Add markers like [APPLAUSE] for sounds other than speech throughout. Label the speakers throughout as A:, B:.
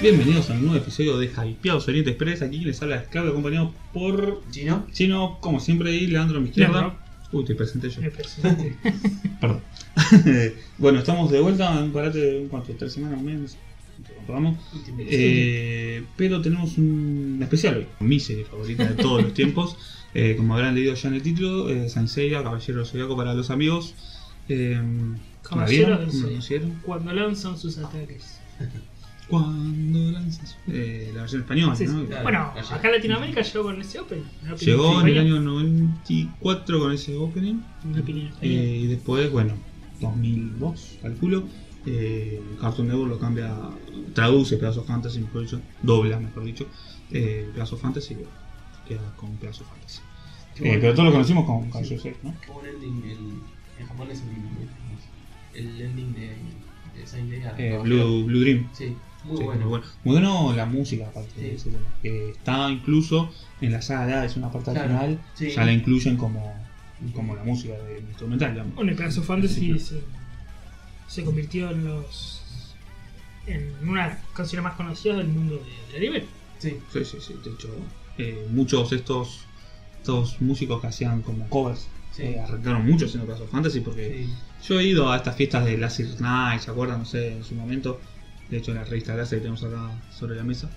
A: Bienvenidos a un nuevo episodio de Hypeados Oriente Express. Aquí les habla Esclavo, acompañado por
B: ¿Chino?
A: Chino, como siempre, y Leandro a mi izquierda.
C: Leandro.
A: Uy, te presenté yo.
C: Me presenté.
A: Perdón. [LAUGHS] bueno, estamos de vuelta en parate, en cuanto tres semanas, un mes, no sé, te comprobamos. [LAUGHS] Eh, pero tenemos un especial hoy. Mi serie favorita de todos los tiempos.
C: [LAUGHS]
A: Eh, como habrán leído ya en el título, eh, Saint Seiya, Caballero del Zodiaco para los amigos. Eh,
C: Caballero
A: ¿la vieron?
C: del
A: ¿No
C: Zodiaco.
A: conocieron?
C: Cuando lanzan sus ataques.
A: Cuando lanzas. Eh, la versión española,
C: Sí, sí.
A: ¿no?
B: Claro.
C: Bueno,
B: Así.
C: acá en Latinoamérica llegó con ese Open. Una opinión
A: Llegó en el
C: española.
A: año 94 con ese opening.
C: Una opinión española.
A: eh, y después, bueno, 2002, calculo. Eh, Cartoon Network lo cambia, traduce Pedazos Fantasy, mejor dicho, dobla, mejor dicho, eh, Pedazos Fantasy y queda con Pedazos Fantasy.
B: Qué
A: Eh,
B: bueno.
A: pero todos lo conocimos con
B: Sí.
A: Caballero Zodiaco, ¿no?
B: Qué buen ending. El, en Japón es el mismo. El ending de, de Saint Seiya.
A: Eh, Blue, Blue Dream.
B: Sí, muy
A: Sí,
B: bueno.
A: muy bueno. Muy bueno la música, aparte de
B: Sí.
A: ese tema, que está incluso en la saga de Hades, una parte
B: Claro,
A: al final,
B: sí.
A: ya la incluyen como, como la música de instrumental, digamos.
C: Bueno, el pedazo
A: Sí.
C: fantasy se, se convirtió en los. en una de las canciones más conocidas del mundo de- del anime.
B: Sí,
A: Sí, sí, sí. De hecho, eh, muchos de estos, estos músicos que hacían como covers
B: Sí.
A: eh, arrancaron mucho haciendo Pedazos Fantasy porque
B: sí.
A: yo he ido a estas fiestas de Laser Night, ¿se acuerdan? No sé, en su momento. De hecho, en la revista Láser que tenemos acá sobre la mesa.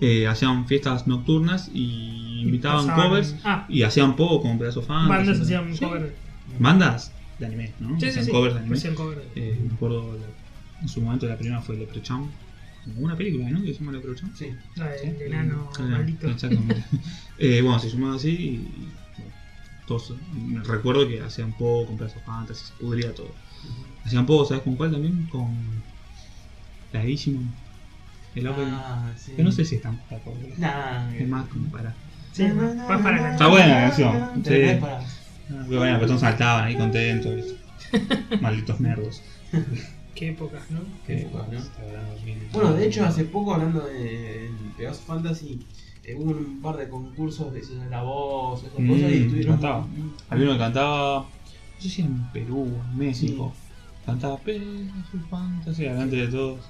A: eh, hacían fiestas nocturnas y invitaban
C: pasaban-
A: covers
C: Ah,
A: y hacían poco con Pedazos Fantasy.
C: bandas
A: ¿no?
C: hacían
A: Ah, Sí.
C: cover.
A: Bandas de anime, ¿no?
C: Sí, sí,
A: Hacían
C: sí.
A: covers de anime.
C: Hacían cover.
A: Eh, me acuerdo, la- en su momento la primera fue Leprechaun. Como una película, ¿no? Que se llama Leprechaun.
B: Sí.
C: La del enano
A: Ah,
C: maldito.
A: exactamente. Eh, bueno, se llamaba así y. y, bueno, todos- me recuerdo que hacían poco con Plaza Fantasy, se pudría todo. Hacían poco, ¿sabes con cuál también? Con. La Digimon. El Open.
B: Ah, sí.
A: Yo no sé si es tan para pobre.
B: Nah,
A: Es más como para.
C: Sí, más para la-
A: Está buena la canción,
B: Pero no es
A: sí.
B: para-
A: Ah, pero bueno, pero todos saltaban ahí contentos. ¿viste? Malditos nerdos.
C: Qué épocas, ¿no?
B: Qué época, ¿no?
A: Hasta ahora 2000.
B: Bueno, de hecho, hace poco hablando de Pegasus Fantasy, eh, hubo un par de concursos de eso de la voz, esas
A: Mm,
B: cosas, y estuvieron.
A: mataba.
B: Mm,
A: Había uno que cantaba, no sé si en Perú, en México, cantaba Pegasus Fantasy delante de todos,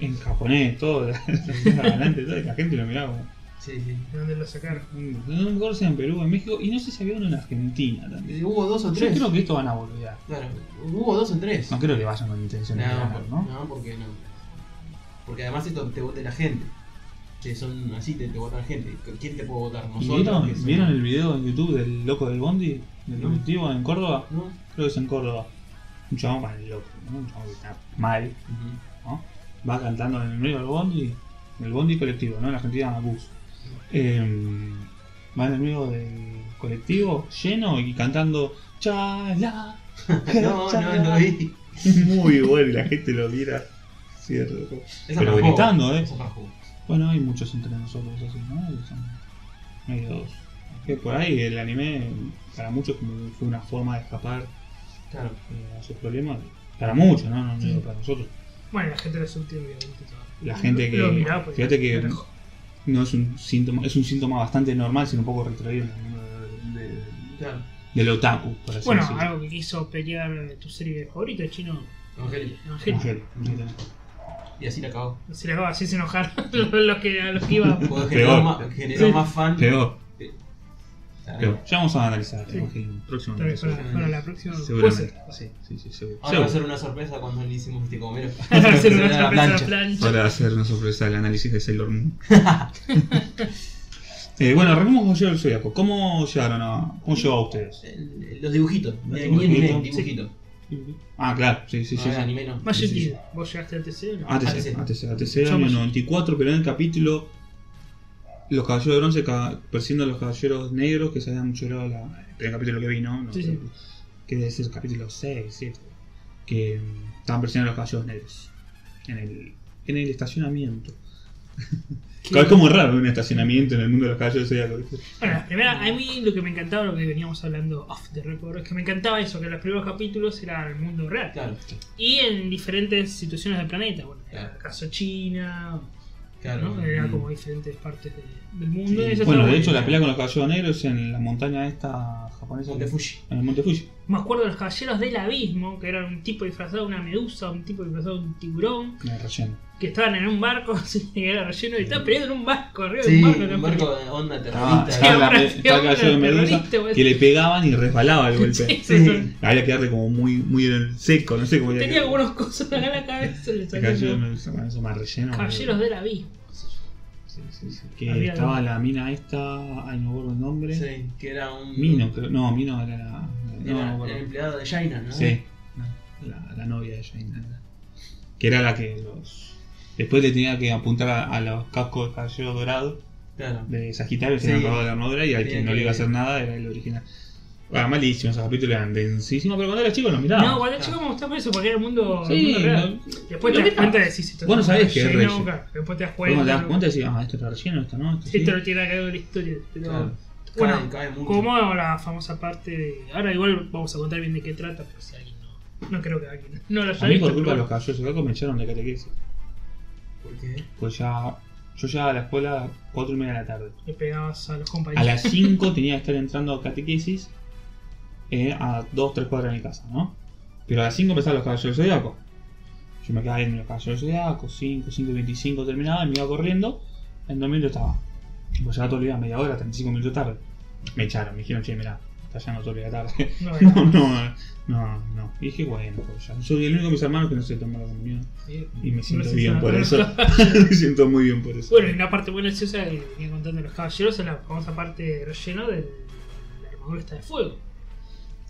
A: en japonés, todo, [LAUGHS] delante de todos, y la gente lo miraba. como,
B: Sí, sí.
C: ¿De dónde lo sacaron?
A: "Mm". No me acuerdo si era en Perú, en México, y no sé si había uno en Argentina
B: Eh,
A: también.
B: Hubo dos o
A: Yo
B: tres.
A: creo que esto van a volver.
B: Claro, hubo dos o tres.
A: No creo que vayan con intención de
B: No,
A: ganar,
B: por-
A: ¿no?
B: no, porque no. Porque además esto te vote la gente. Que son así, te, te vota la gente. ¿Quién te puede votar?
A: ¿Y
B: ¿Nosotros?
A: ¿Vieron,
B: que son-
A: vieron el video en YouTube del loco del Bondi? Del
B: No.
A: colectivo en Córdoba?
B: ¿No?
A: Creo que es en Córdoba. Un chabón para el loco, ¿no? Un chabón que está mal.
B: Ujú.
A: va cantando en el medio del bondi, en el bondi colectivo, ¿no? En la Argentina bus. Eh, va en el medio del colectivo lleno y cantando [LAUGHS] Chala.
B: [LAUGHS] No, no, no vi.
A: [LAUGHS] Muy bueno, y la gente lo mira. Cierto.
B: Esa
A: Pero
B: para juego.
A: gritando, ¿eh?
B: Esa para juego.
A: Bueno, hay muchos entre nosotros así, ¿no? Que son medios. Que por ahí el anime para muchos como fue una forma de escapar
B: Claro.
A: eh, a sus problemas. Para muchos, ¿no? No digo para nosotros.
C: Bueno, la gente lo subtiene, obviamente. todo.
A: La gente que.
C: Lo miraba, pues,
A: fíjate que
C: era-
A: no es un síntoma, es un síntoma bastante normal, sino un poco retraído en el mundo de- de-
B: Claro.
A: del otaku, por así
C: Bueno,
A: decirlo.
C: algo que hizo pelear tu serie favorita, chino.
B: Evangelio.
C: Evangelion.
A: Mujer.
B: Y así la acabó.
C: Se le acaba así se [LAUGHS] enojar los que, a los que iba.
A: [LAUGHS]
B: Porque generó
A: Peor.
B: más, generó
C: Sí.
B: más fan.
A: Peor,
B: Claro.
A: peor. Ya vamos a analizar
C: Sí.
A: Evangelion
C: Tal vez
A: próximamente.
C: para, para la próxima.
A: Seguramente.
C: puede [LAUGHS] ser.
A: Sí, sí, sí, seguro.
B: Ahora va a
A: Seguro.
B: ser una sorpresa cuando le hicimos
A: [LAUGHS]
B: este comero.
C: Para hacer
B: Se le
C: una
B: da [LAUGHS] la
C: sorpresa a la
B: plancha.
C: plancha.
A: Para hacer una sorpresa el análisis de Sailor Moon. [LAUGHS] Eh, bueno, arranquemos con Caballero del Zodiaco. ¿Cómo llegaron a.? ¿Cómo llegó a
B: Eh,
A: ustedes?
B: El- Los dibujitos.
A: Los
B: Ni anime,
A: dibujitos.
B: dibujitos.
A: Ah, claro, sí, sí,
B: No,
A: sí. sí.
B: anime no.
A: Sí, Ah, sí,
C: Magic
A: sí.
C: Kid, vos llegaste al TC. ¿no?
A: ATC,
B: ATC.
A: ATC, ATC,
C: Yo
A: año
C: me-
A: 94, pero en el capítulo Los Caballeros de Bronce ca- persiguiendo a los Caballeros Negros que se habían llorado la, el primer capítulo que vi, ¿no? No,
C: Sí, sí.
A: Que es el capítulo 6, 7, que mm, estaban persiguiendo a los Caballeros Negros en el, en el estacionamiento.
C: Que-
A: Es como raro un estacionamiento en el mundo de los Caballeros de Zodiaco, ¿viste?
C: Bueno, la primera, a mí lo que me encantaba, lo que veníamos hablando off the record, es que me encantaba eso, que los primeros capítulos eran el mundo real.
B: Claro,
C: Y en diferentes situaciones del planeta. Bueno, era
B: Claro.
C: el caso China,
B: claro.
C: ¿no? era
A: Mm.
C: como diferentes partes de- del mundo. y eso
A: Bueno,
C: estaba
A: de hecho,
C: bueno.
A: la pelea con los Caballeros Negros en la montaña esta japonesa,
B: Monte Fuji.
A: en el Monte Fuji.
C: Me acuerdo de los Caballeros del Abismo, que eran un tipo disfrazado de una medusa, un tipo disfrazado de un tiburón,
A: Me relleno.
C: que estaban en un barco, [LAUGHS] así que era relleno, y estaban peleando en un barco, arriba de
B: Sí,
C: un barco.
B: un
C: tampoco.
B: barco de
A: Ah,
B: onda
A: Estaba,
B: terrorista.
A: estaba, la-
C: ahora
A: estaba el
C: ahora
A: caballero de
C: terrorista,
A: Medusa
C: boludo.
A: que le pegaban y resbalaba el golpe.
C: [LAUGHS] Sí, sí, sí.
A: Había que darle como muy, muy en el seco, no sé cómo
C: Tenía algunos cosas acá en la cabeza, le
A: El
C: saqué
A: caballero de
C: yo.
A: Medusa, bueno, eso más relleno. boludo.
C: Caballeros del Abismo. qué sé yo.
A: Sí, sí, sí. Que
C: Había
A: estaba
C: algo.
A: la mina esta, ay, no recuerdo el nombre.
B: Sí, que era un.
A: Mino, creo. No, Mino era la. No,
B: Era
A: no me
B: el
A: acuerdo.
B: empleado de Shaina, ¿no?
A: Sí, la, la novia de Jane. Que era la que los. Después le tenía que apuntar a, a los cascos de caballero dorado
B: Claro.
A: de Sagitario, que
B: Sí.
A: eran robados de la armadura, y al
B: Tenía
A: que no
B: que-
A: le iba a hacer nada era el original. Ah, malísimo, esos capítulos eran densísimos, pero cuando era chico los miraba.
C: No, cuando chico me gustaba eso porque era el mundo, el
A: Ah, sí,
C: mundo real.
A: no-
C: Después
A: lo
C: te das
A: que-
C: cuenta de si esto
A: Vos no
C: está
A: sabés que es
C: lleno,
A: relleno.
C: claro, Después te das cuenta.
A: Cuando te das cuenta decís, ah, esto está relleno, esto no. Esto
C: Sí,
A: sí.
C: esto no tiene nada que ver con la historia. Pero,
A: Claro.
C: Bueno,
B: Cae- cae mucho.
C: como la famosa parte de. Ahora igual vamos a contar bien de qué trata, por si alguien no. No creo que alguien no lo
A: A
C: haya
A: mí
C: visto.
A: por culpa de
C: pero
A: los caballeros zodíacos me echaron de catequesis.
B: ¿Por qué?
A: Pues ya. Yo llegaba a la escuela 4 y media de la tarde.
C: Le pegabas a los
A: A
C: compañeros.
A: las 5 tenía que estar entrando a catequesis eh, a 2, 3 cuadras de mi casa, ¿no? Pero a las 5 empezaban los caballeros zodiacos. Yo me quedaba viendo los caballeros zodiacos, 5, 5 y 25 terminaba y me iba corriendo. En 2 minutos estaba. Pues ya todo el día, media hora, 35 minutos tarde. Me echaron, me dijeron, che, mirá, está llegando todo el día tarde. [LAUGHS]
C: No, era-
A: no, no, no, no. Y dije, bueno, pues ya. Soy el único de mis hermanos que no se tomó la comunión. Y me siento
C: sé si
A: bien
C: se
A: por
C: la-
A: eso.
C: [LAUGHS]
A: [LAUGHS] me siento muy bien por eso.
C: Bueno, y una parte buena es esa que venía contando los caballeros es la famosa parte de relleno de la armadura esta de fuego.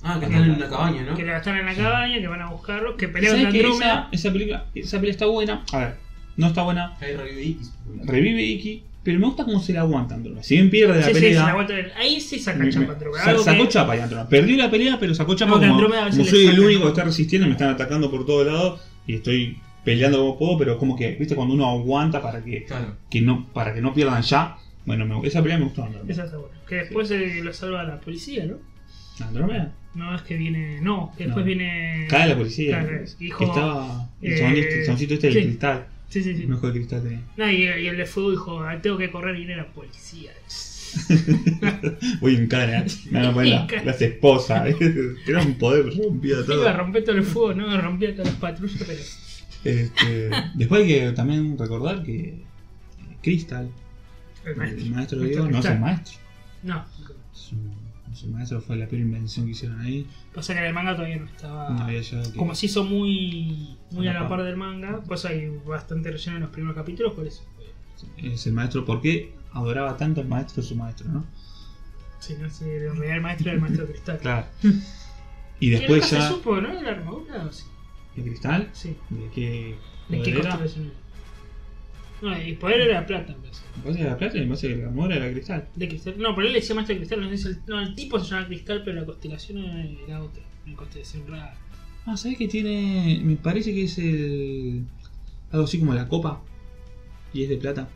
B: Ah, que están en una cabaña, ¿no?
C: Que la están en la
A: Sí.
C: cabaña, que van a buscarlos, que pelean
A: ¿Sabés
C: con
A: que esa,
C: Andrómeda.
A: esa película, esa película está buena. A ver, no está buena.
B: Ahí revive X.
A: Revive Iki, pero me gusta cómo se la aguanta Andrómeda. Si bien pierde la
C: Sí, sí, se la
A: pelea.
C: aguanta bien. Ahí sí saca
A: me-
C: chapa
A: me-
C: Andrómeda.
A: sa-
C: algo
A: sacó
C: que-
A: chapa y Andrómeda. Perdió la pelea, pero sacó chapa
C: No, que
A: como,
C: Andrómeda se
A: como
C: le
A: soy el
C: saca,
A: único
C: ¿no?
A: que está resistiendo, me están atacando por todos lados y estoy peleando como puedo, pero como que, viste, cuando uno aguanta para que,
B: Claro.
A: que no, para que no pierdan ya. Bueno, me- esa pelea me gustó Andrómeda.
C: Esa está buena. Que después eh, lo salva la policía, ¿no?
A: Andrómeda.
C: No es que viene. No, que después
A: No.
C: viene.
A: Cae la policía.
C: Claro, dijo-
A: que estaba el chabón
C: eh,
A: este- el chaboncito este del
C: sí.
A: cristal.
C: Sí, sí, sí.
A: El mejor cristal tenía.
C: No, y, y el de fuego dijo, "Ah, tengo que correr y viene la policía.
A: Voy en cara. No, no, pues la- las esposas. ¿eh? [LAUGHS] Era un poder rompía
C: [LAUGHS] Iba a
A: todo.
C: romper todo el fuego, no, rompía todas las patrullas, pero...
A: Este, después hay que también recordar que eh, Crystal,
C: El maestro.
A: el maestro
C: Maestro
A: Diego, no es el
C: Crystal.
A: maestro.
C: No,
A: Es un- es el maestro fue la peor invención que hicieron ahí.
C: pasa que en el manga todavía no estaba...
A: No había llegado que-
C: Como Ah, se hizo muy, muy
A: A
C: a
A: la
C: la
A: par.
C: par del manga, pues hay bastante relleno en los primeros capítulos, por eso.
A: Es el maestro. ¿Por qué adoraba tanto al maestro su maestro, no?
C: Si no se el real maestro era el maestro cristal.
A: Claro. Y
C: Que
A: después
C: nunca
A: ya.
C: se supo, ¿no? ¿De la armadura? o Sí.
A: ¿De cristal?
C: sí.
A: ¿De qué?
C: ¿De qué
A: poder era?
C: construcción era? No, el poder era plata, me parece.
A: Me parece que era plata y me parece que la mora era cristal.
C: De cristal. No, pero él le decía maestro cristal, no sé si el, no, el tipo se llama cristal, pero la constelación era, era otra. Una constelación rara.
A: Ah, ¿sabes que tiene? Me parece que es el. Algo así como la copa. Y es de plata.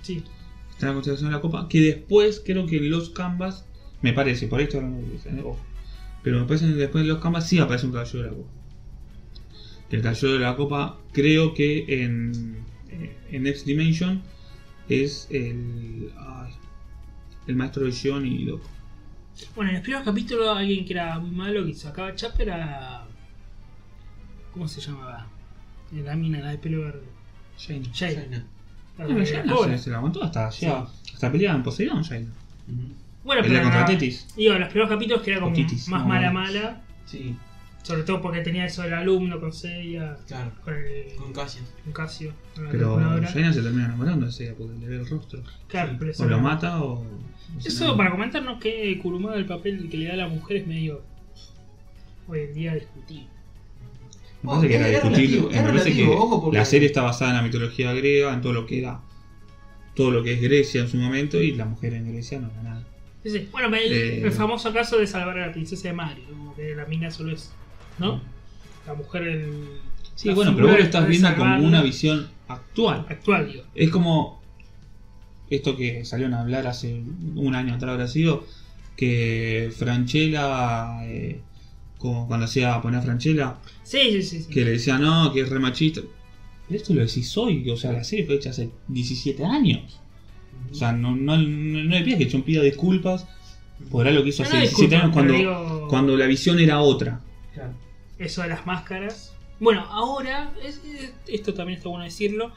C: Sí.
A: Está en la constelación de la copa. Que después creo que en los canvas. Me parece, por esto no ¿eh? Pero me parece que después en los canvas sí aparece un caballero de la copa. Que el caballero de la copa, creo que en. eh, En Next Dimension es el. ay, el maestro de Sion y Doc.
C: Bueno, en los primeros capítulos alguien que era muy malo que sacaba chapa era. ¿Cómo se llamaba? La mina, la de pelo verde.
A: Shane.
C: Jaina.
B: Shaina.
C: La
A: Pero
C: de la
A: Jaina
C: cobra.
A: se, se la aguantó hasta, llegaba- hasta pelea en Poseidon, Jaina.
B: Ujú.
C: Bueno,
A: Pelea contra
C: la-
A: Tetis.
C: Digo, los primeros capítulos que era como
A: O Titis,
C: más
A: no,
C: mala,
A: no.
C: mala.
B: Sí,
C: Sobre todo porque tenía eso del alumno con Seiya,
B: claro.
C: con el.
B: Con Cassian.
C: con Casio. con la
A: Pero
C: calculadora.
A: Jaina se termina enamorando de Seiya porque le ve el rostro.
C: Claro, pero eso
A: O lo
C: no.
A: mata o. o se
C: Eso
A: enamora.
C: para comentarnos que Kurumada el papel que le da a la mujer es medio hoy en día discutible.
A: Me parece que era
B: Es relativo,
A: discutible.
B: es
A: Me parece
B: relativo,
A: que
B: ojo, porque-
A: la serie está basada en la mitología griega, en todo lo que era. Todo lo que es Grecia en su momento y la mujer en Grecia no era nada.
C: Sí, sí. Bueno, el,
A: Eh.
C: el famoso caso de salvar a la princesa de Mario, como que la mina solo es,
A: Mm.
C: ¿no? La mujer el
A: Sí,
C: la
A: bueno, pero
C: figura
A: vos lo estás
C: de
A: viendo
C: salvarla
A: como una visión actual.
C: actual, digo.
A: Es como esto que salieron a hablar hace un año atrás habrá sido que Franchella eh, como cuando hacía poner a Franchella
C: Sí, sí, sí. sí.
A: que le decía no que es re machista pero esto lo decís hoy o sea la serie fue hecha hace 17 años o sea no, no, no, no le pidas que Chon pida disculpas Por algo que hizo
C: No,
A: hace
C: no,
A: 17
C: disculpa,
A: años cuando,
C: pero digo-
A: cuando la visión era otra.
B: Claro.
C: Eso de las máscaras. Bueno, ahora, es- es- esto también está bueno decirlo.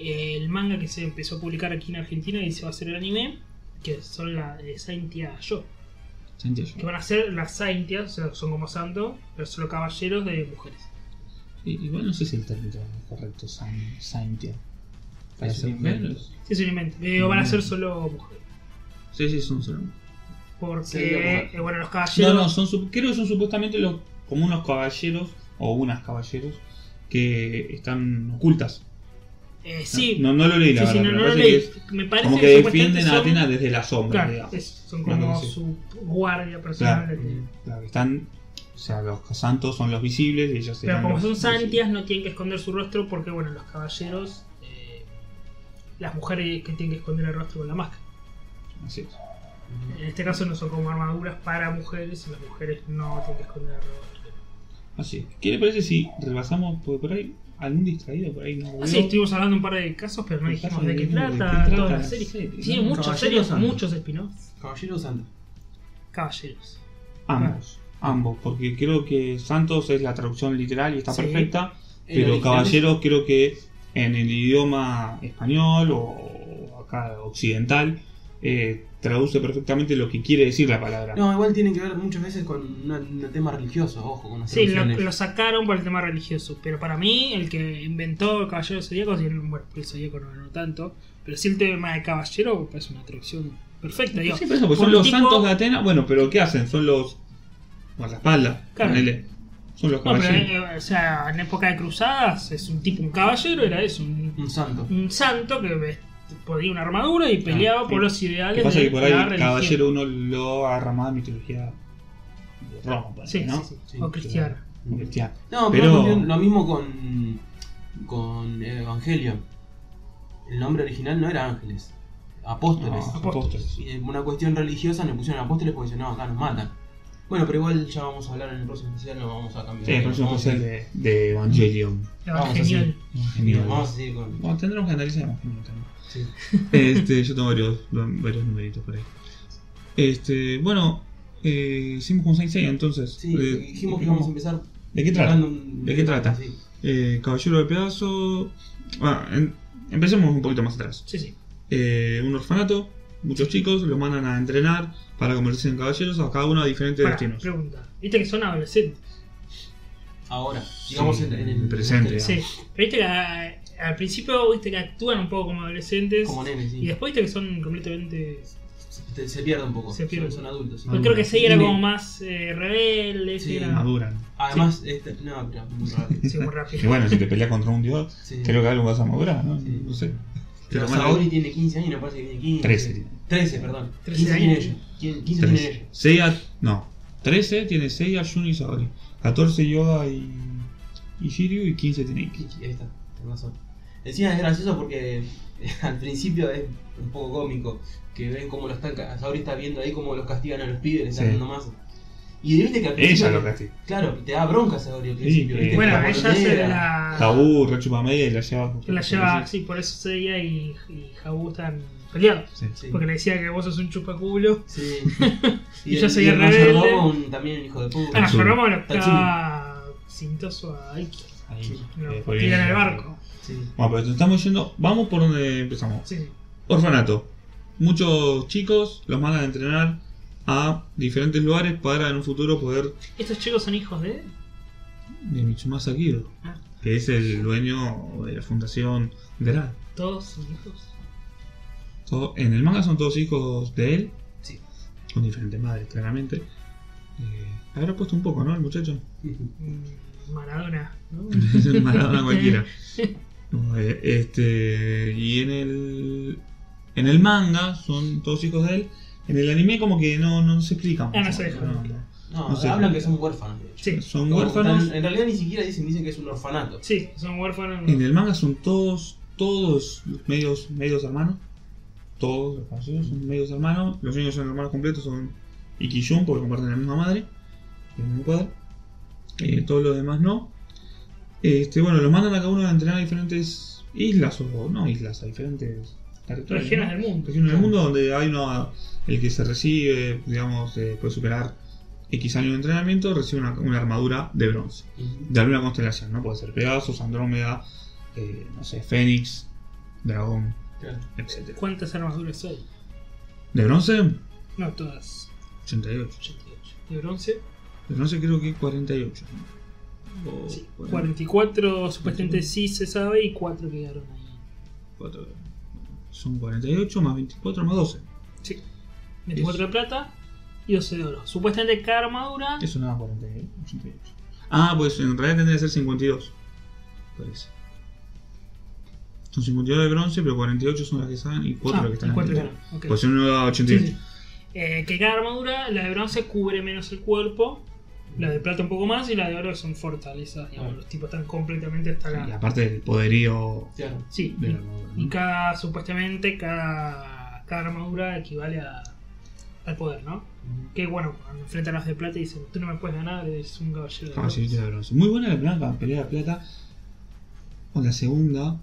C: eh, El manga que se empezó a publicar aquí en Argentina y se va a hacer el anime, que son la de Saintia Yo.
A: Santiago.
C: Que van a ser las Saintias, o sea, son como santos, pero solo caballeros de mujeres.
A: Sí, Igual no sé si el término correcto es Saintia. Para
B: Es
A: ser
B: un invento.
A: menos.
C: Sí, se lo invento. Eh, van
A: Mm.
C: a ser solo mujeres.
A: Sí, sí, son solo.
B: Sí, digamos.
C: Porque, eh, bueno, los
A: No,
C: caballeros.
A: no, son, sup- creo que son supuestamente los, como unos caballeros o unas caballeros que están ocultas.
C: eh, sí,
A: No, no lo leí, la
C: sí, sí,
A: verdad.
C: no,
A: pero
C: no
A: me
C: lo
A: parece que
C: leí.
A: es
C: Me parece
A: como que
C: Ah, supuestamente
A: defienden a
C: son-
A: Atenas desde la sombra,
C: Claro,
A: digamos.
C: es- son
A: Claro
C: como
A: que sí.
C: su guardia personal.
A: Claro,
C: de-
A: claro, que están. O sea, los santos son los visibles y ellos
C: Pero
A: serán
C: como
A: los
C: son santias,
A: invisibles.
C: no tienen que esconder su rostro porque, bueno, los caballeros, eh, las mujeres que tienen que esconder el rostro con la máscara.
A: Así es.
C: En este caso no son como armaduras para mujeres y las mujeres no tienen que esconder el rostro.
A: Así es. ¿Qué le parece si repasamos? Porque por ahí, algún distraído por ahí nos volvió?
C: Ah, sí, estuvimos hablando un par de casos, pero no
A: El
C: dijimos
A: caso
C: de qué
A: de- de
C: trata,
A: qué
C: todas
A: trata,
C: las series.
A: sí,
C: Sí,
A: ¿no?
C: muchos
B: Caballeros
C: series,
B: Santos.
C: muchos spin-offs.
B: Caballero Santo.
C: Caballeros.
A: Ambos. Ambos, porque creo que Santos es la traducción literal y está
C: Sí.
A: perfecta.
B: El
A: Pero
B: original
A: caballeros creo que en el idioma español o acá occidental eh, traduce perfectamente lo que quiere decir la palabra.
B: es- No, igual tienen que ver muchas veces con una- un tema religioso, ojo, con las
C: Sí, lo,
B: traducciones.
C: lo sacaron por el tema religioso, pero para mí el que inventó el Caballero Zodíaco, si- bueno, el Zodíaco no, no tanto, pero sí el tema de Caballero es una traducción perfecta. Digo,
A: Sí, por eso, porque
C: un
A: son los
C: tipo-
A: santos de Atenas. Bueno, pero ¿qué hacen? Son los. Bueno, la espalda.
C: Claro.
A: ponele. Son los
C: No, pero,
A: caballeros.
C: eh, o sea, en época de cruzadas, es un tipo, un caballero, era eso, un,
B: Un santo.
C: un santo que ve- ponía una armadura y peleaba
A: Ah, sí.
C: por los
A: Lo que
C: ideales
A: pasa es
C: de
A: que por
C: la
A: ahí
C: religión.
A: caballero uno lo agarra más de mitología de Roma, por ahí,
C: Sí,
A: ¿no?
C: sí, sí.
B: Sí,
C: o cristiana.
A: Como cristiano.
B: No,
A: Pero-
B: pero, también lo mismo con, con Evangelion. El nombre original no era ángeles, apóstoles.
A: No,
C: apóstoles.
A: apóstoles.
B: Y en una cuestión religiosa le pusieron apóstoles porque dijeron, no, acá nos matan. Bueno, pero igual ya vamos a hablar en el próximo especial, no vamos a cambiar.
A: Sí, el próximo
B: Vamos a-
A: especial de, de Evangelion.
C: Era
B: Vamos
C: genial.
A: Genial.
B: Vamos a seguir con...
A: Bueno, tendremos que analizar Evangelion también.
B: sí.
A: Este, yo tengo varios, varios numeritos por ahí. Este, bueno, eh, hicimos con Saint Seiya, entonces.
B: Sí,
A: Eh,
B: dijimos que íbamos a empezar...
A: ¿De qué trata?
B: hablando un-
A: ¿De qué trata?
B: Sí.
A: Eh, Caballero de Pedazo. Bueno, en- empecemos un poquito más atrás.
C: Sí, sí.
A: Eh, un orfanato, muchos chicos los mandan a entrenar para convertirse en caballeros, a cada uno a diferentes
C: Pará,
A: destinos.
C: pregunta. Viste que son adolescentes.
B: Ahora, digamos
A: Sí,
B: en, en
A: en el presente.
C: Sí. Pero viste que a- al principio viste que actúan un poco como adolescentes.
B: Como nene, sí.
C: y después viste que son completamente.
B: Se, se pierde un poco.
C: Se pierde.
B: Son adultos. sí.
A: Ah.
C: Pues creo que Sei era
B: Dime.
C: como más eh, rebelde.
B: Sí,
C: era-
A: Maduran.
B: Además, este- no, pero muy raro.
C: Sí, muy rápido.
A: Y bueno, si te peleas contra un dios,
B: Sí.
A: creo que algo vas a madurar, ¿no?
B: Sí.
A: No sé.
B: Pero
A: Te lo mandan-
B: Saori tiene 15 años, no parece que tiene 15.
A: 13.
B: 13, perdón.
C: 13
B: 15 tiene
C: años.
B: ella. 15
A: 13.
B: tiene ella.
A: Seiya- no. 13 tiene Seiya, Shun y Saori. 14 Yoga y, y Shiryu y 15 tiene Ikki.
B: Ahí está, tenés razón. Encima es gracioso porque [LAUGHS] al principio es un poco cómico. Que ven cómo lo están. ca- Saori está viendo ahí cómo los castigan a los pibes, le están
A: Sí.
B: dando más. Y viste que al principio.
A: Ella lo castiga.
B: Claro, te da bronca Saori al principio.
A: eh,
B: ¿viste?
C: Bueno,
B: Como
C: ella se
B: negra.
C: la.
A: Tabú, rechupa media y la lleva.
C: Ah. la lleva, sí, por eso Seiya y, y Jabu están peleados.
A: Sí.
B: Sí.
C: Porque le decía que vos sos un chupaculo. [LAUGHS]
B: Sí.
C: Y yo
B: el-
C: soy
B: el Roger
C: rebelde.
B: Robo, un- también el hijo de puta.
C: Ah,
A: Tatsumi.
C: Joromo lo estaba cintoso a Iki.
A: Ahí.
C: Lo
A: Eh, fue bien.
C: tiran al barco.
B: Sí.
A: Bueno, pero estamos yendo. Vamos por donde empezamos.
C: Sí, sí.
A: Orfanato. Muchos chicos los mandan a entrenar a diferentes lugares para en un futuro poder.
C: Estos chicos son hijos de.
A: de Mitsumasa Kido,
C: Ah,
A: que es el dueño de la fundación Deral.
C: todos son hijos.
A: Todo- en el manga son todos hijos de él.
B: Sí.
A: Con diferentes madres, claramente. Eh, habrá puesto un poco, ¿no? El muchacho.
C: Mm, Maradona,
A: [LAUGHS]
C: ¿no?
A: Maradona cualquiera. No, eh, este. Y en el. En el manga son todos hijos de él. En el anime como que no, no se explica mucho.
C: Ah, no se deja.
B: No,
A: No sé.
B: hablan que son huérfanos. de hecho.
C: Sí,
A: Son
B: No,
A: huérfanos.
B: En, en realidad ni siquiera dicen, dicen que es un orfanato.
C: sí, son huérfanos.
A: En el manga son todos. Todos los medios, medios hermanos. Todos los caballeros son medios hermanos. Los niños son hermanos completos, son Ikiyun porque comparten la misma madre. y El mismo padre. Eh, todos los demás no. Este, bueno, los mandan a cada uno a entrenar a diferentes islas o no islas, a diferentes territorio,
C: Regiones
A: ¿no?
C: del mundo.
A: Regiones del mundo donde hay uno, el que se recibe, digamos, eh, puede superar X años de entrenamiento, recibe una, una armadura de bronce, de alguna constelación, ¿no? Puede ser Pegasus, Andrómeda, eh, no sé, Fénix, Dragón,
B: Claro.
A: etc.
C: ¿Cuántas armaduras hay?
A: ¿De bronce?
C: No, todas.
A: 88.
C: 88. De bronce.
A: De bronce creo que 48. ¿no? O
C: sí,
A: 40,
C: 44 supuestamente sí se sabe y 4 quedaron ahí.
A: cuatro. Son 48 más 24 más 12.
C: Sí. 24 de plata y 12 de oro. Supuestamente cada armadura.
A: Eso nada, 48. Ah, pues en realidad tendría que ser 52. Parece. Son 52 de bronce, pero 48 son las que están y 4
C: Ah,
A: las que están.
C: y cuatro
A: en el-
C: quedaron, ok.
A: Pues uno da 88.
C: Sí, sí. Eh, que cada armadura, la de bronce cubre menos el cuerpo, la de plata un poco más y la de oro son fortalezas. digamos,
B: Ah.
C: Los tipos están completamente hasta
A: Y
C: la.
A: aparte del poderío
B: Claro.
C: Sí,
A: de la
C: y,
A: armadura.
C: y
A: ¿no?
C: cada, supuestamente, cada, cada armadura equivale a, al poder, ¿no? Que bueno, cuando enfrentan a los de plata y dicen, tú no me puedes ganar, eres un caballero de bronce".
A: Caballerito de bronce. Muy buena la primera pelea de plata. O la segunda.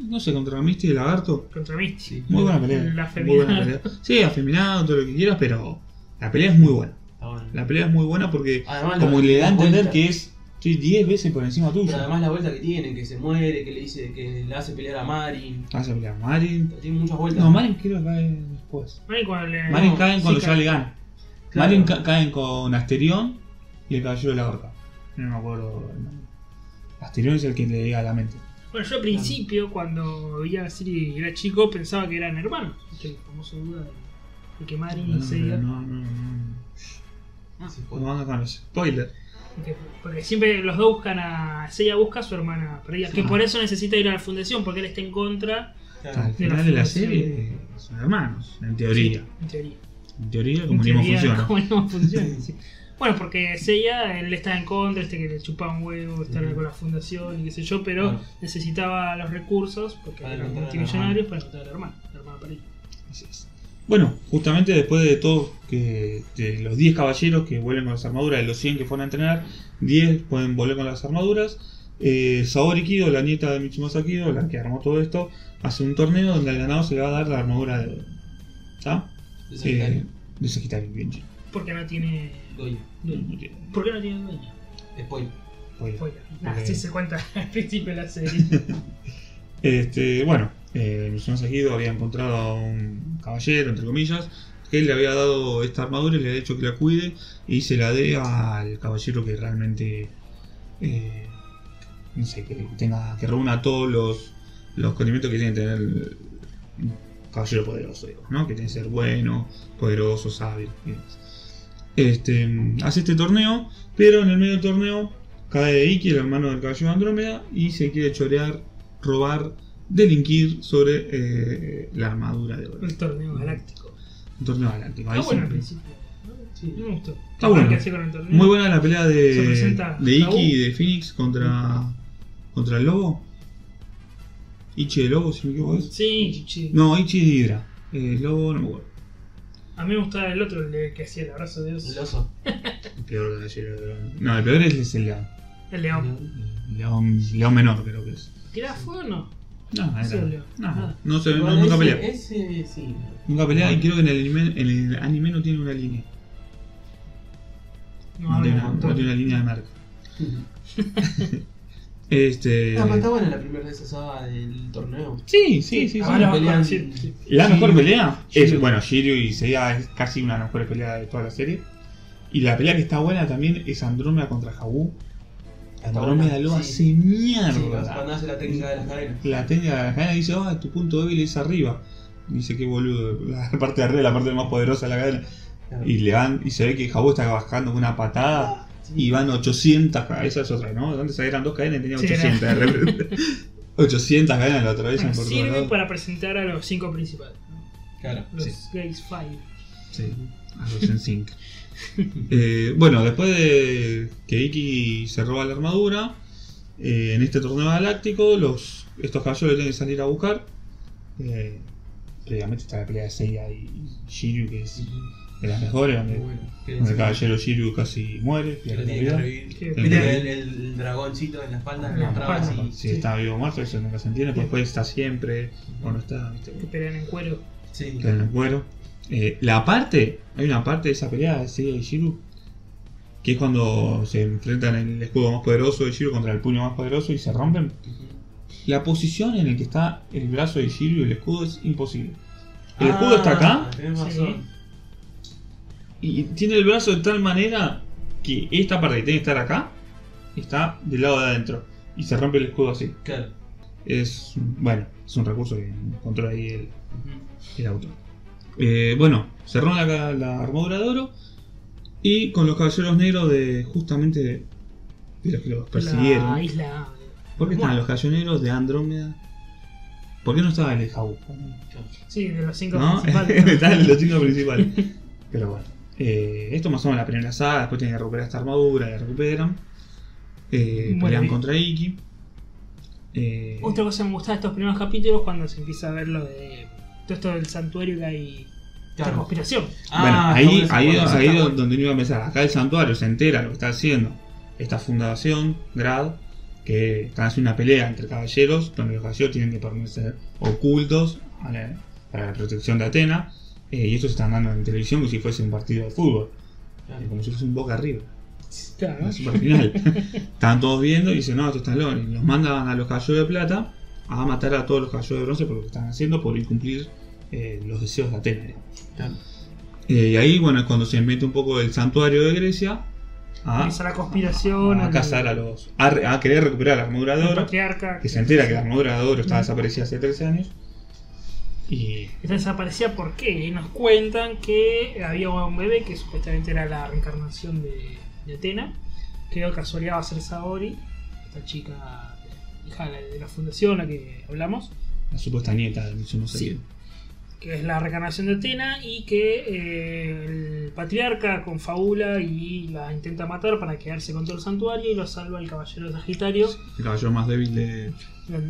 A: No sé, contra Misty y Lagarto.
C: Contra Misty.
B: Sí.
A: Muy buena pelea.
C: La
A: muy buena
C: feminada.
A: pelea. Sí, afeminado, todo lo que quieras, pero la pelea es muy buena.
B: Está bueno.
A: La pelea es muy buena porque
B: Además,
A: como
B: la-
A: le da a
B: la
A: entender
B: vuelta-
A: que es estoy 10 veces por encima tuyo.
B: Pero además la vuelta que tiene, que se muere, que le dice que le hace pelear a Marin.
A: Hace pelear a Marin.
B: Tiene muchas vueltas.
A: No, Marin creo que cae después.
C: Marin cuando le-
A: Marin
B: No,
A: caen cuando
C: Eh, sí,
A: ya
C: cae.
A: le ganan.
B: Claro.
A: Marin ca- caen con Asterión y el caballero de la horca. No me acuerdo el nombre.
C: Mm.
A: Asterión es el que le llega a la mente.
C: Bueno, yo al principio, cuando veía la serie y era chico, pensaba que eran hermanos. Viste, la famosa duda de, de que Marin y
A: No,
C: Seiya.
A: no, no, no.
B: Sí,
A: Como
B: joder.
A: van con los spoilers.
C: que- Porque siempre los dos buscan a. Seiya busca a su hermana perdida. Que
A: Ah.
C: por eso necesita ir a la fundación, porque él está en
A: Al
C: contra.
B: Claro.
C: De Ah, la
A: final de la
C: fundación.
A: serie eh, son hermanos, en teoría.
C: Sí, en teoría.
A: En teoría,
C: En
A: como ni
C: teoría,
A: funciona.
C: como no
A: [LAUGHS]
C: funciona, sí. Bueno, porque Seiya, él está en contra, este que le chupaba un huevo, estar
B: Ujú.
C: con la fundación y qué sé yo, pero
B: Claro.
C: necesitaba los recursos, porque
B: Para
C: eran
B: encontrar a la
C: multimillonarios, para encontrar a la hermana, la hermana perdida.
A: Así es. Bueno, justamente después de todos que de los 10 caballeros que vuelven con las armaduras, de los 100 que fueron a entrenar, 10 pueden volver con las armaduras. Eh, Saori Kido, la nieta de Michimasa Kido, la que armó todo esto, hace un torneo donde al ganado se le va a dar la armadura de. ¿Está?
B: De Sagitario.
A: Eh, de Sagitario, bien chido.
C: Porque no tiene.
B: Goyo.
C: dueño.
A: No tiene-
C: ¿Por qué no tiene dueño?
B: Spoiler.
A: spoiler.
C: Spoiler. Nah,
A: Ok.
C: sí se cuenta [LAUGHS] al principio de la serie.
A: Este, bueno, eh, Michimasa Kido había encontrado a un caballero, entre comillas, que le había dado esta armadura y le había dicho que la cuide y se la dé al caballero que realmente, eh, no sé, que tenga, que reúna todos los, los condimentos que tiene que tener un caballero poderoso, digamos, ¿no? Que tiene que ser bueno, poderoso, sabio. y demás. Este, hace este torneo, pero en el medio del torneo cae Iki, el hermano del caballero de Andrómeda, y se quiere chorear, robar, delinquir sobre eh, la armadura de oro.
C: El torneo galáctico.
A: Un torneo galáctico. Ahí
C: Está Ah, bueno al
A: sí.
C: principio. ¿no? Sí, me gustó.
A: Está
C: Lo
A: bueno.
C: que hacía con el torneo.
A: Muy buena la pelea
C: Se
A: de,
C: presenta
A: de Iki
C: Saúl.
A: y de Phoenix contra, contra el lobo. Ichi de lobo, si no me equivoco. es.
C: Sí, sí, sí.
A: No, Ichi de Hydra. Eh, lobo, no me acuerdo.
C: A mí me gustaba el otro, el de- que hacía el abrazo de Dios.
B: El oso.
A: El peor de León. No, el peor es- es el león.
C: El león.
A: El León, león menor, creo que es.
C: ¿Tiraba fuego o no?
A: No, era-
C: Sí, el león.
A: no,
C: Ah.
A: no se,
B: Igual
A: no- nunca Eh,
B: ese-
A: pelea.
B: Ese sí.
A: Nunca pelea y
B: Bueno.
A: creo que en el, anime, en el anime no tiene una línea. No,
C: había
A: tiene, una,
C: un
A: no
C: montón.
A: tiene una línea de marca.
B: No,
A: Este.
B: pero está buena la primera de esa saga del torneo.
A: Sí, sí, sí. sí.
C: Ahora vas a
B: Pelean-
C: decir- sí.
A: La
B: Sí.
A: mejor pelea es,
B: Shiryu.
A: bueno, Shiryu y Seiya es casi una de las mejores peleas de toda la serie. Y la pelea que está buena también es Andrómeda contra Jabu. Andrómeda
B: buena,
A: lo
B: sí.
A: hace mierda.
B: Sí, cuando hace la técnica de las cadenas.
A: La técnica de la cadena dice, ah, tu punto débil es arriba. Dice, qué boludo, la parte de arriba es la parte más poderosa de la cadena.
B: Claro.
A: Y le van, y se ve que Jabu está bajando con una patada
B: Sí.
A: y van 800 cadenas. Esa es otra, ¿no? Antes eran dos cadenas y tenía
C: Sí,
A: 800. de
B: [LAUGHS]
A: repente. 800 cadenas lo atraviesan
C: Bueno,
A: por todos
C: sirve
A: lados.
C: para presentar a los cinco principales. ¿no?
B: Claro.
C: Los
A: Sí.
C: Gates Five.
A: Sí, a los en sync. Eh, bueno, después de que Iki se roba la armadura, eh, en este torneo galáctico, los, estos caballeros le tienen que salir a buscar. Eh, previamente está la pelea de Seiya y Shiryu, que es de las mejores, donde,
B: Muy bueno.
A: donde
B: Que
A: el
B: encima-
A: caballero Shiryu casi muere,
B: que
A: pierde
B: lo
A: la
B: tiene que
A: vida.
B: revivir.
C: Sí.
B: Viste que el, el dragoncito en la espalda, en
C: Ah,
B: las trabas
C: bueno.
B: y.
A: Si
C: Sí.
A: está vivo o muerto, eso nunca se entiende, porque después está siempre, o no está, ¿viste?
C: Que pelean en cuero.
B: Sí.
A: en el cuero. Eh, la parte, hay una parte de esa pelea de Seiya y Shiru que es cuando se enfrentan el escudo más poderoso de Shiru contra el puño más poderoso y se rompen. La posición en la que está el brazo de Shiru y el escudo es imposible. El escudo está acá
B: Ah, Tenés
C: Sí.
B: razón.
A: y tiene el brazo de tal manera que esta parte que tiene que estar acá está del lado de adentro y se rompe el escudo así.
B: Claro.
A: Es, bueno, es un recurso que encontró ahí el,
B: Ujú.
A: el auto. Eh, bueno, cerró la, la armadura de oro y con los caballeros negros de justamente de, de los que los persiguieron.
C: La isla.
A: ¿Por qué están
C: Bueno.
A: los caballeros negros de Andrómeda? ¿Por qué no estaba el de Jauco?
B: Claro.
C: Sí, de los cinco
A: ¿No? [LAUGHS]
C: principales. ¿no?
A: Están los cinco principales. Pero bueno, eh, esto más o menos la primera saga. Después tienen que recuperar esta armadura, la recuperan. Eh,
C: Bueno,
A: pelean
C: y-
A: contra Iki. Eh,
C: Otra cosa que me gustaba de estos primeros capítulos cuando se empieza a ver lo de todo esto del santuario que hay. Esta
B: Claro.
C: conspiración.
A: bueno,
B: Ah,
A: ahí,
B: está
A: ahí,
B: bueno, está
A: ahí
B: bueno.
A: donde no iba a pensar. Acá el santuario se entera lo que está haciendo esta fundación, Grad, que están haciendo una pelea entre caballeros, donde los caballeros tienen que permanecer ocultos a la- para la protección de Atena. eh, y esto se está dando en televisión como si fuese un partido de fútbol, eh,
B: Claro.
A: como si fuese un boca arriba,
C: Claro.
A: una
B: [LAUGHS]
A: superfinal. Estaban todos viendo y dicen: No, esto está loco. Y los mandan a los caballeros de plata a matar a todos los caballeros de bronce por lo que están haciendo, por incumplir eh, los deseos de Atena. digamos.
B: Claro.
A: Eh, y ahí, bueno, es cuando se mete un poco el santuario de Grecia a,
C: Empieza la conspiración.
A: a
C: el-
A: cazar a los. a, re- a querer recuperar la armadura de
C: el
A: oro.
C: patriarca.
A: Que se entera que la armadura de oro está
C: Mm.
A: desaparecida hace 13 años. Y.
C: Esta desaparecía porque y nos cuentan que había un bebé que supuestamente era la reencarnación de, de Atena, que de casualidad va a ser Saori, esta chica hija de la, de la fundación a la que hablamos,
A: La supuesta nieta de Mitsuno
C: Sí.
A: Seiya.
C: que es la reencarnación de Atena y que eh, el patriarca confabula y la intenta matar para quedarse con todo el santuario y lo salva el caballero Sagitario,
A: El caballero más débil de.
C: el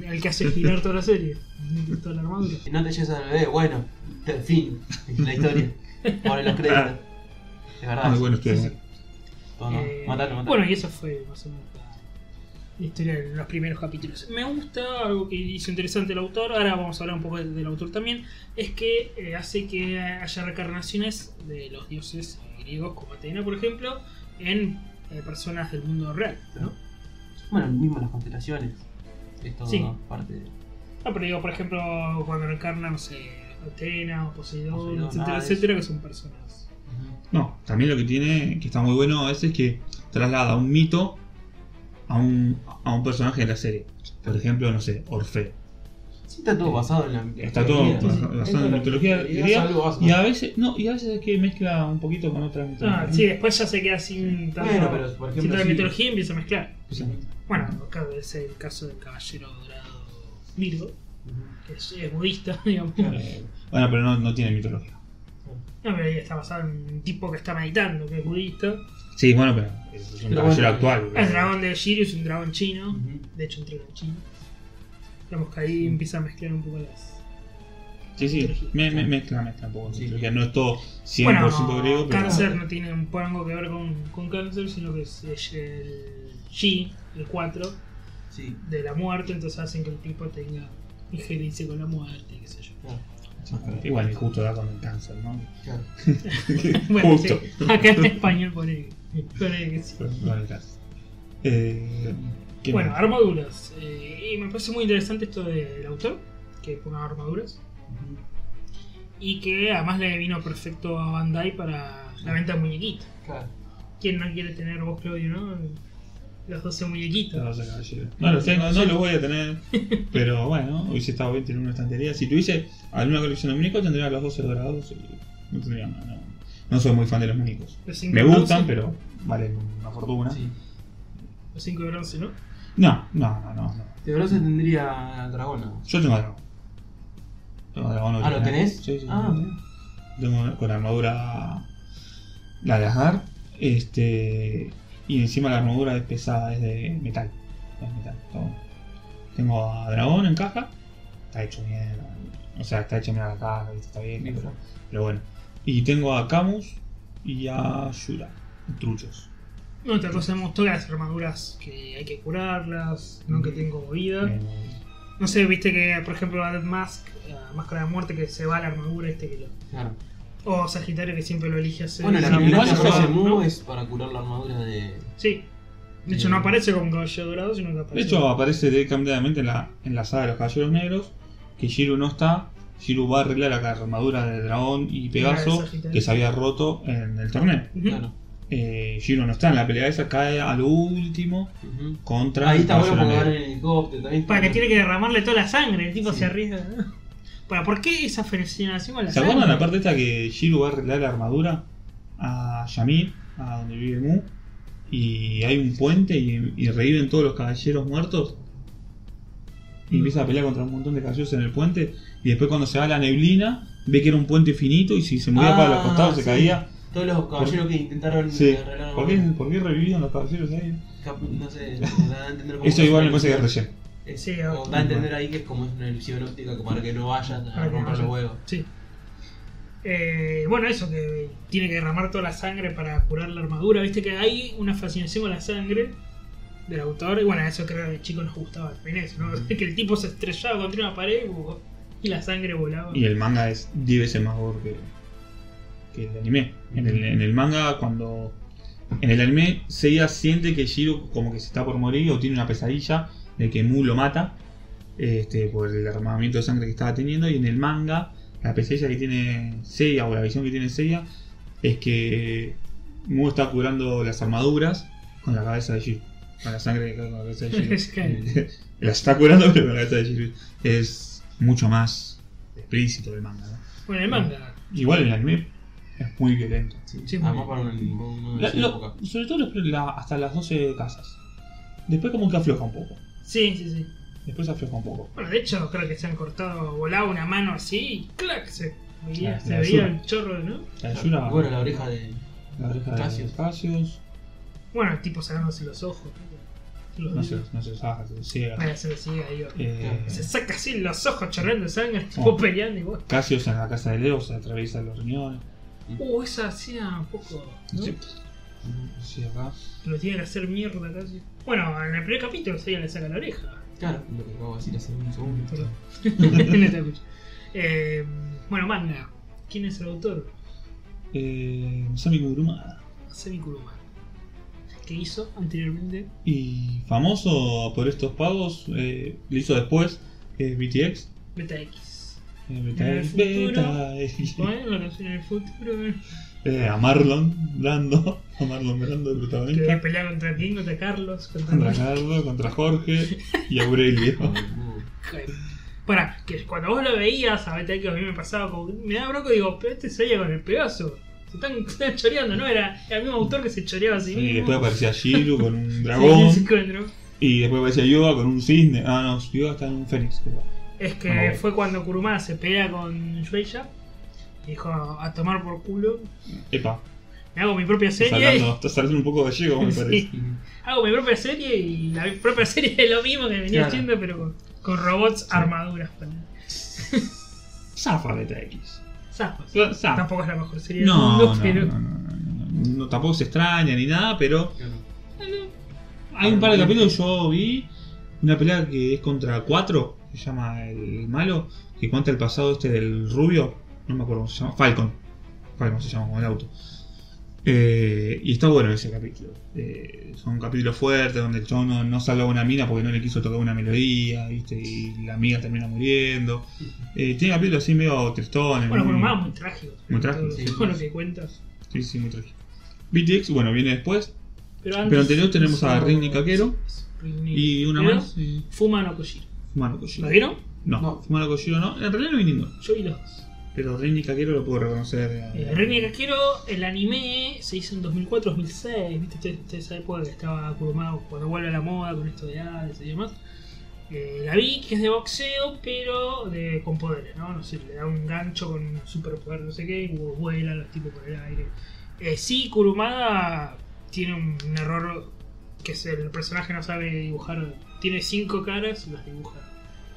C: el que hace girar toda la serie, [LAUGHS] toda la armadura.
B: Si no te llegas al bebé, bueno, te- fin.
C: [LAUGHS]
B: La historia. Ponen los créditos. Es verdad.
A: Ah, bueno, estoy.
C: sí, sí.
B: No, no,
C: Eh,
B: matalo, matalo.
C: Bueno, y eso fue más o menos la- la historia de los primeros capítulos. Me gusta algo que hizo interesante el autor, ahora vamos a hablar un poco del, del autor también, es que eh, hace que haya reencarnaciones de los dioses griegos como Atena, por ejemplo, en eh, personas del mundo real, ¿no?
B: Bueno, mismo las constelaciones. Esto
C: Sí.
B: parte de.
C: Ah, pero digo, por ejemplo, cuando reencarnan, no sé, Atena o Poseidón,
B: Poseidón,
C: etcétera,
B: ah,
C: etcétera, que son personas.
A: No, también lo que tiene, que está muy bueno a veces, es que traslada un mito a un, a un personaje de la serie. Por ejemplo, no sé, Orfeo.
B: Sí, está todo basado en la mitología.
A: Está todo
B: Sí, sí.
A: basado en
B: Esto
A: la mitología griega,
B: es algo básico.
A: Y a veces, no, y a veces es que mezcla un poquito con otras
C: Ah,
A: mitologías.
C: sí, después ya se queda sin tanta,
B: Bueno, pero por
C: sin
B: ejemplo.
C: tanta
B: sí.
C: mitología y empieza a mezclar.
A: Especialmente.
C: Bueno, acá es el caso del caballero dorado Virgo, que es, es budista, [LAUGHS] digamos. No,
A: Eh, bueno, pero no, no tiene mitología.
C: pero ahí está basado en un tipo que está meditando, que es budista.
A: Sí, bueno, pero es un
B: Pero
A: caballero
B: bueno,
A: actual. eh.
C: El dragón de Shiryu es un dragón chino,
B: Ujú.
C: de hecho un dragón chino. Digamos que
A: Mm.
C: ahí empieza a mezclar un poco las...
A: Sí, sí, me, me- mezcla, mezcla un poco.
B: Sí.
A: Mitología. No es todo 100% griego,
C: bueno,
A: pero.
C: cáncer no tiene un poco que ver con, con cáncer, sino que es, es el G, el 4,
B: Sí,
C: de la muerte, entonces hacen que el tipo tenga injerencia con la muerte, qué sé yo. [LAUGHS]
B: claro,
A: Sí, pero Igual, y justo da con el cáncer, ¿no?
B: claro.
C: Bueno,
A: Justo.
C: sí, acá en español pone, pone que sí.
A: Con el cáncer. Eh, ¿qué
C: Bueno,
A: más?
C: armaduras. Eh, y me parece muy interesante esto del autor, que ponga armaduras.
B: Ujú.
C: Y que además le vino perfecto a Bandai para la venta de muñequitos.
B: Claro.
C: ¿Quién no quiere tener vos, Claudio, no? Los 12
A: No
C: muñequitos.
A: los
C: [LAUGHS]
A: caballero. No los tengo, no los voy a tener. Pero bueno, hubiese estado bien tener una estantería. Si tuviese alguna colección de muñecos, tendría los 12 dorados y no tendría más. No, no soy muy fan de los muñecos.
C: Los cinco
A: Me
C: de
A: gustan,
C: bronce.
A: pero valen una fortuna.
B: Sí.
C: Los 5 de bronce, ¿no?
A: No, no, no, no, no.
B: De bronce tendría al dragón. ¿no?
A: Yo tengo dragón. Tengo dragón
B: Ah, ¿lo
A: original.
B: tenés?
A: Sí, sí.
B: Ah,
A: sí.
B: mira.
A: Tengo con armadura. La de Asgard. Este. Y encima la armadura es pesada, es de metal. Es metal, todo. Tengo a dragón en caja. Está hecho mierda. O sea, está hecho mierda la caja, ¿viste? está bien, pero, pero bueno. Y tengo a Camus y a Shura. Truchos.
C: Otra cosa me gustó las armaduras que hay que curarlas, no
A: Mm.
C: que tengo vida.
A: Eh,
C: No sé, viste que, por ejemplo, a Dead Mask, a Máscara de Muerte, que se va la armadura este que lo.
B: Claro.
C: O Sagitario que siempre lo elige hacer.
B: Bueno, la
A: sí,
B: armadura
A: igual
B: que
A: se puede
B: aparece
A: hacer,
B: en Mu
C: ¿no?
B: es para curar la armadura de.
C: Sí. De hecho,
B: Eh.
C: no aparece como un caballero dorado, sino que
A: De
C: aparece.
A: hecho, aparece de- cambiadamente en la, en la saga de los Caballeros Negros que Shiru no está. Shiru va a arreglar la armadura de Dragón y
C: la de
A: Pegaso
C: Sagitario.
A: que se había roto en el torneo.
C: Ujú.
B: Claro.
A: Eh, Shiro no está en la pelea esa, cae a lo último
B: Ujú.
A: contra.
B: Ahí está
A: el
B: bueno porque
A: Barcelona.
B: van en helicóptero también.
C: Para que tiene que derramarle toda la sangre, el tipo
B: Sí.
C: se arriesga. Para, ¿por qué esa fascinación con la
A: ¿Se
C: sangre?
A: acuerdan la parte esta que Shiro va a arreglar la armadura a Yamil, a donde vive Mu? Y hay un puente y, y reviven todos los caballeros muertos. Y empieza a pelear contra un montón de caballeros en el puente. Y después, cuando se va la neblina, ve que era un puente finito y si se movía
B: Ah,
A: para los costados se
B: sí.
A: caía.
B: Todos los caballeros que intentaron
A: Sí.
B: arreglar la
A: ¿Por qué,
B: armadura,
A: por qué revivían los caballeros ahí?
B: cap- No sé, no da a entender cómo
A: Eso igual me
B: funciona.
A: parece que es relleno.
B: Es-
C: Sí,
B: como
C: ok.
B: da a entender ahí que es como una ilusión óptica como para que no vayan
C: Para
B: a
C: que no
B: romper los
C: vayan.
B: huevos.
C: Sí. Eh, bueno, eso, que tiene que derramar toda la sangre para curar la armadura. Viste que hay una fascinación con la sangre del autor. Y bueno, eso creo que de chico nos gustaba también eso, ¿no? [LAUGHS] Que el tipo se estrellaba contra una pared y bu- y la sangre volaba.
A: Y el manga es 10 veces más gore que, que el anime. En el, en el manga, cuando. En el anime, Seiya siente que Shiro como que se está por morir o tiene una pesadilla de que Mu lo mata este, por el derramamiento de sangre que estaba teniendo. Y en el manga, la pesadilla que tiene Seiya o la visión que tiene Seiya es que Mu está curando las armaduras con la cabeza de Shiro. Con la sangre que cae con la cabeza de Shiro.
C: [LAUGHS] Es que-
B: Eh,
A: las está curando, [LAUGHS] pero con la cabeza de Shiro. Es mucho más explícito el manga, ¿no?
C: bueno, el manga.
A: Igual el anime es muy violento.
B: Sí,
C: Sí,
B: Además
C: muy
B: para una, una
A: La- lo-
B: época.
A: sobre todo los- la- hasta las 12 casas. Después como que afloja un poco.
C: Sí, sí, sí.
A: Después afloja un poco.
C: Bueno, de hecho, creo que se han cortado, volaba una mano así y clac, se veía,
A: La-
C: se
A: la
C: veía
A: Shura.
C: el chorro, ¿no?
A: La Yura,
B: Bueno, la oreja de.
A: la oreja de
B: Casios.
A: Casios,
C: Bueno, el tipo sacándose los ojos. Los
A: No se, no se saca, se ciega.
C: Bueno, se lo sigue ahí.
A: Eh,
C: Se saca así los ojos chorreando de sangre,
A: Oh.
C: tipo peleando y vos.
A: Casios en la casa de Leo se atraviesa los riñones.
C: Uh, esa hacía un poco. ¿no?
A: Sí. Sí, acá.
C: Lo tiene que hacer mierda casi. Bueno, en el primer capítulo se le saca la oreja.
B: Claro, lo que acabo de decir hace un segundo.
C: Perdón. [LAUGHS] No te escucho. Eh, bueno, manga. ¿Quién es el autor?
A: Eh, Sami Kurumada.
C: Semi Kuruma. ¿Qué hizo anteriormente?
A: Y famoso por estos pagos, eh, lo hizo después, eh, BTX.
C: Beta X.
A: Eh,
C: el
A: BTX.
C: futuro.
A: BTX.
C: Bueno, la canción en el futuro.
A: [LAUGHS] Eh, a Marlon Brando, a Marlon Brando, el
C: Que va a
A: protagonista.
C: pelear contra quién, contra Carlos, contra.
A: Contra Carlos, contra Jorge y Aurelio.
C: [LAUGHS] Para, que cuando vos lo veías, a ver, que a mí me pasaba como. Me da broco y digo, pero este se veía con el pedazo. Se están, [LAUGHS] se están choreando, ¿no? Era, era el mismo autor que se choreaba a sí
A: Y
C: mismo.
A: después aparecía Shiru con un
C: Sí,
A: dragón.
C: sí, sí, con el dragón.
A: Y después aparecía Yoga con un cisne. Ah, no, Yoga está en un fénix. creo.
C: Es que
A: Ah, bueno.
C: fue cuando Kurumada se pelea con Shueisha. y Dijo, a tomar por culo.
A: Epa,
C: Me hago mi propia
A: estás
C: serie.
A: hablando, estás hablando un poco gallego, me
C: Sí.
A: parece.
C: [LAUGHS] Hago mi propia serie y la propia serie es lo mismo que venía
B: Claro.
C: haciendo, pero con, con robots, armaduras. ponele.
A: Zafa BTX.
C: Zafas.
A: Zafa.
C: Tampoco es la mejor serie del
A: Ah. No,
C: mundo,
A: no, no,
C: pero.
A: no, no, no, no, tampoco se extraña ni nada, pero hay
B: Ah,
A: un par de
B: no.
A: capítulos yo vi una pelea que es contra 4, se llama el malo, que cuenta el pasado este del rubio, no me acuerdo cómo se llama, Falcon, Falcon se llama como el auto. Eh, y está bueno ese capítulo. Eh, son capítulos fuertes donde el chabón no, no salva a una mina porque no le quiso tocar una melodía, ¿viste? Y la amiga termina muriendo. Eh, tiene capítulos así medio tristones.
C: Bueno,
A: muy-
C: Kurumada es muy trágico.
A: Muy trágico,
C: Todo
B: sí.
C: todo lo que [LAUGHS] cuentas.
A: Sí, sí, muy trágico. BTX, bueno, viene después.
C: Pero, antes
A: Pero anterior tenemos a
C: hizo-
A: Rinni Kakero
C: Rinni
A: Y una
C: Kakero,
A: más. eh,
C: Fuma no Kojiro.
A: Fumano Kojiro.
C: ¿Lo vieron?
A: No,
B: No.
A: Fumano Kojiro no. En realidad no vi ninguno.
C: Yo vi los dos.
A: Pero Rinni Kakero lo puedo reconocer. eh,
C: Eh, Rinni Kakero, el anime se hizo en 2004-2006. ¿Viste? Ustedes- Ustedes esa época que estaba Kurumada cuando vuelve a la moda con esto de Hades y demás. Eh, la vi que es de boxeo, pero de, con poderes, ¿no? No sé, le da un gancho con un superpoder, no sé qué, y vuela los tipos por el aire. Eh, sí, Kurumada tiene un, un error que es el personaje no sabe dibujar. Tiene cinco caras y las dibuja.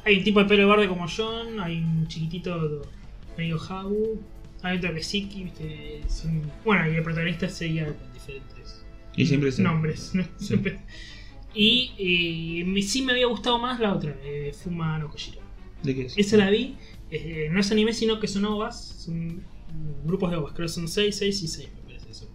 C: Hay un tipo de pelo verde como John, hay un chiquitito medio Habu, Hay otra Ah, que sí, que, viste, son- Bueno, y el protagonista seguía con diferentes
A: Y siempre se-
C: nombres. ¿no? [LAUGHS]
A: Sí.
C: Siempre. Y eh, me- sí me había gustado más la otra, eh, Fuma no Kojiro.
A: ¿De qué es?
C: Esa la vi, eh, no es anime, sino que son ovas, son grupos de ovas, creo que son 6, 6 y 6, me parece eso.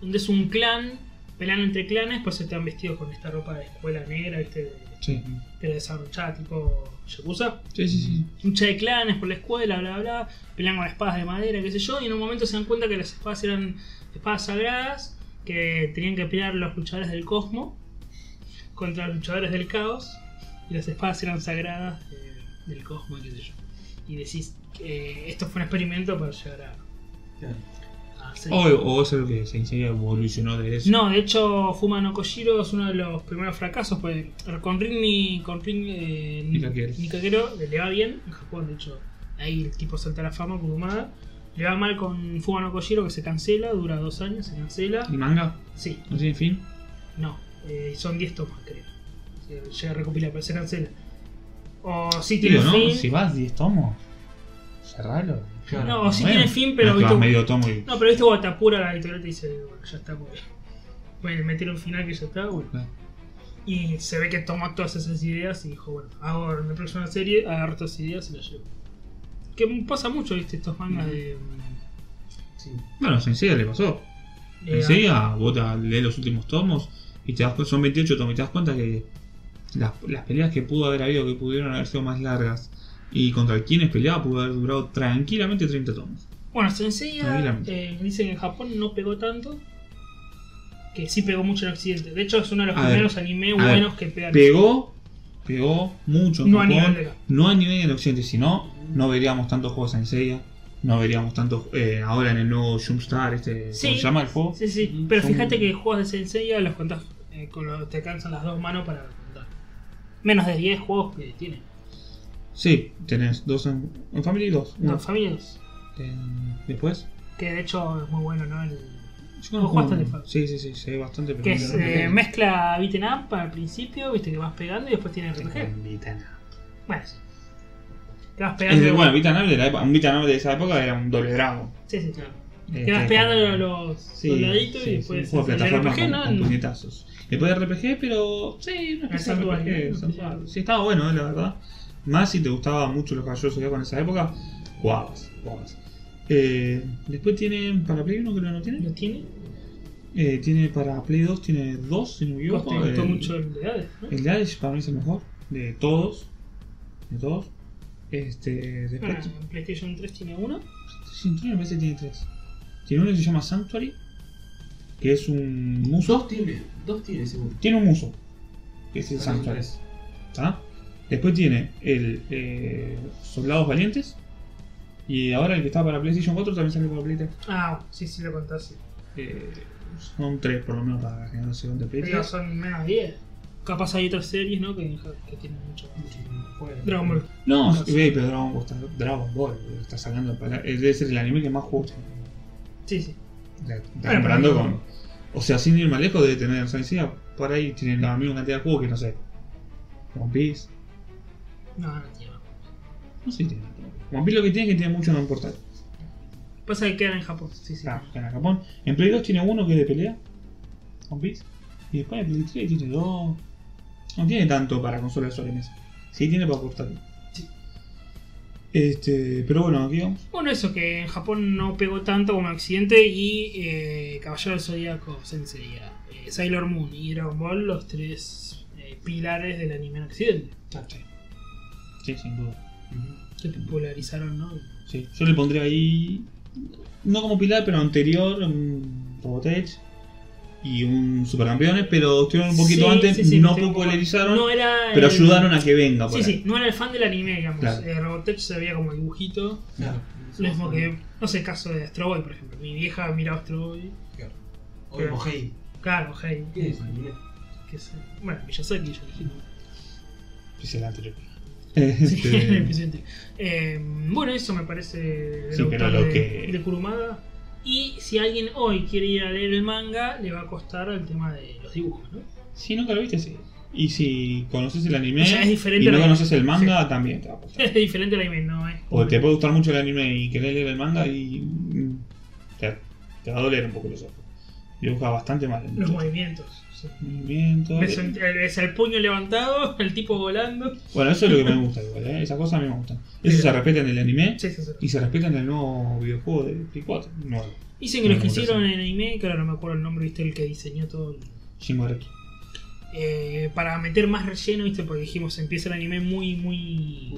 C: Donde es un clan, pelean entre clanes, pues están vestidos con esta ropa de escuela negra, viste, de-
A: Sí.
C: pero desabrochada, tipo Yakuza.
A: Sí, sí, sí.
C: Lucha de clanes por la escuela, bla, bla, bla, pelean con espadas de madera, qué sé yo, y en un momento se dan cuenta que las espadas eran espadas sagradas, que tenían que pelear los luchadores del cosmo contra los luchadores del caos, y las espadas eran sagradas eh, del cosmo, qué sé yo. Y decís, eh, esto fue un experimento para llegar a-
B: Claro.
C: Ah. a, hacer...
A: O, o es algo que Sensei evolucionó de eso.
C: No, de hecho, Fuma no Kojiro es uno de los primeros fracasos. Pues, con Rin, con Rin eh,
A: Nikakero.
C: Nikakero, eh, le va bien en Japón. De hecho, ahí el tipo salta a la fama por humada. Le va mal con Fuma no Kojiro, que se cancela, dura dos años, se cancela.
A: ¿El manga?
C: Sí,
A: ¿No tiene fin?
C: no, eh, son 10 tomas, creo. Eh, Llega a recopilar, pero se cancela. O sí tiene
A: Digo, ¿no?
C: fin.
A: Si vas 10 tomos, cerralo.
B: Claro.
C: No, sí
A: Bueno,
C: tiene fin, pero
A: no es que vas
C: viste-
A: medio tomo y...
C: No, pero viste Guatapura, la editorial te dice, bueno, ya está, [LAUGHS] pues. Bueno, metieron un final que ya está, bueno.
A: Claro.
C: Y se ve que tomó todas esas ideas y dijo, bueno, hago en la próxima serie, agarro estas ideas y las llevo. Que pasa mucho, viste, estos mangas de... mm,
B: Sí.
A: Bueno, Sensei le pasó.
C: de-
A: En serio, vos te- lees los últimos tomos y te das cuenta, son 28 tomos y te das cuenta que las, las peleas que pudo haber habido, que pudieron haber sido más largas y contra quienes peleaba, pudo haber durado tranquilamente 30 tomos.
C: Bueno, Sensei
A: Ah, mira.
C: eh, dicen que en Japón no pegó tanto, que sí pegó mucho en Occidente. De hecho, es uno de los
A: A ver,
C: primeros anime
A: a
C: buenos que pegan.
A: Pegó, pegó mucho en
C: No a
A: Japón,
C: nivel de acá.
A: no a nivel del occidente, si no, no veríamos tantos juegos Sensei, no veríamos tantos eh, ahora en el nuevo Jumpstar, este,
C: Sí.
A: ¿cómo se llama el juego?
C: Sí, sí,
B: Mm,
C: pero
A: son-
C: fíjate que juegos de Sensei los contás, eh, con los- te cansan las dos manos para contar. Menos de 10 juegos que tiene.
A: Sí, tenés dos en, en Family y dos. uno.
C: No, familias.
A: En- después,
C: Que de hecho es muy bueno, ¿no? El-
A: yo
C: Vos jugaste al de
A: uno.
C: Family.
A: Sí, sí, sí, se ve bastante
C: que
A: pero
C: es,
A: no me
C: eh,
A: acuerdo.
C: mezcla beaten up al principio, viste que vas pegando y después tiene RPG. Bueno, sí. Te vas
A: Es
C: pegando.
A: de, bueno, Vita Noble de la época- un Vita Noble de esa época era un doble drago.
C: sí, sí.
B: Claro.
C: Te vas pegando los
A: Este, Sí,
C: soldaditos
A: sí,
C: y
A: sí, un
C: después
A: juego de
C: el
A: plataforma
C: RPG,
A: con,
C: ¿no?
A: con puñetazos. Después de RPG, pero sí, una especie de
C: Santuario,
A: RPG.
C: ¿no?
A: Santuario. Sí, estaba bueno, eh, la verdad. Más si te gustaba mucho los caballos ya con esa época, jugabas, jugabas. Eh, después tiene para Play 1 creo que no tiene.
C: ¿Lo tiene?
A: Eh, tiene para Play 2, tiene dos, si no me
C: Vos
A: equivoco.
C: te gustó
A: El-
C: mucho el de Hades, ¿no?
A: El de Hades para mí es el mejor de todos. De todos. Este, después,
C: Bueno, en PlayStation 3 tiene uno.
A: Sin me parece que tiene tres. Tiene uno que se llama Sanctuary, que es un muso.
B: Dos tiene, dos tiene seguro.
A: Tiene un muso, que es el
B: Pero son
A: Sanctuary.
B: tres.
A: ¿tá? Después tiene el eh, Soldados Valientes. Y ahora el que está para PlayStation 4 también salió para PlayStation.
C: Ah, sí, sí, lo contaste.
A: son tres por lo menos para la generación de
C: Pero
A: PlayStation.
C: son menos 10. Capaz hay otras series, ¿no? Que, que tienen mucho.
B: Muchísimo. Bueno.
C: Dragon Ball.
A: No,
C: No, sí.
A: ve, pero Dragon Ball, está, Dragon Ball boludo, está sacando para. eh, Debe ser el anime que más juegos tiene.
C: Sí, sí.
A: La- la
C: pero
A: comparando
C: no.
A: con. O sea, sin ir más lejos debe tener. O sea, encima, por ahí tienen la misma cantidad de juegos que no sé. One Piece.
C: No, no tiene.
A: No sé si tiene. One Piece lo que tiene es que tiene mucho no importar.
C: Pasa que quedan en Japón. Sí, sí.
A: Está Ah, en Japón. En Play 2 tiene uno que es de pelea. One Piece. Y después en Play 3 tiene dos. No tiene tanto para consolas de mesa. Sí tiene para portátil.
C: Sí.
A: Este. Pero bueno, aquí vamos.
C: Bueno, eso, que en Japón no pegó tanto como en Occidente y eh, Caballero del Zodíaco, Sensei, eh, Sailor Moon y Dragon Ball, los tres eh, pilares del anime en Occidente,
A: Sí, sin duda.
B: Ujú.
C: que popularizaron, ¿no?
A: Sí. Yo le pondría ahí. No como pilar, pero anterior. Un Robotech. Y un Supercampeones. Pero estuvieron un poquito
C: Sí,
A: antes.
C: sí, sí,
A: no
C: sí,
A: popularizaron.
C: no era
A: pero
C: el-
A: ayudaron a que venga. por
C: Sí,
A: ahí.
C: sí, no era el fan del anime, digamos.
A: Claro.
C: Eh, Robotech se veía como dibujito.
B: Claro.
C: Lo mismo que, no sé, el caso de Astro Boy, por ejemplo. Mi vieja miraba Astro Boy.
B: Claro. O el Mojay.
C: Claro, hey.
B: ¿Qué es? anime?
C: qué sé. Bueno, Miyazaki, yo dije. ¿no?
A: Es el anterior.
C: Sí, el
A: Este,
C: eficiente. Eh, bueno, eso me parece del
A: Sí, pero
C: autor
A: lo
C: de,
A: que-
C: de Kurumada. Y si alguien hoy quiere ir a leer el manga, le va a costar el tema de los dibujos, ¿no? [LAUGHS]
A: Si nunca lo viste, sí. Y si conoces el anime
C: O sea, es diferente
A: y
C: a
A: no
C: la-
A: conoces el manga, también te va a gustar.
C: Es diferente al anime, no es.
A: O te puede gustar mucho el anime y querés leer el manga y. mm, Te, te va a doler un poco los ojos. Dibuja bastante mal.
C: Los movimientos. sí.
A: Movimientos.
C: Ves, un- ves el puño levantado, [LAUGHS] el tipo volando.
A: Bueno, eso es lo que me gusta igual, ¿eh? Esas cosas a mí me gustan. Eso se respeta en el anime
C: Sí, sí, sí.
A: y se respeta en el nuevo videojuego de Play 4. Nuevo.
C: Dicen que los
A: Me
C: que
A: gusta
C: hicieron
A: eso.
C: el anime, que ahora no me acuerdo el nombre, viste, el que diseñó todo. el-
A: Shingoreki.
C: eh, para meter más relleno, viste, porque dijimos, empieza el anime muy, muy,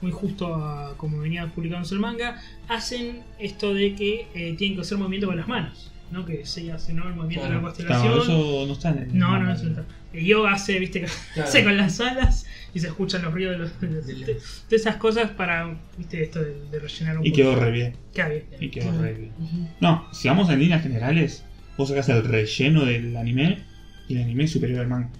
C: muy justo a como venía publicándose el manga. Hacen esto de que eh, tienen que hacer movimiento con las manos, ¿no? Que se hace, ¿no? El movimiento de la
B: Claro.
C: constelación.
A: Claro, eso no está en el
C: No,
A: manga.
C: no, eso no está. El yoga hace, viste, que hace con las alas y se escuchan los ruidos de, los, de, los- de- de esas cosas para, viste, esto de, de rellenar un
A: Y
C: poco.
A: quedó re bien.
C: Queda bien. Pues,
A: Y quedó re bien. No, si vamos en líneas generales, vos sacás el relleno del anime y el anime es superior al manga.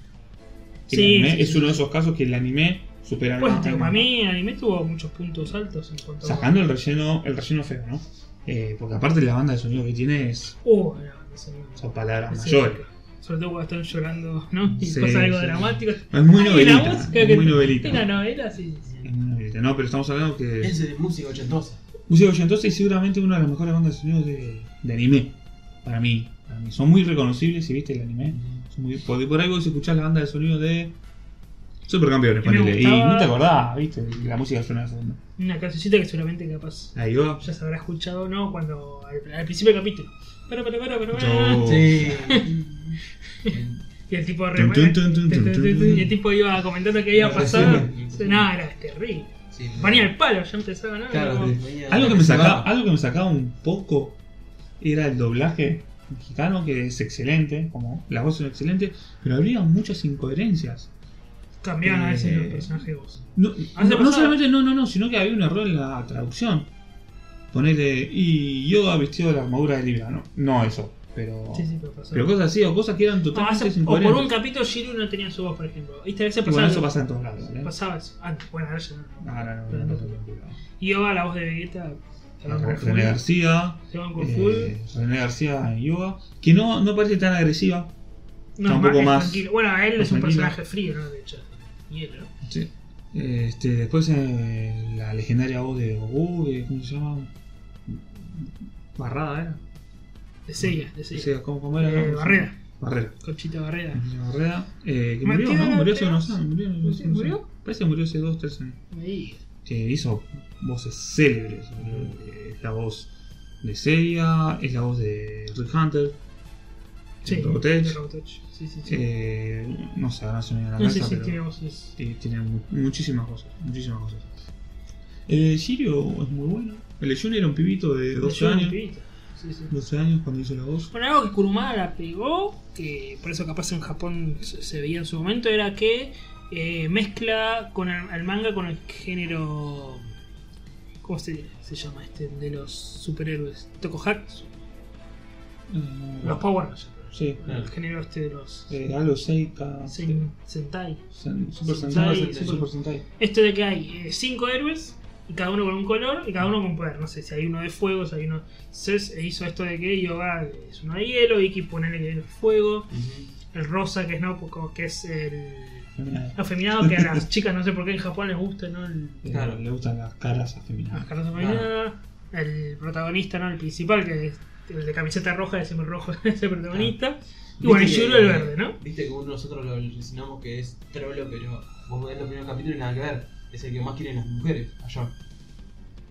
A: El
C: Sí,
A: anime
C: sí,
A: es
C: sí.
A: uno de esos casos que el anime supera al
C: Pues,
A: manga.
C: digo, para mí el anime tuvo muchos puntos altos en cuanto a...
A: Sacando el relleno, el relleno feo, ¿no? Eh, porque aparte la banda de sonido que tiene es,
C: Uh, no, no sé, no.
A: son palabras
C: Sí,
A: mayores.
C: Sobre todo cuando están llorando, ¿no? Y
A: Sí,
C: pasa algo
A: sí.
C: dramático.
A: Es muy
C: Ay, la
A: novelita.
C: voz, Ah, creo
A: Es
C: que-
A: muy novelita.
C: Una novela, sí, sí, sí.
A: Es muy novelita. No, pero estamos hablando que.
B: Es de música ochentosa.
A: Música ochentosa y seguramente una de las mejores bandas de sonido de, de anime. Para mí, para mí. Son muy reconocibles si viste el anime. Son muy- porque por algo si escuchás la banda de sonido de. Supercampeones,
C: Y me
A: ponele. Y
C: gustaba-
A: no te acordás, viste, la música que suena de fondo.
C: Una cancioncita que seguramente capaz
A: Ahí va.
C: ya se habrá escuchado, ¿no? Cuando al, al principio del capítulo. Pero, pero, pero, pero,
A: No.
B: Sí.
C: Y el tipo re-
A: Tun, tun, tun, tun, tun, tun, tun.
C: Y el tipo iba comentando que había
B: La
C: pasado.
B: resumen.
C: Nada, era terrible.
B: Sí.
C: Ponía el palo, ya empezaba, ¿no?
B: Claro,
C: Como-
B: venía-
A: Algo que me sacaba,
B: Claro.
A: algo que me sacaba un poco era el doblaje mexicano, que es excelente, como las voces son excelentes, pero habría muchas incoherencias.
C: Cambiaban a veces
A: Eh,
C: los personajes de voz.
A: No,
C: Antes
A: no- no
C: pasaba.
A: solamente no, no, no, sino que había un error en la traducción. Ponele, y Yoda vestido de la armadura de Libra, no, no eso, pero,
C: Sí, sí, pero pasaba.
A: oh. pero cosas así, o cosas que eran
C: No,
A: totalmente
C: hace- o por
A: incoherentes.
C: un capítulo Shiru no tenía su voz, por ejemplo. Y a veces
A: Y bueno,
C: pasaba.
A: eso pasa en todos lados, ¿eh?
C: Pasaba eso. Antes, bueno, ahora ya no.
A: No, no, no,
C: Pero
A: no, no,
C: antes- Y Yoga, la voz de Vegeta. Te
A: no,
C: van
A: no.
C: con full.
A: René García,
C: Te van con full.
A: eh, René García en Yoga, que no, no parece tan agresiva.
C: No,
A: tampoco
C: es
A: más-
C: tranquilo. Bueno, él
A: más
C: es un
A: tranquilo.
C: personaje frío, ¿no? De hecho. Hielo.
A: Sí. Este, después eh, la legendaria voz de Goku, que- ¿cómo se llama? Barrada era.
C: De Seiya, de
A: O
C: Seiya.
A: sea, ¿cómo, cómo era?
C: Eh,
A: No,
C: Barrera.
A: Barrera.
C: Conchita Barrera.
A: Barrera. Eh, que
C: Martín
A: murió, ¿no? Murió hace
C: Ortega.
A: unos años. Murió, hace
C: ¿Murió?
A: unos años. Parece que murió hace dos, tres años.
C: Me diga.
A: Que hizo voces célebres. Eh, Es la voz de Seiya, es la voz de Rick Hunter.
C: Sí,
A: de Robotech.
C: de Robotech. Sí, sí, sí.
A: Eh, no sé, ahora se me viene a la
C: no sé
A: cabeza,
C: si
A: pero-
C: tiene voces.
A: Sí, tiene mu- muchísimas cosas, muchísimas cosas. Eh, Sirio es muy bueno. El Jun era un pibito de 12
C: Ayuda un
A: años.
C: pibito. Sí, sí.
A: 12 años cuando hizo la voz.
C: Bueno, algo que Kurumada la pegó, que por eso capaz en Japón se se veía en su momento, era que eh, mezcla con el, al manga con el género. ¿Cómo se, se llama este? De los superhéroes. Tokuhatsu.
A: Eh,
C: Los Power Rangers.
A: Sí.
C: El género este de los.
A: Eh, algo Seika.
C: sen- Sentai.
A: Sen- Super
C: Sentai,
A: Sentai.
B: Sentai.
A: Super Sentai.
C: Esto de que hay eh, cinco héroes, y cada uno con un color, y cada uno con poder. No sé, si hay uno de fuego, si hay uno. Cés hizo esto de que Yoga es uno de hielo, Iki ponele que es fuego,
B: Ujú.
C: el rosa que es no, como que es el
A: Feminina.
C: afeminado, que a
A: [LAUGHS]
C: las chicas no sé por qué en Japón les gusta, ¿no? El,
A: Eh,
B: Claro.
A: Le gustan las caras
C: las
A: afeminadas.
C: caras afeminadas. el protagonista, ¿no? El principal, que es el de camiseta roja, ese rojo [LAUGHS] es el protagonista.
A: Ah.
C: Y bueno, y
B: Viste
C: Yuru
B: que-
C: el verde, ¿no?
B: Viste que uno nosotros lo designamos que es trolo, pero vos ves los primeros capítulos y nada que ver. Es el que más quieren las mujeres allá.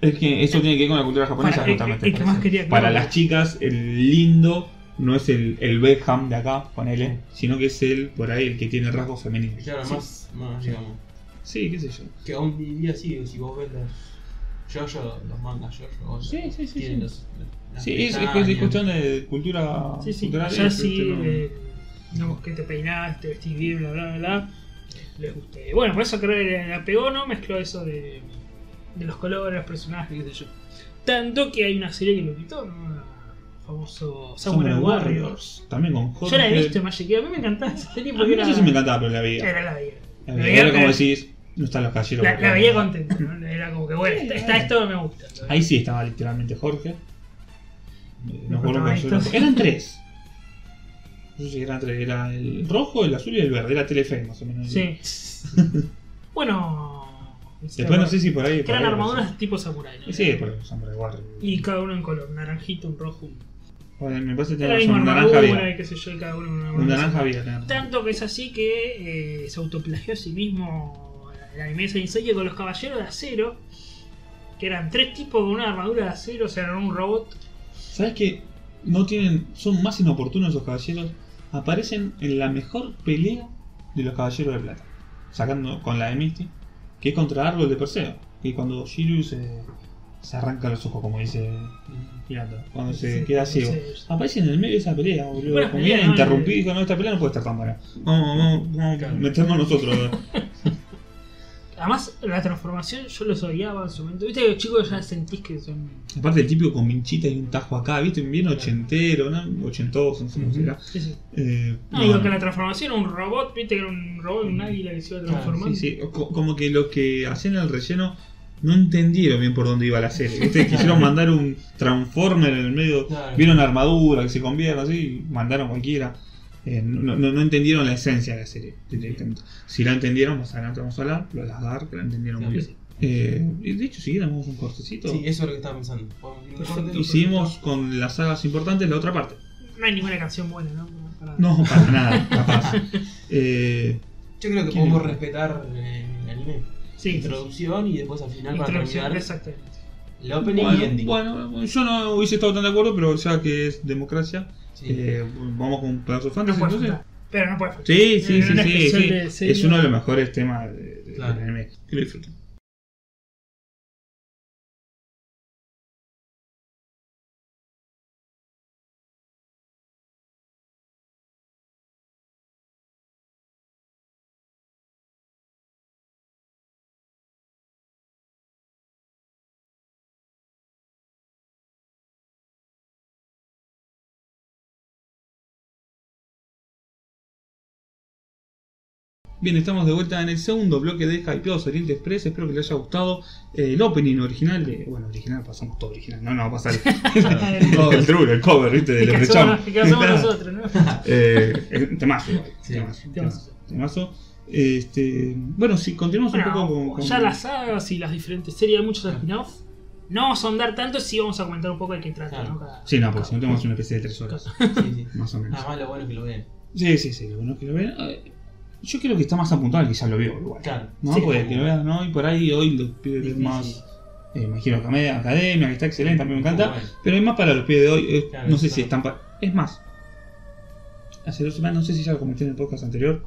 A: Es que eso tiene que ver con la cultura japonesa,
C: Para- el-
A: justamente.
C: el que más quería,
A: Para
C: claro.
A: las chicas, el lindo no es el, el Beckham de acá, ponele, sino que es el, por ahí, el que tiene rasgos femeninos.
B: Claro,
A: Sí.
B: más, más, digamos.
A: Sí, qué sé yo.
B: Que aún hoy en día sí, si vos ves los yo los mangas yo
A: Sí, sí, sí,
B: tienen
A: sí.
B: los- las
A: Sí, es, es
B: pestañas.
A: que es cuestión de cultura.
C: Sí, sí,
A: cultural,
C: allá
A: es,
C: sí,
A: este, no-
C: eh, digamos que te peinás, te vestís bien, bla, bla, bla, bla. Les gusta. Y Bueno, por eso creo que la pegó, ¿no? Mezcló eso de, de los colores, los personajes, qué sé yo. Tanto que hay una serie que lo quitó, ¿no? El famoso
A: Samurai
C: Samurai Warriors.
A: Warriors. También con Jorge.
C: Yo la he visto, me ha llegado. A mí me encantaba esa serie
A: A mí
C: porque
A: no
C: era,
A: sé si me encantaba, pero la veía.
C: era la vida.
A: La
C: la
A: veía.
C: veía,
A: Ahora, como
C: pero-
A: decís, no están los caballeros.
C: La,
A: porque-
C: la veía contenta, ¿no? Era como que, bueno, está, está esto, me gusta.
A: Ahí sí estaba literalmente Jorge. Eh,
C: Los
A: No recuerdo cuál
C: protagonistas.
A: era. Eran tres. No sé si eran tres, era el rojo, el azul y el verde, era Telefe más o menos.
C: Sí. bueno.
A: Después no sé si por ahí.
C: Que
A: por
C: eran
A: ahí,
C: armaduras tipo samurai. ¿no?
A: no sé. Sí, por los Samurai Warrior.
C: Y cada uno en color, un naranjito, un rojo. un-
A: Bueno, me parece que
C: Era la
A: teníamos
C: misma
A: un naranja
C: armadura,
A: había.
C: y qué sé yo, y cada uno una
A: Un
C: armadura.
A: naranja había. teníamos.
C: Tanto que es así que eh, se autoplagió a sí mismo el anime Sensei con los caballeros de acero, que eran tres tipos con una armadura de acero, o sea, eran un robot.
A: ¿Sabes que no tienen. son más inoportunos esos caballeros? Aparecen en la mejor pelea de los caballeros de plata. Sacando con la de Misty, que es contra Árbol de Perseo. Que cuando Shiryu se, se arranca los ojos, como dice Pirata, cuando se
C: Sí,
A: queda
C: sí,
A: ciego.
C: sí.
A: Aparece en el medio de esa pelea, boludo.
C: Buenas
A: Conviene
C: peleas, ¿no?
A: interrumpir y con esta pelea no puede estar tan buena. Vamos, vamos, vamos a
B: Claro.
A: meternos nosotros.
C: Además, la transformación yo los odiaba en su momento. Viste que los chicos ya sentís que son.
A: Aparte el típico con minchita y un tajo acá, viste, bien ochentero, ¿no? Ochentoso, no sé cómo
B: Ujú.
A: será.
C: Sí, sí.
A: Eh,
C: No,
A: no,
C: digo
A: no.
C: que la transformación era un robot, viste que era un robot, un águila que se iba
B: Claro,
C: transformando.
A: Sí, sí, co- como que los que hacían el relleno no entendieron bien por dónde iba la serie.
B: [LAUGHS]
A: ¿viste? Quisieron mandar un Transformer en el medio,
B: Claro.
A: vieron armadura que se convierte así, y mandaron cualquiera. Eh, no, no- no entendieron la esencia de la serie directamente. Si la entendieron, más adelante vamos a hablar, pero las Dark la entendieron muy
B: Claro.
A: bien. Eh, y de hecho, si quieren, vamos a un cortecito.
B: Sí, eso es lo que estaba pensando. Podemos ir un
C: Perfecto.
B: corte,
A: y seguimos con las sagas importantes, la otra parte.
C: No hay ninguna canción buena, ¿no? Para-
A: No, para nada,
B: [LAUGHS]
A: capaz. Eh,
B: Yo creo que
A: ¿Quién?
B: podemos respetar eh, el anime.
C: Sí,
B: Introducción y después al final para
C: introducción,
B: terminar
C: exactamente.
B: el opening y
A: bueno,
B: ending.
A: bueno, yo no hubiese estado tan de acuerdo, pero ya que es democracia,
B: Sí.
A: Eh, vamos con un pedazo de
C: No
A: fantasy
C: puede
A: entonces.
C: faltar. Pero no puede faltar.
A: Sí, sí,
C: Era
A: sí,
C: Eh, una
A: sí,
C: especial
A: sí.
C: de
A: Es
C: serie.
A: uno de los mejores temas de- de-
B: Claro.
A: del anime. Que lo disfruten. Bien, estamos de vuelta en el segundo bloque de Hypeados Oriente Express. Espero que les haya gustado eh, el opening original de. Bueno, original, pasamos todo original. No, no, va a
C: [LAUGHS]
A: pasar [LAUGHS] el,
C: Todo.
A: el true, el cover, ¿viste? Del
C: ¿Qué
A: Sprechón.
C: hacemos, qué hacemos
A: [LAUGHS]
C: nosotros, no?
A: Eh, es un temazo, igual.
B: Sí,
A: temazo,
C: temazo.
A: temazo, temazo. Este, bueno, si continuamos un poco con.
C: Bueno,
A: con-
C: ya las sagas y las diferentes series, hay muchos spin-off. No vamos a andar tanto, sí vamos a comentar un poco de qué trata,
B: Claro.
C: ¿no? Cada-
A: Sí, no, porque si no tenemos una especie de tres horas,
B: sí, sí.
A: más o menos.
B: Nada más lo bueno es que lo vean.
A: Sí, sí, sí, algunos que lo ven. eh, Yo creo que está más apuntado al que ya lo vio igual.
B: Claro.
A: No,
B: Sí,
A: porque
B: como-
A: que lo vean, ¿no? Y por ahí hoy los pibes
B: Difícil.
A: ven más. eh, imagino que Amed- academia, que está excelente, a mí me
B: como
A: encanta.
B: bueno.
A: Pero es más para los pibes de hoy. eh,
B: Claro,
A: no sé
B: claro.
A: si están pa- Es más. Hace dos semanas, no sé si ya lo comenté en el podcast anterior.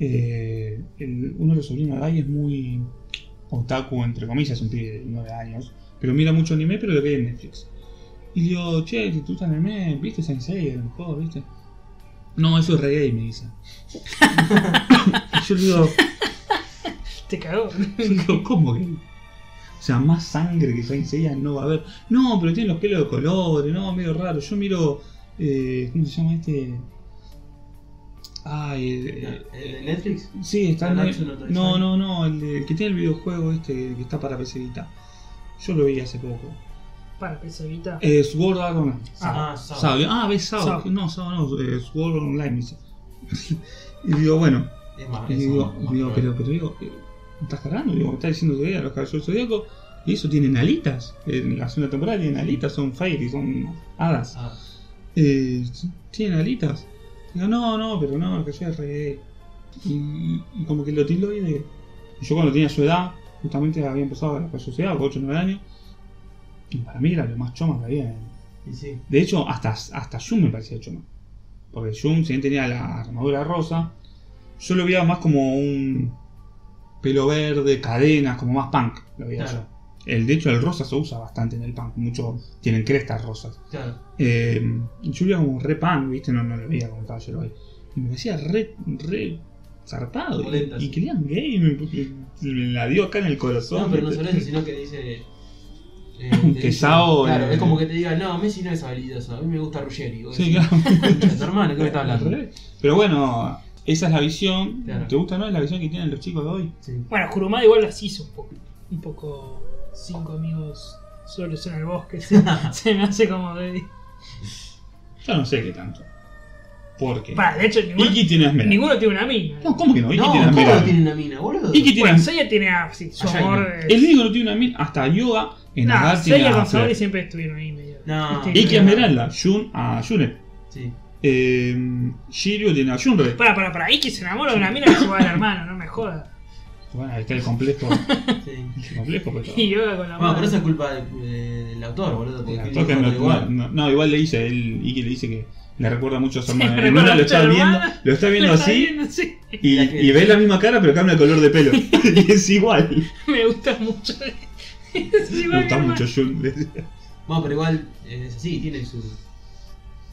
A: eh, el- uno de los sobrinos de Guy es muy otaku, entre comillas, es un pibe de 9 años. Pero mira mucho anime, pero lo que hay en Netflix. Y le digo, che, ¿te gusta el anime? ¿Viste Sensei? A lo mejor, ¿viste? No, eso es reggae, me dice. [LAUGHS] y yo le digo,
C: Te cagó. [LAUGHS]
A: yo [LAUGHS] digo, ¿cómo que? O sea, más sangre que Saint ya no va a haber. No, pero tiene los pelos de colores, no, medio raro. Yo miro. Eh, ¿Cómo se llama este? Ay, el- eh,
B: ¿El de Netflix?
A: sí, está en-
B: El Action Adventure.
A: Ah, No, no, no, el, de- el que tiene el videojuego este que está para PC Vita. Yo lo vi hace poco.
C: Para, esa guita.
A: Eh, Sword Art Online.
B: Ah,
A: Sao.
B: Sao.
A: Ah, ves Sao.
C: Sao.
A: No, Sao no, eh, Sword Art Online. dice. [LAUGHS] y digo, bueno.
B: Es más,
A: Y
B: es
A: digo,
B: más- más
A: digo,
B: bueno.
A: pero, pero digo, eh, ¿me estás cargando? Digo, estás diciendo que a los caballeros zodíacos y eso tienen alitas. En la segunda temporada tienen alitas, son fairy, son hadas.
B: Ah,
A: Eh, tienen alitas. Digo, no, no, pero no, que yo es re. Y, y como que lo tildo ahí de. y Yo cuando tenía su edad, justamente había empezado a ver los caballeros zodíacos, 8 o 9 años. Y para mí era lo más choma que había.
B: y sí.
A: De hecho, hasta, hasta Jun me parecía choma. Porque Jun, si bien tenía la armadura rosa, yo lo veía más como un pelo verde, cadenas, como más punk. Lo veía
B: Claro.
A: yo. El, de hecho, el rosa se usa bastante en el punk. Muchos tienen crestas rosas.
B: Claro.
A: Eh, yo veía como re punk, ¿viste? No, no lo veía como caballero hoy. Y me parecía re, re zarpado. Y,
B: Polenta,
A: y
B: sí.
A: querían gay. Me, me la dio acá en el corazón.
B: No, pero no
A: ¿viste?
B: solo eso, sino
A: [LAUGHS]
B: que dice. eh,
A: Que
B: te dice-
A: Sao,
B: Claro,
A: eh,
B: es como que te digan, no, Messi no es habilidoso, a mí me gusta Ruggeri. Vos
A: Sí,
B: decís,
A: claro.
B: "Concha, hermano, ¿qué me estás
A: [LAUGHS] Al
B: hablando?
A: revés. Pero bueno, esa es la visión.
B: Claro.
A: ¿Te gusta o no? Es la visión que tienen los chicos de hoy.
B: Sí.
C: Bueno, Kurumada igual las hizo un poco. Un poco. Cinco amigos solos en el [LAUGHS]
A: Eh.
C: bosque. Se, se me hace como de.
A: Yo no sé qué tanto. Porque
C: Para, de hecho, ninguno,
A: Iki tiene esmeralda.
C: ninguno tiene una mina.
A: No, ¿cómo que no? Iki
B: No,
A: tiene
B: todos
A: esmeralda.
B: tienen una mina, boludo.
A: Iki tiene
C: Bueno, Seiya tiene a, sí, su
B: A Jaime.
C: amor. es-
A: El negro tiene una mina. Hasta Yoga en
C: Nah,
A: la
C: Seiya
A: tiene
C: con
A: a
C: Saori
A: Fleur.
C: siempre estuvieron ahí medio.
B: No.
C: Este,
A: Iki a Esmeralda. Jun a Junet.
B: Sí.
A: Eh, Shiryu tiene a Junrei.
C: Para, para, para. Iki se enamora de una mina que se va al hermano, no me jodas.
A: Bueno, ahí está el complejo.
B: sí.
A: el complejo, pero.
C: [LAUGHS] Y yoga con la
B: Bueno,
C: mano.
B: pero esa es culpa de- de- del autor, boludo. Porque
A: Toca,
B: escribió todo
A: no,
B: igual.
A: no, no, igual le dice, él, Iki le dice que le recuerda mucho a su
C: Sí,
A: hermana.
C: recuerda
A: En una lo
C: mucho a
A: está
C: la
A: viendo,
C: hermana.
A: lo está viendo
C: Lo está
A: así
C: viendo así.
A: y,
B: La que-
A: y ve la misma cara pero cambia el color de [LAUGHS] pelo. y es igual.
C: [LAUGHS] Me gusta mucho. [LAUGHS] Es igual
A: Me gusta
C: que
A: mucho
C: hermano.
A: Jun.
B: Bueno, pero igual eh, es así, tiene su.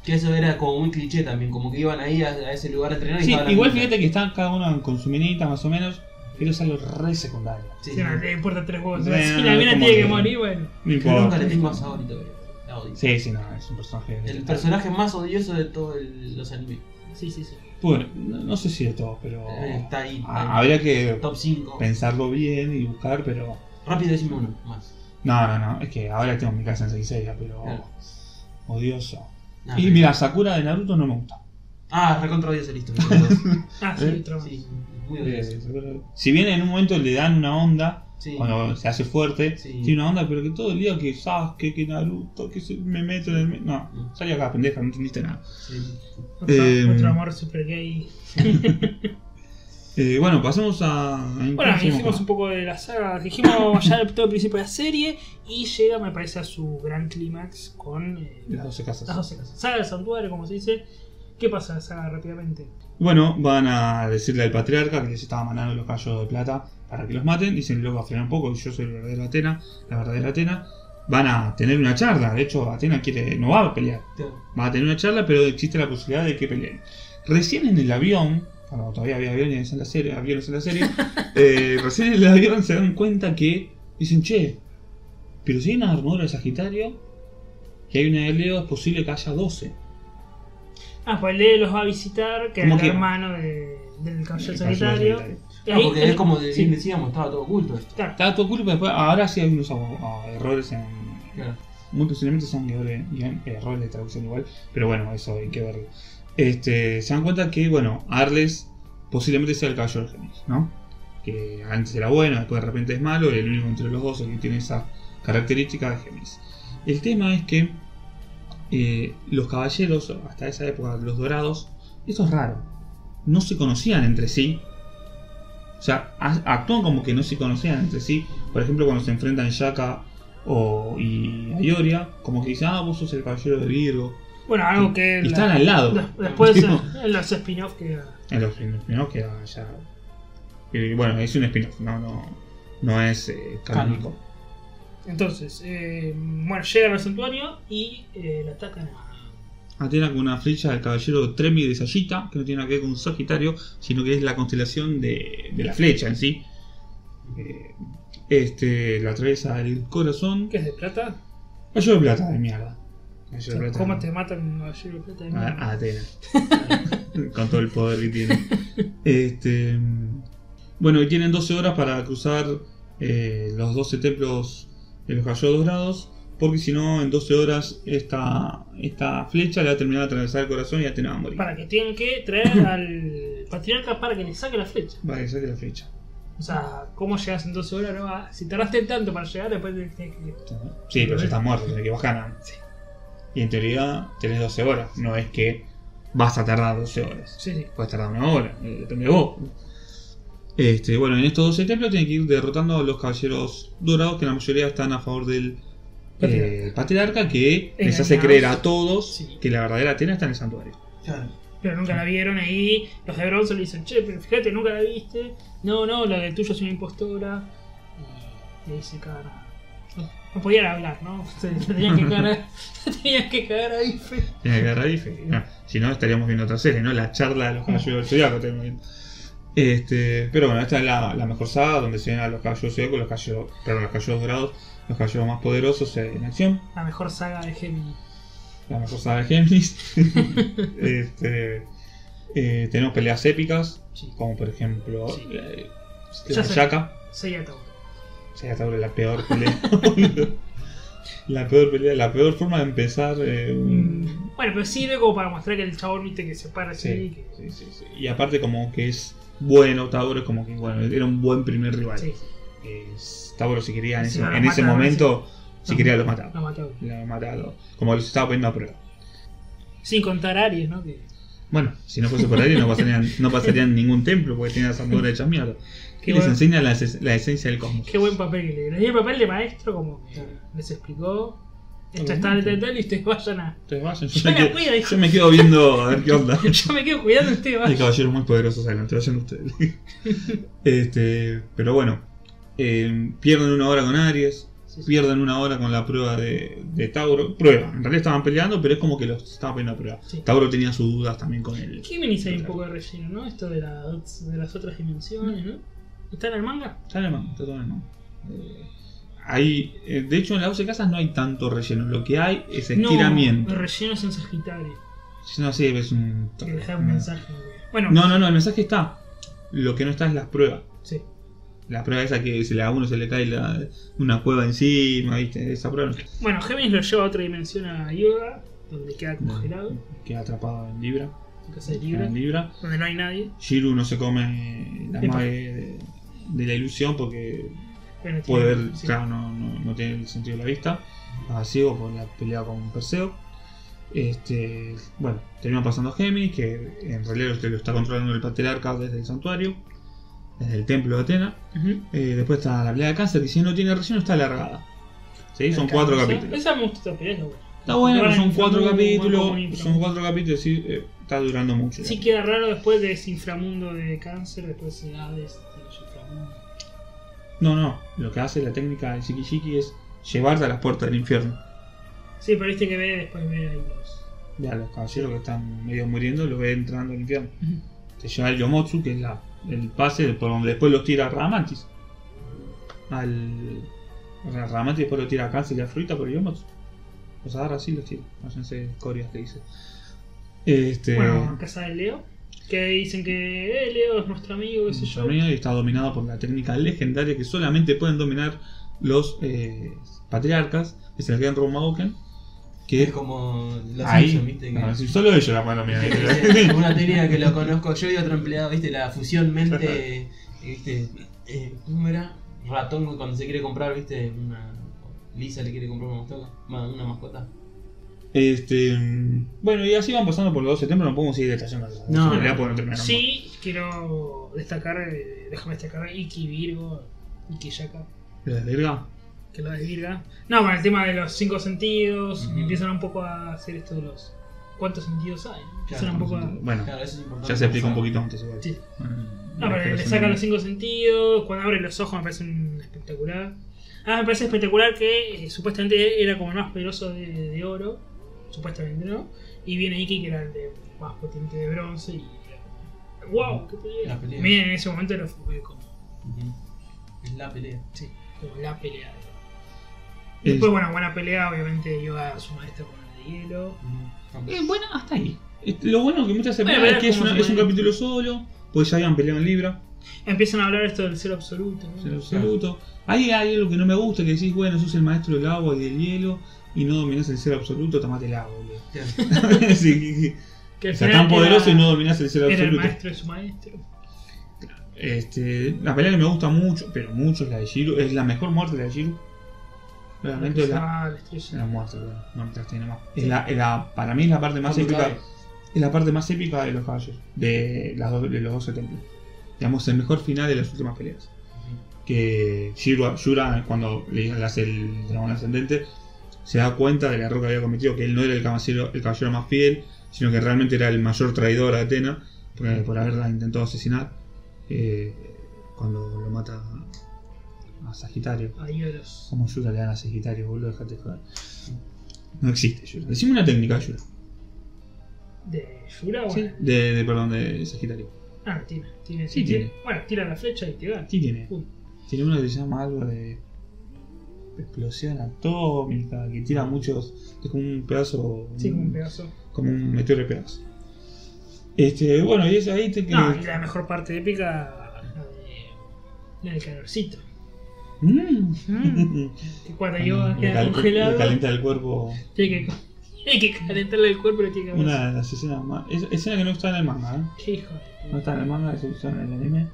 B: Que eso era como muy cliché también, como que iban ahí a, a ese lugar a entrenar y
A: Sí,
B: estaban
A: igual
B: hablando.
A: fíjate que están cada uno con su minita más o menos, pero es algo re secundario.
B: Sí,
C: Sí,
B: sí.
C: no, le importa tres huevos.
A: Nah,
C: Si la mina
A: como
C: tiene que
A: que-
C: morir, bueno.
A: No
B: Que nunca
A: importa.
B: le tengo a Saori todavía. La odio.
A: Sí, sí, no, es un personaje.
B: El personaje más odioso de todos el- los animes.
C: Sí, sí, sí.
A: Bueno, no, no sé si de todos, pero.
B: Eh, está ahí.
A: Ah, Habría que
B: Top 5.
A: pensarlo bien y buscar, pero.
B: Rápido decime uno más.
A: No, no, no, es que ahora tengo mi casa en 6 pero.
B: Claro.
A: Odioso.
B: Ah,
A: Y mira, Sakura de Naruto no me gusta.
B: Ah, recontra odioso, listo. me acuerdo.
C: [LAUGHS] Ah, sí,
A: ¿Eh?
C: otro más.
B: sí, muy
A: Eh,
B: odioso.
A: Sakura- Si bien en un momento le dan una onda,
B: Sí.
A: cuando se hace fuerte,
B: Sí.
A: tiene una onda, pero que todo el día que Sasuke, que Naruto, que se- me meto en el. me- No, salí acá, pendeja, no entendiste nada.
B: Mm, sí.
C: Otro,
A: Eh,
C: otro amor super gay.
A: Eh, bueno, pasemos a. a- ¿cómo
C: Bueno,
A: se llama?
C: dijimos un poco de la
A: [COUGHS]
C: saga, dijimos ya el- todo el principio de la serie y llega, me parece, a su gran clímax con eh,
A: Las 12 casas.
C: las 12 casas. Saga del santuario, como se dice. ¿Qué pasa en la saga rápidamente?
A: Bueno, van a decirle al patriarca que les estaba mandando los callos de plata para que los maten. Dicen, loco, frenar un poco, yo soy la verdadera Atena, la verdadera Atena. Van a tener una charla, de hecho Atena quiere, no va a pelear, va a tener una charla, pero existe la posibilidad de que peleen. Recién en el avión, cuando todavía había aviones en la serie, aviones en la serie eh, recién en el avión se dan cuenta que dicen, che, pero si hay una armadura de Sagitario y hay una de Leo, es posible que haya 12.
C: Ah, pues Leo los va a visitar, que es
A: ¿Cómo
C: el
A: que?
C: hermano de-
A: El
C: del caballero
A: caballero
C: solitario.
A: solitario.
C: Y
B: Ah,
C: ahí-
B: porque es como de-
C: sí.
B: bien decíamos, estaba todo oculto esto.
C: Claro,
A: Estaba todo cool, pero después, ahora sí hay unos abo- a- errores en.
B: Claro.
A: Muy posiblemente sean errores, guión- errores de traducción igual, pero bueno, eso hay que verlo. Este, se dan cuenta que, bueno, Arles posiblemente sea el caballero del genio, ¿no? Que antes era bueno, después de repente es malo, y el único entre los dos que tiene esa característica de Géminis. El tema es que eh, los caballeros, hasta esa época, los dorados, eso es raro. No se conocían entre sí. O sea, a- actúan como que no se conocían entre sí. Por ejemplo, cuando se enfrentan Shaka o, y Ayoria, como que dicen, ah, vos sos el caballero de Virgo.
C: bueno, algo que.
A: Y
C: la-
A: están al lado.
C: des- después
A: Tipo,
C: eh, los spin-off que.
A: en los en los spin-off queda ya. y bueno, es un spin-off, no, no, no es eh, canónico.
C: Entonces, eh, bueno, llegan al santuario y eh, lo atacan a.
A: Atena con Ah, una flecha del caballero Tremi de Sayita, que no tiene nada que ver con Sagitario, sino que es la constelación de, de la flecha en sí. Eh, este la atraviesa el corazón.
C: ¿Qué es de plata?
A: Gallo de plata de mierda. Gallo de
C: O sea,
A: plata.
C: ¿Cómo te matan los de plata? de
A: A,
C: mierda?
A: a Atena. [LAUGHS] con todo el poder que tiene. Este, bueno, y tienen 12 horas para cruzar eh, los 12 templos de los gallos dorados. Porque si no, en 12 horas esta, esta flecha le va a terminar de atravesar el corazón y Atena va a morir.
C: Para que tienen que
A: [COUGHS]
C: traer al patriarca para que le saque la flecha.
A: Para que saque la flecha.
C: O sea, ¿cómo llegas en 12 horas? No va- Si tardaste tanto para llegar, después tenés que.
A: Sí, pero ya estás muerto, tenés que bajar antes. Y en teoría tenés 12 horas, no es que vas a tardar 12 horas.
C: Sí, sí.
A: Puedes tardar una hora, eh, depende de vos. Este, bueno, en estos 12 templos tienen que ir derrotando a los caballeros dorados, que la mayoría están a favor del eh, patriarca, que les hace
C: Engañados.
A: creer a todos
C: Sí.
A: que la verdadera Atena está en el santuario.
B: Claro.
C: Pero nunca la vieron ahí. Los de bronce le dicen, che, pero fíjate, nunca la viste. No, no, la del tuyo es una impostora. Y le dice cara. No podían hablar, ¿no? [LAUGHS] Se se tenían que cagar, se tenían que cagar ahí. fe.
A: Tiene que agarrar y fe- no, si no estaríamos viendo otra serie, ¿no? La charla de los caballos del Zodiaco estaríamos viendo. Este, pero bueno, esta es la, la mejor saga donde se ven a los caballos del Zodiaco, los caballos, perdón, los caballos dorados, los caballos más poderosos eh, en acción,
C: La mejor saga de Gemini.
A: la mejor saga de
C: [LAUGHS]
A: Géminis. este, eh, tenemos peleas épicas,
C: Sí.
A: como por ejemplo
C: Sí.
A: eh,
C: Ya
A: la
C: sé.
A: Yaka.
C: Seiya Tower.
A: Se la peor pelea. La peor pelea, la peor forma de empezar. eh, un-
C: Mm, Bueno, pero sirve como para mostrar que el chabón viste que se para así.
A: Sí,
C: que-
A: sí, sí, sí. Y aparte, como que es bueno, Tauro es como que bueno, era un buen primer rival.
C: sí,
A: Eh, Tauro, si quería en
C: Sí,
A: ese,
C: lo
A: en ese
C: mataron,
A: momento, si
C: No.
A: quería, los mataba.
C: lo mató.
A: Los mataba. Como que los estaba poniendo a prueba.
C: Sin contar a Aries, ¿no? Que-
A: Bueno, si no fuese por ahí, no pasarían, no pasarían ningún templo porque tenía las armaduras hechas mierda.
C: Qué
A: Y les
C: bueno.
A: enseña la, es- la esencia del cosmos.
C: Qué buen papel que le dieron. Y el papel de maestro, como que
B: Claro.
C: les explicó.
A: Obviamente.
C: Esto está en el tal y ustedes vayan a. [LAUGHS]
A: Entonces vayan,
C: Yo
A: yo, me
C: la
A: quedo,
C: cuido, dijo.
A: yo me quedo viendo a ver qué onda. [LAUGHS]
C: Yo me quedo cuidando, ustedes
A: Hay
C: vayan.
A: caballeros muy poderosos adelante, vayan ustedes.
C: [LAUGHS]
A: este, pero bueno, eh, pierden una hora con Aries,
C: Sí, sí.
A: pierden una hora con la prueba de, de Tauro. Prueba, en realidad estaban peleando, pero es como que los estaba poniendo a prueba.
C: Sí.
A: Tauro tenía sus dudas también con él.
C: ¿Qué venís ahí un poco de relleno, no? Esto de, las de las otras dimensiones, ¿no? ¿Está en el manga?
A: Está en el manga, está todo en el manga. Eh, Ahí, eh, de hecho, en la 12 casas no hay tanto relleno. Lo que hay es estiramiento.
C: No, el relleno es en Sagitario.
A: Si no, sí, es un.
C: Que dejar un mensaje. Bueno,
A: No, no, no, el mensaje está. Lo que no está es las pruebas.
C: sí.
A: La prueba esa que se le, a uno se le cae la- una cueva encima, ¿viste? Esa prueba no-
C: Bueno, Géminis lo lleva a otra dimensión a Yoga, donde queda congelado,
A: Queda atrapado en Libra.
C: en casa de
A: En
C: Libra,
A: Libra.
C: donde no hay nadie.
A: Shiru no se come la
C: Epa.
A: madre de, de la ilusión porque
C: Bueno,
A: puede
C: tiene-
A: ver,
C: sí.
A: claro, no, no- no tiene el sentido de la vista. Estaba ciego por la pelea con Perseo. Este, bueno, termina pasando Géminis, que en realidad lo- lo está controlando el patriarca desde el santuario, desde el templo de Atena.
C: Ujú.
A: Eh, después está la pelea de cáncer, que si no tiene relleno está alargada. ¿Sí? Son
C: Acá,
A: cuatro
C: esa-
A: capítulos.
C: Esa me gusta esta pelea, es la buena.
A: Está bueno, pero son
C: Está
A: cuatro
C: muy- muy
A: capítulos.
C: buen intro.
A: Son cuatro capítulos, sí, eh, está durando mucho.
C: Sí queda raro después de ese inframundo de cáncer, después de este Hades, de los inframundos.
A: No, no. Lo que hace la técnica de Shikishiki es llevarte a las puertas del infierno.
C: Sí, pero viste que ve después ve ahí los...
A: Ve a los caballeros que están medio muriendo, los ve entrando al infierno. Te lleva el Yomotsu, que es la, el pase por donde después los tira Ramatis. Al. o sea, Ramatis después lo tira a Cáncer y a Fruita por el Yomotsu. Los agarra así y los tira. Váyanse Coreas que dice. Este.
C: Bueno, casa de Leo, que dicen que eh, Leo es nuestro amigo, qué sé yo.
A: Yomeo y está dominado por la técnica legendaria que solamente pueden dominar los eh, patriarcas, que es el Genro Madoken. Que
B: Es
A: es
B: como los
A: ahí.
B: Simpsons, ¿viste? Que-
A: no, sí, solo ellos la pueden
B: [LAUGHS]
A: dominar. ¿eh?
B: Es una técnica que lo conozco yo y otro empleado, ¿viste? La fusión mente, ¿viste? Eh, ¿Cómo era? Ratón que cuando se quiere comprar, ¿viste? Una... Lisa le quiere comprar una mascota. ma- Una mascota.
A: Este, mm, bueno, y así van pasando por los 12 templos, no podemos ir detallando.
B: No,
A: en realidad
B: no.
A: porque no terminamos.
C: Sí, quiero destacar, eh, déjame destacar, Iki Virgo, Iki Yaka,
A: ¿Lo desvirga?
C: que lo desvirga. No, bueno, el tema de los cinco sentidos,
B: Ujú.
C: empiezan un poco a hacer esto de los cuántos sentidos hay, ¿no? empiezan
B: Claro,
C: un poco a...
A: Bueno,
B: Claro, eso es importante.
A: ya se explica un poquito antes igual.
C: Sí.
A: Mm,
C: No, pero
A: pero
C: le
A: son-
C: saca los cinco sentidos, cuando abre los ojos me parece un espectacular. Ah, me parece espectacular que eh, supuestamente era como el más poderoso de, de oro, supuestamente, ¿no? Y viene Iki, que era el de- más potente de bronce, y era como,
A: Mm,
C: wow, qué pelea.
B: La pelea.
C: Miren, en ese momento era fue como,
B: Ujú. Es la pelea.
C: sí, como la pelea.
A: Es-
C: Después, bueno, buena pelea, obviamente iba a su maestro con el de hielo.
B: Ujú.
A: Eh, bueno, hasta ahí. Este, Lo bueno que muchas semanas
C: Bueno,
A: es que es,
C: como
A: una-
C: se
A: es un
C: puede.
A: capítulo solo, pues ya habían peleado en Libra,
C: Empiezan a hablar esto del ser absoluto, ¿no?
A: en el absoluto. Ahí hay algo que no me gusta, que decís, bueno, sos el maestro del agua y del hielo, y no dominás el ser absoluto, tomate el agua, boludo. [LAUGHS]
B: Ya.
A: Sí, sí, sí.
C: Que al
A: O sea,
C: final
A: tan poderoso
C: era-
A: y no dominás el ser
C: Era el
A: absoluto.
C: maestro de su maestro.
A: Este, la pelea que me gusta mucho, pero mucho, es la de Giro. Es la mejor muerte de la de Giro. Realmente es la,
C: Ah, la estrella.
A: la muerte, bueno, no me trastorné más. Es la, es la- para mí es la parte más
B: Cuando
A: épica.
B: cae.
A: Es la parte más épica de los caballeros. De, las do- de los 12 templos. Digamos, el mejor final de las últimas peleas.
B: Ujú.
A: Que Shiro, Shura, cuando le hace el dragón ascendente, se da cuenta del error que había cometido, que él no era el caballero, el caballero más fiel, sino que realmente era el mayor traidor a Atena por, por haberla intentado asesinar eh, cuando lo mata a Sagitario.
C: Ahí a los.
A: ¿Cómo Yura le dan a Sagitario, boludo? Dejate de joder. No existe Yura. Decime una técnica, Yura.
C: ¿De Yura?
A: Sí,
C: Bueno.
A: De, de- perdón, de Sagitario.
C: Ah, tiene. tiene
A: Sí,
C: tiene-
A: tiene.
C: Bueno, tira la flecha y te va.
A: ¿Qué tiene?
C: Uy.
A: Tiene uno que se llama algo de explosión atómica, que tira muchos. Es como un pedazo.
C: Ah. Sí, como un pedazo.
A: como un meteoro de pedazos. Este, bueno, y es ahí te
C: No, y la mejor parte épica, la de. La del calorcito.
A: Mm. Ah,
C: Mm. [LAUGHS] Que cuando yo
A: Le
C: queda
A: cal- le
C: congelado,
A: calienta el cuerpo.
C: tiene que, tiene que calentarle el cuerpo y tiene que haber-
A: Una de las escenas más. es- escena que no está en el manga, ¿eh?
C: Qué hijo de
A: No
C: puta.
A: está en el manga, es está en el anime.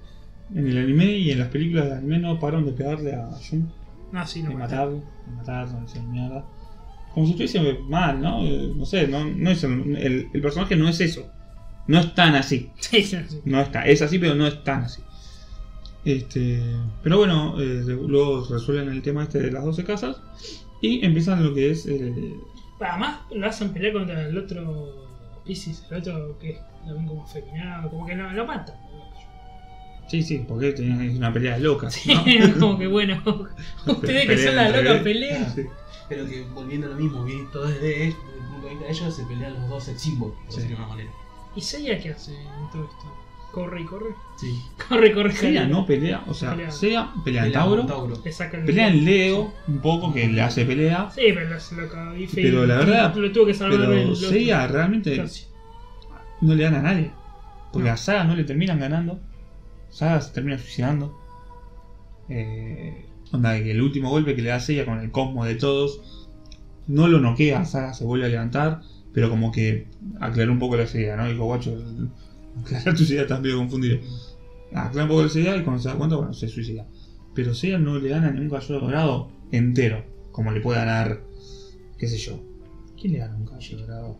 A: En el anime y en las películas de anime no pararon de pegarle a Jun.
C: No, sí,
A: De
C: no mata.
A: matarlo, de matarlo, de hacer mierda. Como si estuviese mal, ¿no? Eh, No sé, no, no es el, el- el personaje no es eso. No es tan así.
C: Sí, sí, sí.
A: No está, es así, pero no es tan así. Este, pero bueno, eh, luego resuelven el tema este de las 12 casas y empiezan lo que es eh,
C: Además, lo hacen pelear contra el otro Pisces, el otro que lo ven como afeminado, como que lo, lo matan. [LAUGHS]
A: Sí, sí, porque tenían es una pelea loca.
C: [LAUGHS]
A: ¿no?
C: como que bueno, ustedes que son las
A: Pelean
C: locas
A: entre-
C: pelean.
A: Sí.
B: Pero que volviendo a lo mismo, visto desde, él, desde el punto de vista de ellos, se pelean los dos ex símbolos, por
A: Sí.
B: decirlo de una manera.
C: ¿Y Seiya qué hace en todo esto? Corre y corre. [LAUGHS]
B: Sí.
C: Corre, corre,
A: Seiya
C: corre.
A: no pelea, o sea,
C: Pelea.
A: Seiya pelea en
B: Pelean con
A: Tauro,
C: Le saca el.
A: pelea en Leo, un poco que le hace pelea,
C: Sí, pero lo, lo cagó y fe-
A: Pero la verdad-
C: Lo tuvo que salvar el
A: pero
C: otro.
A: Seiya realmente
C: Casi.
A: no le gana a nadie. Porque
C: No.
A: a Saga no le terminan ganando. Saga se termina suicidando. Eh, onda, que el último golpe que le da Seiya con el cosmo de todos no lo noquea. Saga se vuelve a levantar, pero como que aclaró un poco la idea, ¿no? Dijo, guacho, [LAUGHS] aclarar tu idea, estás medio confundido. Aclara un poco la idea y cuando se da cuenta, bueno, se suicida. Pero Seiya no le gana ningún caballero dorado entero, como le puede ganar, qué sé yo. ¿Quién le gana a un caballero dorado?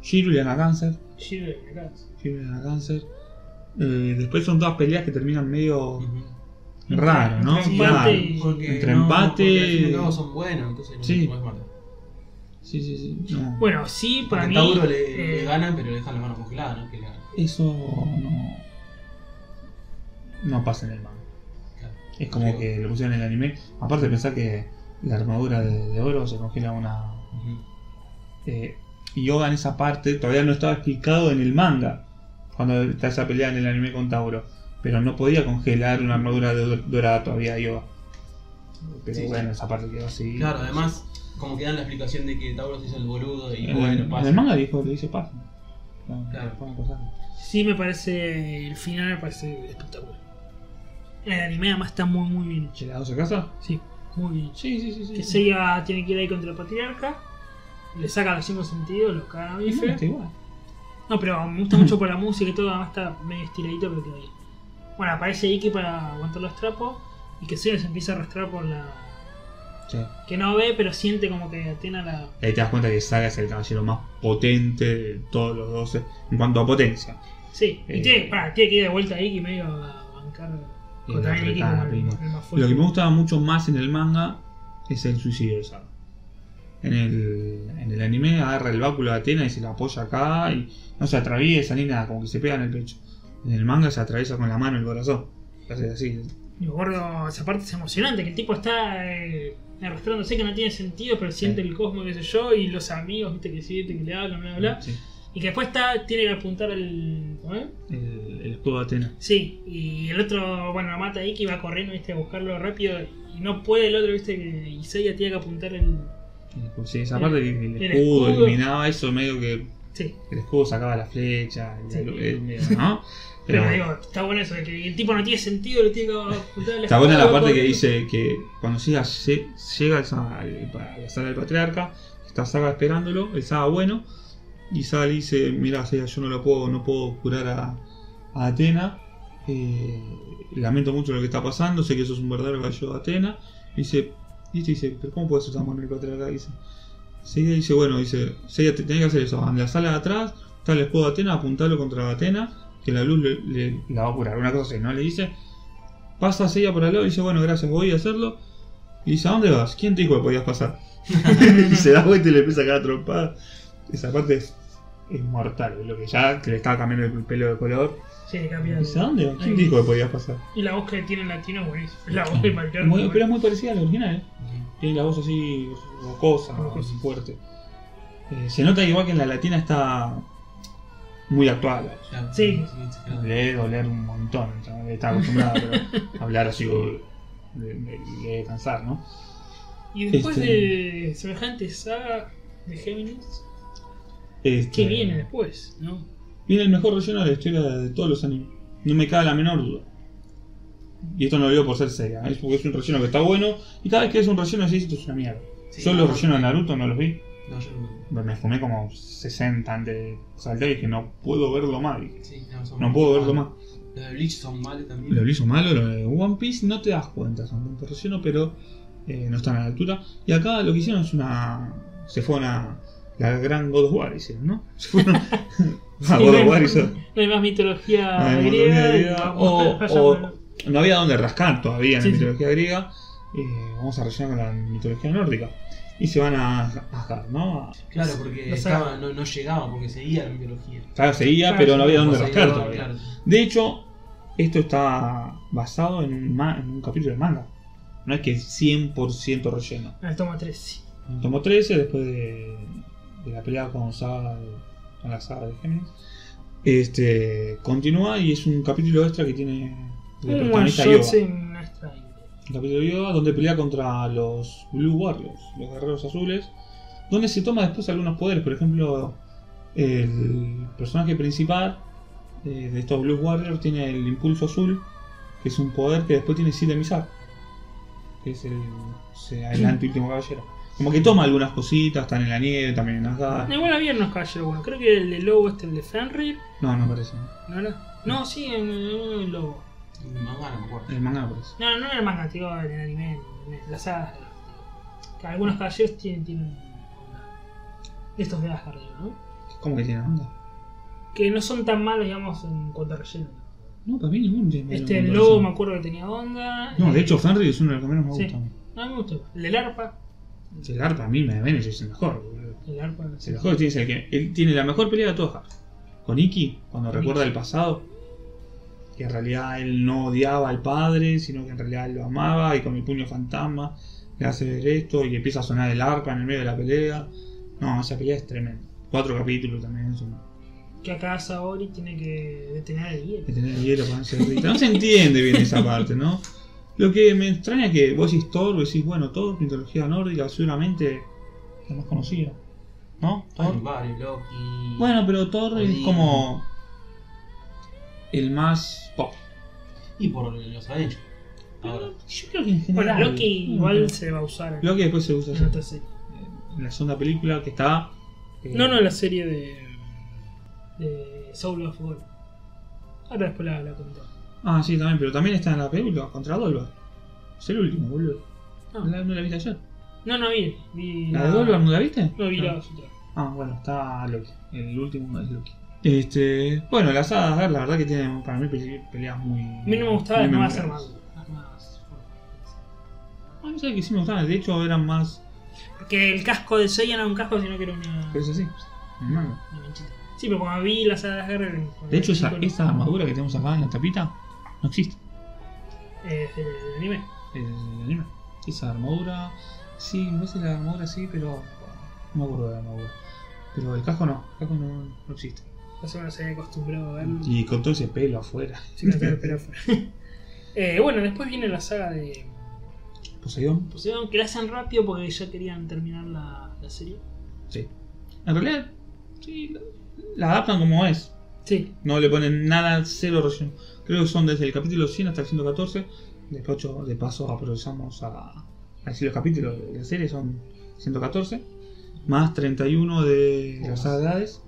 A: Shiru le gana a Cáncer.
C: Giro de la casa.
A: Fiebre a cáncer. Eh, después son todas peleas que terminan medio
B: Ujú.
A: raro, ¿no?
C: Entre
A: Claro.
C: empate y-
B: Porque
A: Entre empate-
B: no, Porque al fin y al cabo son buenos, entonces no
A: Sí.
B: los podés matar.
A: Sí, sí, sí. no.
C: Bueno, sí, para
B: Porque
C: mí.
B: Tauro le,
C: eh,
B: le ganan, pero le dejan la mano congelada, ¿no? Que le ganan.
A: Eso no. No pasa en el manga.
B: Claro.
A: Es como
B: Sí.
A: que lo pusieron en el anime. Aparte, pensar que la armadura de, de oro se congela una.
B: Ujú.
A: eh, Yoga en esa parte todavía no estaba explicado en el manga. Cuando está esa pelea en el anime con Tauro. Pero no podía congelar una armadura de- dorada todavía a Yoga. Pero
B: Sí,
A: bueno,
B: sí.
A: esa parte quedó así.
B: Claro, además, como que dan la explicación de que Tauro se hizo el boludo y
A: En el,
B: bueno,
A: en
B: pasa.
A: el manga dijo, le dice paz.
B: Claro.
C: Sí, me parece. El final me parece espectacular. El anime además está muy, muy bien hecho.
A: ¿Las 12 casas?
C: Sí, muy bien hecho.
A: Sí, sí, sí. sí.
C: Que Seiya tiene que ir ahí contra el patriarca. Le saca los cinco sentidos, los cagan a
A: Y no,
C: bife.
A: está igual.
C: No, pero me gusta mucho por la música y todo, además está medio estiradito, pero queda bien. Bueno, aparece Iki para aguantar los trapos y que Seiya se empieza a arrastrar por la.
A: Sí.
C: que no ve, pero siente como que Atena la.
A: Ahí te das cuenta que Saga es el caballero más potente de todos los 12 en cuanto a potencia.
C: Sí, y
A: Eh.
C: tiene, pará, tiene que ir de vuelta a Iki medio a bancar
A: Y
C: contra
A: la
C: el Iki
A: recaga,
C: como el,
A: primo.
C: el más fuerte.
A: Lo que me gustaba mucho más en el manga es el suicidio de Saga. En el, en el anime agarra el báculo de Atena y se la apoya acá y no se atraviesa ni nada, como que se pega en el pecho. En el manga se atraviesa con la mano el corazón. Hace así.
C: Y me acuerdo, esa parte es emocionante, que el tipo está eh, arrastrándose que no tiene sentido, pero siente el cosmos, qué sé yo, y los amigos, viste, que sienten, que le hablan, bla, bla, bla.
A: Sí.
C: Y que después está, tiene que apuntar el. ¿cómo es?
A: El, el escudo de Atena.
C: Sí, y el otro, bueno, lo mata a Iki, va corriendo, viste, a buscarlo rápido, y no puede el otro, viste, que Isaiah tiene que apuntar el.
A: Pues Sí, esa parte que el,
C: El
A: escudo,
C: escudo.
A: eliminaba eso, medio que
C: Sí,
A: el escudo sacaba la flecha, el-
C: Sí.
A: el- medio, ¿no?
C: pero,
A: Pero
C: digo, está bueno eso, de que el tipo no tiene sentido, le tiene que apuntar el
A: está buena la
C: escudo,
A: parte que
C: corriendo.
A: dice que cuando llega, lle- llega el Saga al- a la sala del patriarca, está Saga esperándolo, el Saga bueno, y Saga le dice, mira, Seiya, yo no lo puedo, no puedo curar a, a Atena, eh, lamento mucho lo que está pasando, sé que sos un verdadero gallo de Atena, y dice, y este dice, pero ¿cómo puedes usar mano el patriarca? Dice, Seiya dice, bueno, dice, Seiya, te tenés que hacer eso, en la sala de atrás, está el escudo de Atena, apuntalo contra Atena, que la luz le, le- la va a curar, una cosa así, ¿no? Le dice, pasa Seiya por al lado y dice, bueno, gracias, voy a hacerlo. Y dice, ¿a dónde vas? ¿Quién te dijo que podías pasar? y se da vuelta y le empieza a caer a trompada. Esa parte es, es mortal, lo que ya que le estaba cambiando el pelo de color.
C: Sí, le
A: Y
C: cambia.
A: dice, ¿a dónde vas? ¿Quién
C: Ahí.
A: te dijo que podías pasar?
C: Y la voz que tiene el latino es buenísima. La voz de Marquardo.
A: Muy- pero es muy parecida a la original, ¿eh?
B: Ujú.
A: Tiene la voz así rocosa,
C: Rocosa.
A: fuerte. Eh, se nota igual que en la latina está muy actual.
B: Claro.
C: Sí.
B: claro.
A: Le debe doler un montón, ya está acostumbrada pero hablar así o- le- le le debe cansar, ¿no?
C: Y después
A: Este-
C: de semejante saga de Géminis,
A: Este,
C: ¿qué viene después? ¿No?
A: Viene el mejor relleno de la historia de todos los animes. No me cabe la menor duda. Y esto no lo digo por ser seria, ¿eh? es porque es un relleno que está bueno. Y cada vez que es un relleno así, esto es una mierda.
B: Sí,
A: yo los
B: no,
A: rellenos de Naruto no los vi.
B: No, yo no.
A: Me me fumé como 60 antes de saltar y dije, no puedo verlo más. Dije,
B: Sí, no, son
A: No
B: malos.
A: puedo verlo más.
B: Los de Bleach son malos también.
A: Lo del hizo malo, lo de One Piece, no te das cuenta, son un relleno, pero eh, no están a la altura. Y acá lo que hicieron es una. Se fue una. La gran God of War hicieron, ¿no? Se
B: [LAUGHS]
A: fueron. ah, God of War hizo.
C: No hay más mitología
A: Ah, de
C: griega.
A: mitología
C: y
A: griega.
C: vamos
A: O-
C: allá
A: o-
C: con-
A: No había dónde rascar todavía en
C: Sí,
A: la
C: sí.
A: mitología griega. Eh, vamos a rellenar con la mitología nórdica. Y se van a Asgard, ¿no?
B: Claro, porque
C: No sé.
B: estaba, no, no llegaba, porque seguía la mitología.
A: Claro, seguía,
C: Claro,
A: pero no había
B: Como
A: dónde
B: se
A: rascar
B: llegaba,
A: todavía.
B: claro.
A: De hecho, esto está basado en un, ma- en un capítulo del manga. No es que es 100% relleno.
C: En el toma 3.
A: En tomo 13, después de, de la pelea con Saga, de- con la saga de Géminis, este, continúa y es un capítulo extra que tiene el
C: Un one
A: protagonista
C: shot
A: Yoga.
C: en una strike.
A: Un capítulo de Yoga donde pelea contra los Blue Warriors, los guerreros azules, donde se toma después algunos poderes. Por ejemplo, el personaje principal eh, de estos Blue Warriors tiene el Impulso Azul, que es un poder que después tiene Sid de Mizar, que es el, se- el antiúltimo caballero. Como que toma algunas cositas, están en la nieve, también en Asgard.
C: Igual había unos caballeros buenos. Creo que el de Lobo, este, el de Fenrir.
A: No, no parece.
C: ¿No era? No, sí, en en uno de Lobo.
B: El manga no me acuerdo.
A: El manga no parece.
C: No, no en el manga, tío, en el anime, en el- la saga. Que algunos caballeros tienen. tienen onda. estos de Asgard, digo, ¿no?
A: ¿Cómo que tiene onda?
C: Que no son tan malos, digamos, en cuanto a relleno.
A: No, para mí ninguno tiene malo,
C: Este,
A: me
C: el
A: parece.
C: lobo me acuerdo que tenía onda.
A: No, de
C: Eh,
A: hecho, Fenrir es uno de los que menos me
C: Sí.
A: gusta. a mí.
C: No, a mí me gustó. El del arpa.
A: El arpa a mí me da menos, es el mejor. boludo.
C: El arpa.
A: Es el mejor, tiene, el que, él tiene la mejor pelea de todas. Con Iki, cuando
C: Con
A: recuerda
C: Ikki.
A: el pasado. Que en realidad él no odiaba al padre, sino que en realidad lo amaba y con el puño fantasma le hace ver esto y empieza a sonar el arpa en el medio de la pelea. No, esa pelea es tremenda. Cuatro capítulos también son.
C: Que acá Saori tiene que detener el hielo.
A: de tener hielo para hacer rita. No se entiende bien esa parte, ¿no? Lo que me extraña es que vos decís Thor, vos decís, bueno, Thor, mitología nórdica, seguramente la más conocida, ¿no? Thor.
B: Hay varios, Loki.
A: Bueno, pero Thor es
B: Odín.
A: como el más pop.
B: Y por los Avengers. Ahora.
A: Yo creo que en general.
C: Bueno, Loki
A: Mm.
C: igual se va a usar en
A: Loki después se usa
C: en otra serie.
A: en la segunda película que está. eh,
C: No, no, la serie de. de Soul of Gold. Ahora después la, la comentamos.
A: Ah, sí, también, pero también está en la película contra Dolvar. Es el último, boludo.
C: No.
A: ¿La- ¿No la viste ayer?
C: No, Ah. no vi. vi
A: ¿La de Dolvar no la viste?
C: No vi
A: Ah.
C: la otra.
A: Ah, bueno, está Loki. El último es Loki. Este, bueno, las hadas de Asgard, la verdad que tienen para mí pele- peleas muy.
C: A mí no me gustaba las nuevas
A: memorables.
C: armaduras. Las nuevas formas.
A: A mí sabe que sí me gustaban, de hecho eran más.
C: Porque el casco de Seiya no era un casco, sino que era una.
A: Pero es así. en el manga.
C: una manchita. Sí, pero cuando vi las hadas de guerra.
A: De hecho, esa, esa armadura que tenemos acá en la tapita no existe.
C: Eh, del del anime.
A: en el anime. Esa armadura. Sí, me parece la armadura sí, pero. No me acuerdo de la armadura. Pero el casco no, el casco no, no existe.
C: No sé, no se había acostumbrado a verlo.
A: Y con todo ese pelo afuera.
C: Sí, no, claro, pero fue. [LAUGHS] Eh, bueno, después viene la saga de pues
A: Poseidón.
C: Poseidon, que la hacen rápido porque ya querían terminar la, la serie.
A: Sí. En realidad, sí, la- la adaptan como es.
C: Sí,
A: No le ponen nada, cero relleno. Creo que son desde el capítulo 100 hasta el 114. Después, yo- de paso, aprovechamos a, a decir los capítulos de la serie, son 114. Más 31 de las saga de Hades,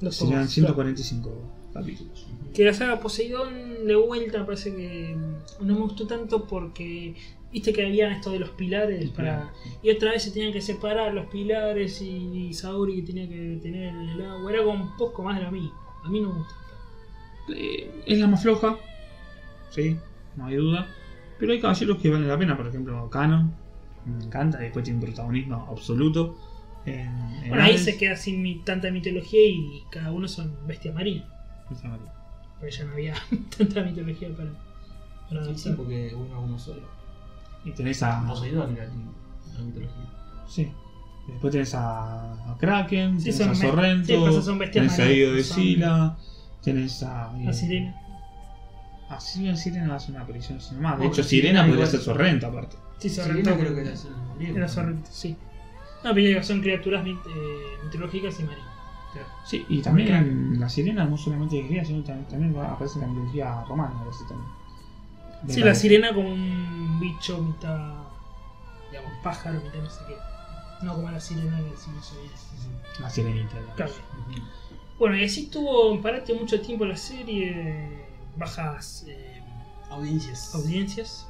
C: los
A: serían
C: tomos.
A: 145 capítulos.
C: Que la saga Poseidón de vuelta parece que mm, no me gustó tanto porque viste que habían esto de los pilares para y otra vez se tenían que separar los pilares y, y Saori que tenía que detener el agua. Era como un poco más de lo mismo. A mí no me gusta.
A: Eh, es la más floja, sí, no hay duda. Pero hay caballeros que valen la pena, por ejemplo, Canon, me encanta, después tiene un protagonismo absoluto. En, en
C: Bueno, ahí
A: Hades.
C: se queda sin mi- tanta mitología y cada uno son bestias marinas. Porque ya no había [LAUGHS] tanta mitología para, para
B: Sí, sí,
C: adaptar.
B: porque uno es uno solo.
A: Y tenés a.
B: Poseidón era la mitología.
A: Sí. Después tenés a, a Kraken,
C: Sí,
A: tenés
C: son
A: a
C: me- sí,
A: Sorrento,
C: pasa, son bestias
A: tenés a
C: marinas,
A: Ido de
C: son-
A: Sila, tenés a. eh,
C: La sirena.
A: A Silvia Sirena hace una aparición sin más.
C: Ah,
A: De
B: No,
A: hecho,
B: pero
A: Sirena
B: Sirena
A: podría
B: igual.
A: ser Sorrento aparte.
C: Sí,
B: Sirena
C: Sorrento.
B: creo que era el griego.
C: Era Sorrento, sí. No, pero digo, son criaturas mit- eh, mitológicas y marinas.
A: Sí, y también
C: Mira.
A: en la Sirena no solamente es griega, sino también, también va- aparece en la mitología romana. a veces también.
C: Sí, la sirena como un bicho mitad, digamos, pájaro, mitad no sé qué. No como la sirena que sí, sí, sí.
A: La sirenita. la-
C: Claro. Bueno, y así estuvo, parate mucho tiempo la serie, bajas eh,
B: Audiencias. [LAUGHS]
C: audiencias.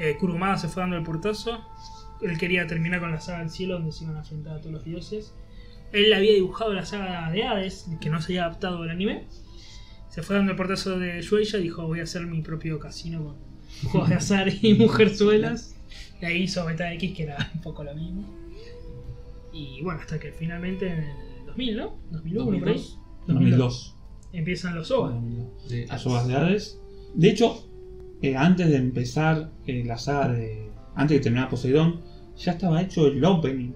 C: Eh, Kurumada se fue dando el portazo. Él quería terminar con la saga del cielo, donde se iban a enfrentar a todos los dioses. Él había dibujado la saga de Hades, que no se había adaptado al anime. Se fue dando el portazo de Shueisha, dijo: Voy a hacer mi propio casino con juegos de [LAUGHS] azar y mujerzuelas. Y ahí hizo Beta X, que era un poco lo mismo. Y bueno, hasta que finalmente en el 2000, ¿no? 2001, por ahí,
B: 2002.
A: 2002.
C: Empiezan los OVA.
B: De
A: Las obras de Hades. De hecho, eh, antes de empezar eh, la saga de. Antes de terminar Poseidón, ya estaba hecho el opening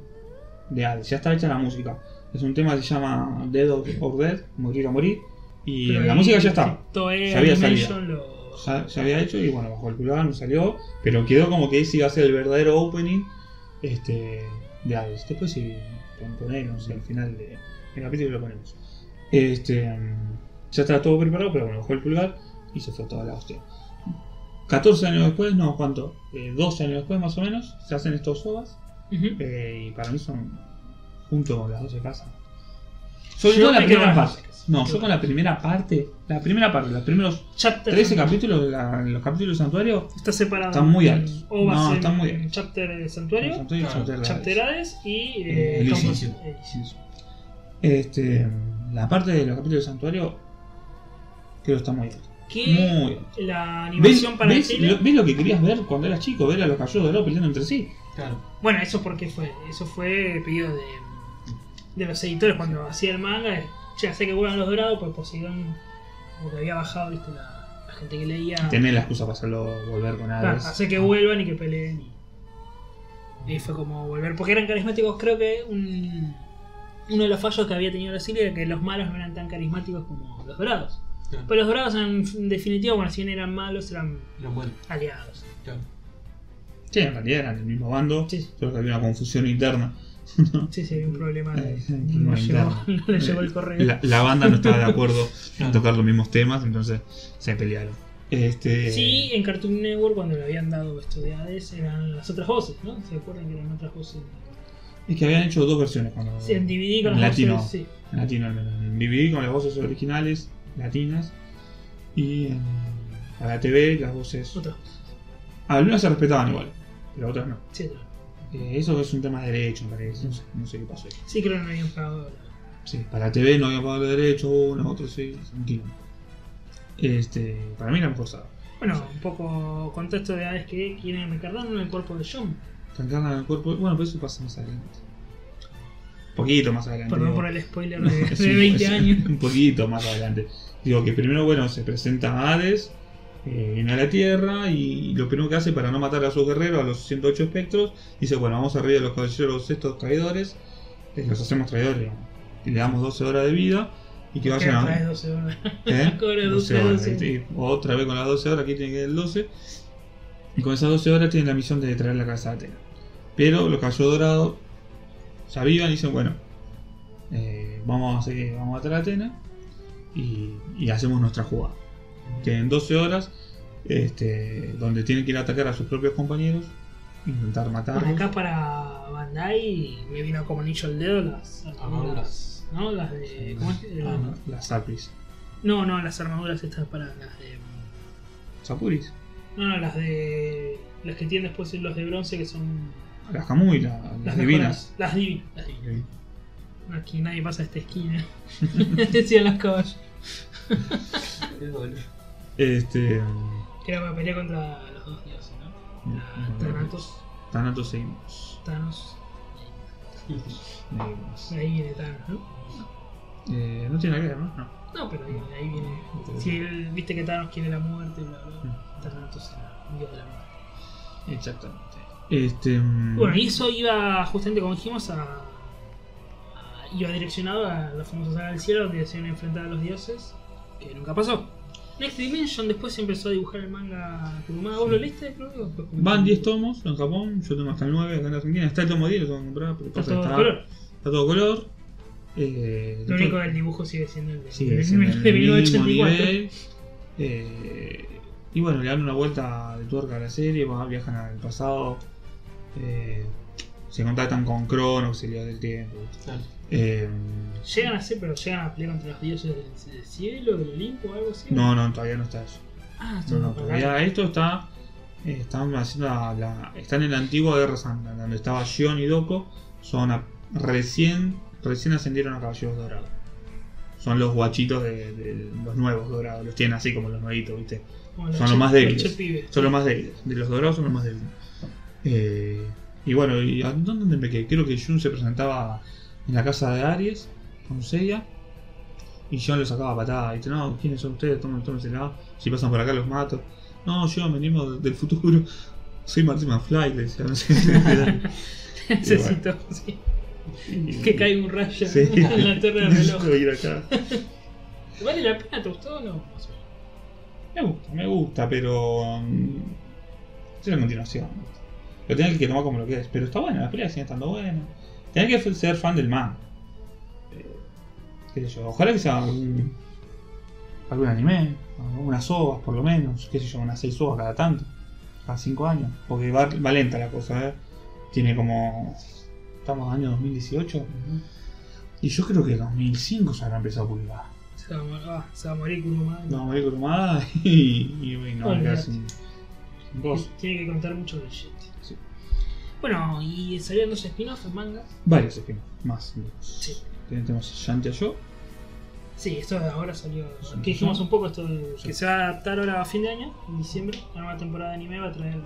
A: de Hades, ya estaba hecha la música. Es un tema que se llama Dead of, of Dead, Morir a Morir. Y
C: Pero
A: la
C: ahí
A: música ya está.
C: Toei
A: Ya había
C: Animation
A: salido.
C: lo-
A: ya, ya había hecho y bueno, bajo el pulgar no salió, pero quedó como que ese iba a ser el verdadero opening este, de Hades. Después si pueden poner, no sé, al final de- del capítulo lo ponemos. Este, mm, ya estaba todo preparado, pero bueno, bajó el pulgar y se fue toda la hostia. 14 años después, no, ¿cuánto? Eh, 12 años después más o menos, se hacen estos ovas
C: Ujú.
A: eh, y para mí son junto con las 12 casas. Sobre
C: Yo
A: todo
C: me
A: la
C: quedo
A: primera
C: con
A: parte.
C: las 12 casas.
A: No, yo con la primera parte, la primera parte, los primeros
C: Chapter
A: 13 capítulos, la- los capítulos del santuario.
C: Está separado.
A: Están muy altos.
C: Ovas
A: No,
C: en
A: están muy altos.
C: Chapter eh,
A: el
C: Santuario,
A: santuario y el
B: Ah,
A: santuario de
C: Chapter
A: Hades.
C: Hades y.
A: Eh,
B: Elysium.
C: Elysium. Elysium.
A: Este, la parte de los capítulos del santuario creo que está muy alta.
C: Que
A: Muy alta.
C: la
A: ¿Ves,
C: animación para
A: ves
C: el
A: lo,
C: cine.
A: ves lo que querías ver cuando eras chico? Ver a los cayudos de oro peleando entre sí.
B: Claro.
C: Bueno, eso porque fue. Eso fue pedido de, de los editores cuando hacía el manga. eh, Che, hace que vuelvan los dorados, pues Poseidón. Como que había bajado, viste, la, la gente que leía.
A: Tener la excusa para hacerlo volver con
C: Ah,
A: Hades.
C: hace que vuelvan y que peleen. y- Y fue como volver. Porque eran carismáticos, creo que un- uno de los fallos que había tenido la serie era que los malos no eran tan carismáticos como los dorados.
B: Claro.
C: Pero los dorados, en en definitiva, bueno, si bien eran malos, eran
B: Era bueno.
C: aliados.
B: Claro.
A: Sí, en realidad eran el mismo bando,
C: Sí.
A: solo que había una confusión interna.
C: Sí, sí, había un problema. de-
A: Eh,
C: no,
A: problema
C: llegó,
A: interno.
C: [LAUGHS] no le llegó el correo.
A: Eh, La, la banda no estaba de
C: [LAUGHS]
A: acuerdo en
B: Claro.
A: tocar los mismos temas, entonces se pelearon. Este,
C: Sí, en Cartoon Network, cuando le habían dado esto de Hades, eran las otras voces, ¿no? ¿Se acuerdan que eran otras voces?
A: Es que habían hecho dos versiones cuando.
C: Sí, en DVD con
A: en
C: las
A: latino.
C: voces. Sí.
A: En latino al menos. En DVD con las voces originales, latinas. Y en, para la TV las voces.
C: Otras.
A: Algunas se respetaban igual, pero otras no.
C: Sí, otras.
A: Eh, eso es un tema de derecho, me parece. No sé, no sé qué pasó. ahí.
C: sí, creo que no habían pagado. la-
A: Sí, para la TV no había pagado de derecho, uno, otro, sí, es un quilombo. Este, para mí la mejor saga.
C: Bueno, un poco contexto de Hades que quieren reencarnar en el cuerpo de John.
A: Trancarla en el cuerpo. Bueno, pero eso pasa más adelante. Poquito más adelante.
C: Perdón
A: digo.
C: por el spoiler
A: [LAUGHS]
C: de,
A: Es
C: de
A: un-
C: 20
A: es
C: años.
A: pues, Un poquito más adelante. Digo que primero, bueno, se presenta Hades, eh, viene a la Tierra y lo primero que hace para no matar a sus guerreros, a los 108 espectros, dice, bueno, vamos arriba de los caballeros estos traidores, eh, los hacemos traidores, digamos. y le damos 12 horas de vida y [LAUGHS] que vayan
C: Otra vez
A: a...
C: 12 horas.
A: ¿Eh?
C: [LAUGHS] Cobra 12
A: horas.
C: horas.
A: y- Otra vez con las 12 horas, aquí tiene que ir el 12. Y con esas 12 horas tienen la misión de traer la cabeza de Atena. Pero los cayó dorado se avivan y dicen, bueno, eh, vamos, a hacer, vamos a traer a Atena y, y hacemos nuestra jugada. Tienen 12 horas este, donde tienen que ir a atacar a sus propios compañeros, intentar
C: Bueno,
A: matarlos.
C: acá para Bandai me vino como anillo al dedo las armaduras.
B: Armaduras.
C: ¿No? Las de. eh, ¿Cómo es? El-
A: Ah, no, las Sapris.
C: no, no, las armaduras estas para las de.
A: Sapuris.
C: No, no, las de. Las que tienen después los de bronce que son.
A: Las Kamui, la- las,
C: Las
A: divinas.
C: mejoras. Las divinas. Las divinas. Aquí nadie pasa esta esquina. [LAUGHS] Decían los caballos.
B: Qué dolor.
A: Este,
C: Que era para pelear contra los dos dioses, ¿no? Ah, Thanatos.
A: Thanatos seguimos.
C: Thanos.
A: Seguimos.
C: Ahí viene Thanos, ¿no?
A: Eh, no tiene nada que ver, ¿no? No.
C: No, pero ahí, ahí viene. Si él, viste que Thanos quiere la muerte, bla, bla. Thanatos era un dios de la muerte.
A: Exactamente. Este, mm,
C: Bueno, y eso iba justamente, como dijimos, a, a- iba direccionado a la famosa saga del cielo donde se iban a enfrentar a los dioses, que nunca pasó. Next Dimension después empezó a dibujar el manga Kurumada. ¿Vos lo leíste? Creo que después comentamos.
A: Van 10 tomos en Japón, yo tengo hasta el 9 acá en Argentina. Está el tomo 10, lo tengo que comprar porque
C: Está
A: pasa
C: todo
A: que
C: de
A: está,
C: color.
A: está todo color. Eh,
C: Lo único
A: después-
C: del dibujo sigue siendo el de,
A: sigue
C: de-
A: siendo
C: de
A: el mismo
C: 1984.
A: nivel. Eh, Y bueno, le dan una vuelta de tuerca a la serie, va- viajan al pasado, eh, se contactan con Crono, auxiliar del tiempo.
B: Claro.
A: Eh,
C: Llegan a ser, pero llegan a pelear contra los dioses del, del cielo, del Olimpo o algo así.
A: no, no, todavía no está eso.
C: Ah,
A: No,
C: son
A: no,
C: para
A: todavía esto está. eh, Están haciendo la, la- Están en la antigua Guerra Santa, donde estaba Shion y Doko. Son a- recién. Recién ascendieron a caballeros dorados. Son los guachitos de, de los nuevos dorados. Los tienen así como los nuevitos, ¿viste?
C: como los
A: son los
C: che-
A: más débiles.
C: che pibes.
A: Son
C: [LAUGHS]
A: los más débiles. De los dorados son los más débiles. Eh, y bueno, ¿y a dónde me quedé? Creo que Jun se presentaba en la casa de Aries con Seiya. Y John lo sacaba a patada. Y dice, no, ¿quiénes son ustedes? Tomen, tómensela. Si pasan por acá los mato. No, yo venimos del futuro. Soy Martin McFly, le decía. [LAUGHS] No sé.
C: Necesito, sí. [LAUGHS] Que caiga un rayo
A: Sí.
C: en
A: [LAUGHS]
C: la torre del reloj.
A: Quiero ir acá.
C: ¿Vale la pena? ¿Te gustó o no? Más o menos.
A: Me gusta, me gusta, pero. mm, Es una continuación. Lo tenés que tomar como lo que es. Pero está buena, la pelea sigue estando buena. Tenés que f- ser fan del man. Qué sé yo. Ojalá que sea algún, algún anime, unas ovas por lo menos. Qué sé yo, unas seis ovas cada tanto. Cada cinco años. Porque va, va lenta la cosa, ¿eh? Tiene como. Estamos en el año 2018. Y yo creo que 2005 se habrá empezado a publicar.
C: Se va a, mor- ah, se va a morir Kurumada.
A: No, morir cromada [LAUGHS] y, y, y no, va a quedar sin, sin voz.
C: Tiene que contar mucho de shit.
A: Sí.
C: Bueno, y salieron dos spin-offs en manga.
A: Varios spin-offs, más. digamos.
C: Sí.
A: Ten- Tenemos Shantia Yo,
C: Sí, esto de ahora salió.
A: Sí.
C: Que dijimos un poco esto de-
A: Sí.
C: que se va a adaptar ahora a fin de año, en diciembre. La nueva temporada de anime va a traer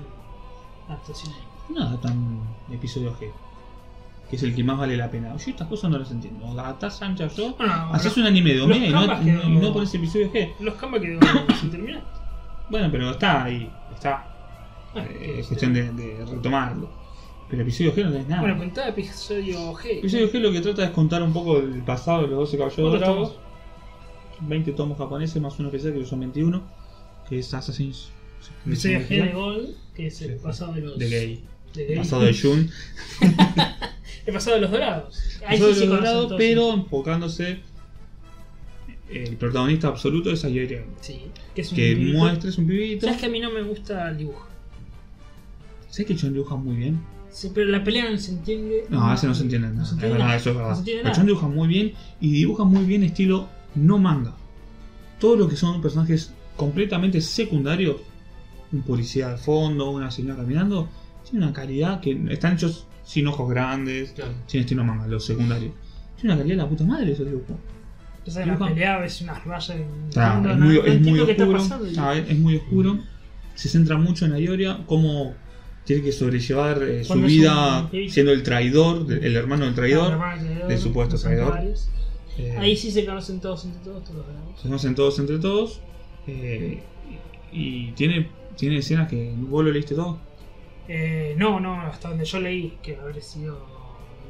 C: adaptación de anime.
A: nada tan episodio G, que es el que más vale la pena. Yo estas cosas no las entiendo. Adaptás Shantia Yo,
C: Bueno,
A: haces un anime de
C: los
A: Omega y no,
C: capas que
A: no,
C: no-
A: no pones episodio G.
C: los Canva [COUGHS] quedó sin terminar.
A: Bueno, pero está ahí, está.
C: Ah,
A: Eh,
C: que-
A: es cuestión de, de retomarlo. Pero episodio G no tenés nada.
C: Bueno, pero en cada episodio G.
A: episodio G lo que trata es contar un poco el pasado de los 12 caballeros
C: ¿Cuántos
A: dorados.
C: tomos?
A: 20 tomos japoneses más uno especial que son 21, que es Assassin's.
C: Episodio G de Gold, que es el
A: Sí.
C: pasado de los.
A: De Gay.
C: de
A: El
C: gay.
A: pasado de Jun.
C: El pasado de los dorados. Ahí
A: Pasado
C: sí
A: de
C: se
A: los
C: conocen
A: dorados,
C: todos.
A: pero enfocándose. El protagonista absoluto es Ayori.
C: Sí, que es un
A: Que
C: pibito.
A: muestra es un pibito.
C: Sabes que a mí no me gusta el dibujo.
A: ¿Sabes que John dibuja muy bien?
C: Sí, pero la pelea no se entiende.
A: No, a veces no se entiende
C: No
A: nada.
C: se
A: Es
C: entiende
A: verdad,
C: nada.
A: eso es
C: No
A: verdad.
C: se entiende
A: Pero
C: nada.
A: John dibuja muy bien y dibuja muy bien estilo no manga. Todo lo que son personajes completamente secundarios, un policía al fondo, una señora caminando, tiene una calidad que están hechos sin ojos grandes,
B: Claro.
A: sin estilo manga, los secundarios. Tiene una calidad de la puta madre esos dibujos.
C: Entonces en la
A: Dibujan.
C: pelea ves unas rayas en
A: Está,
C: no,
A: es
C: no,
A: muy,
C: no
A: es muy
C: entiendo qué está
A: oscuro.
C: pasando.
A: Ah, es- es
C: Mm.
A: muy oscuro. Se centra mucho en Ayoria, cómo tiene que sobrellevar eh, su
C: Cuando es
A: vida
C: un pibito.
A: siendo el traidor, de- el hermano del
C: Ah,
A: traidor.
C: hermano, traidor,
A: del supuesto
C: no son
A: traidor.
C: varios.
A: Eh,
C: Ahí sí se conocen todos entre todos, todos ¿verdad?
A: se conocen todos entre todos. eh, y y tiene, tiene escenas que vos lo leíste todo.
C: Eh, no, no, hasta donde yo leí que habría sido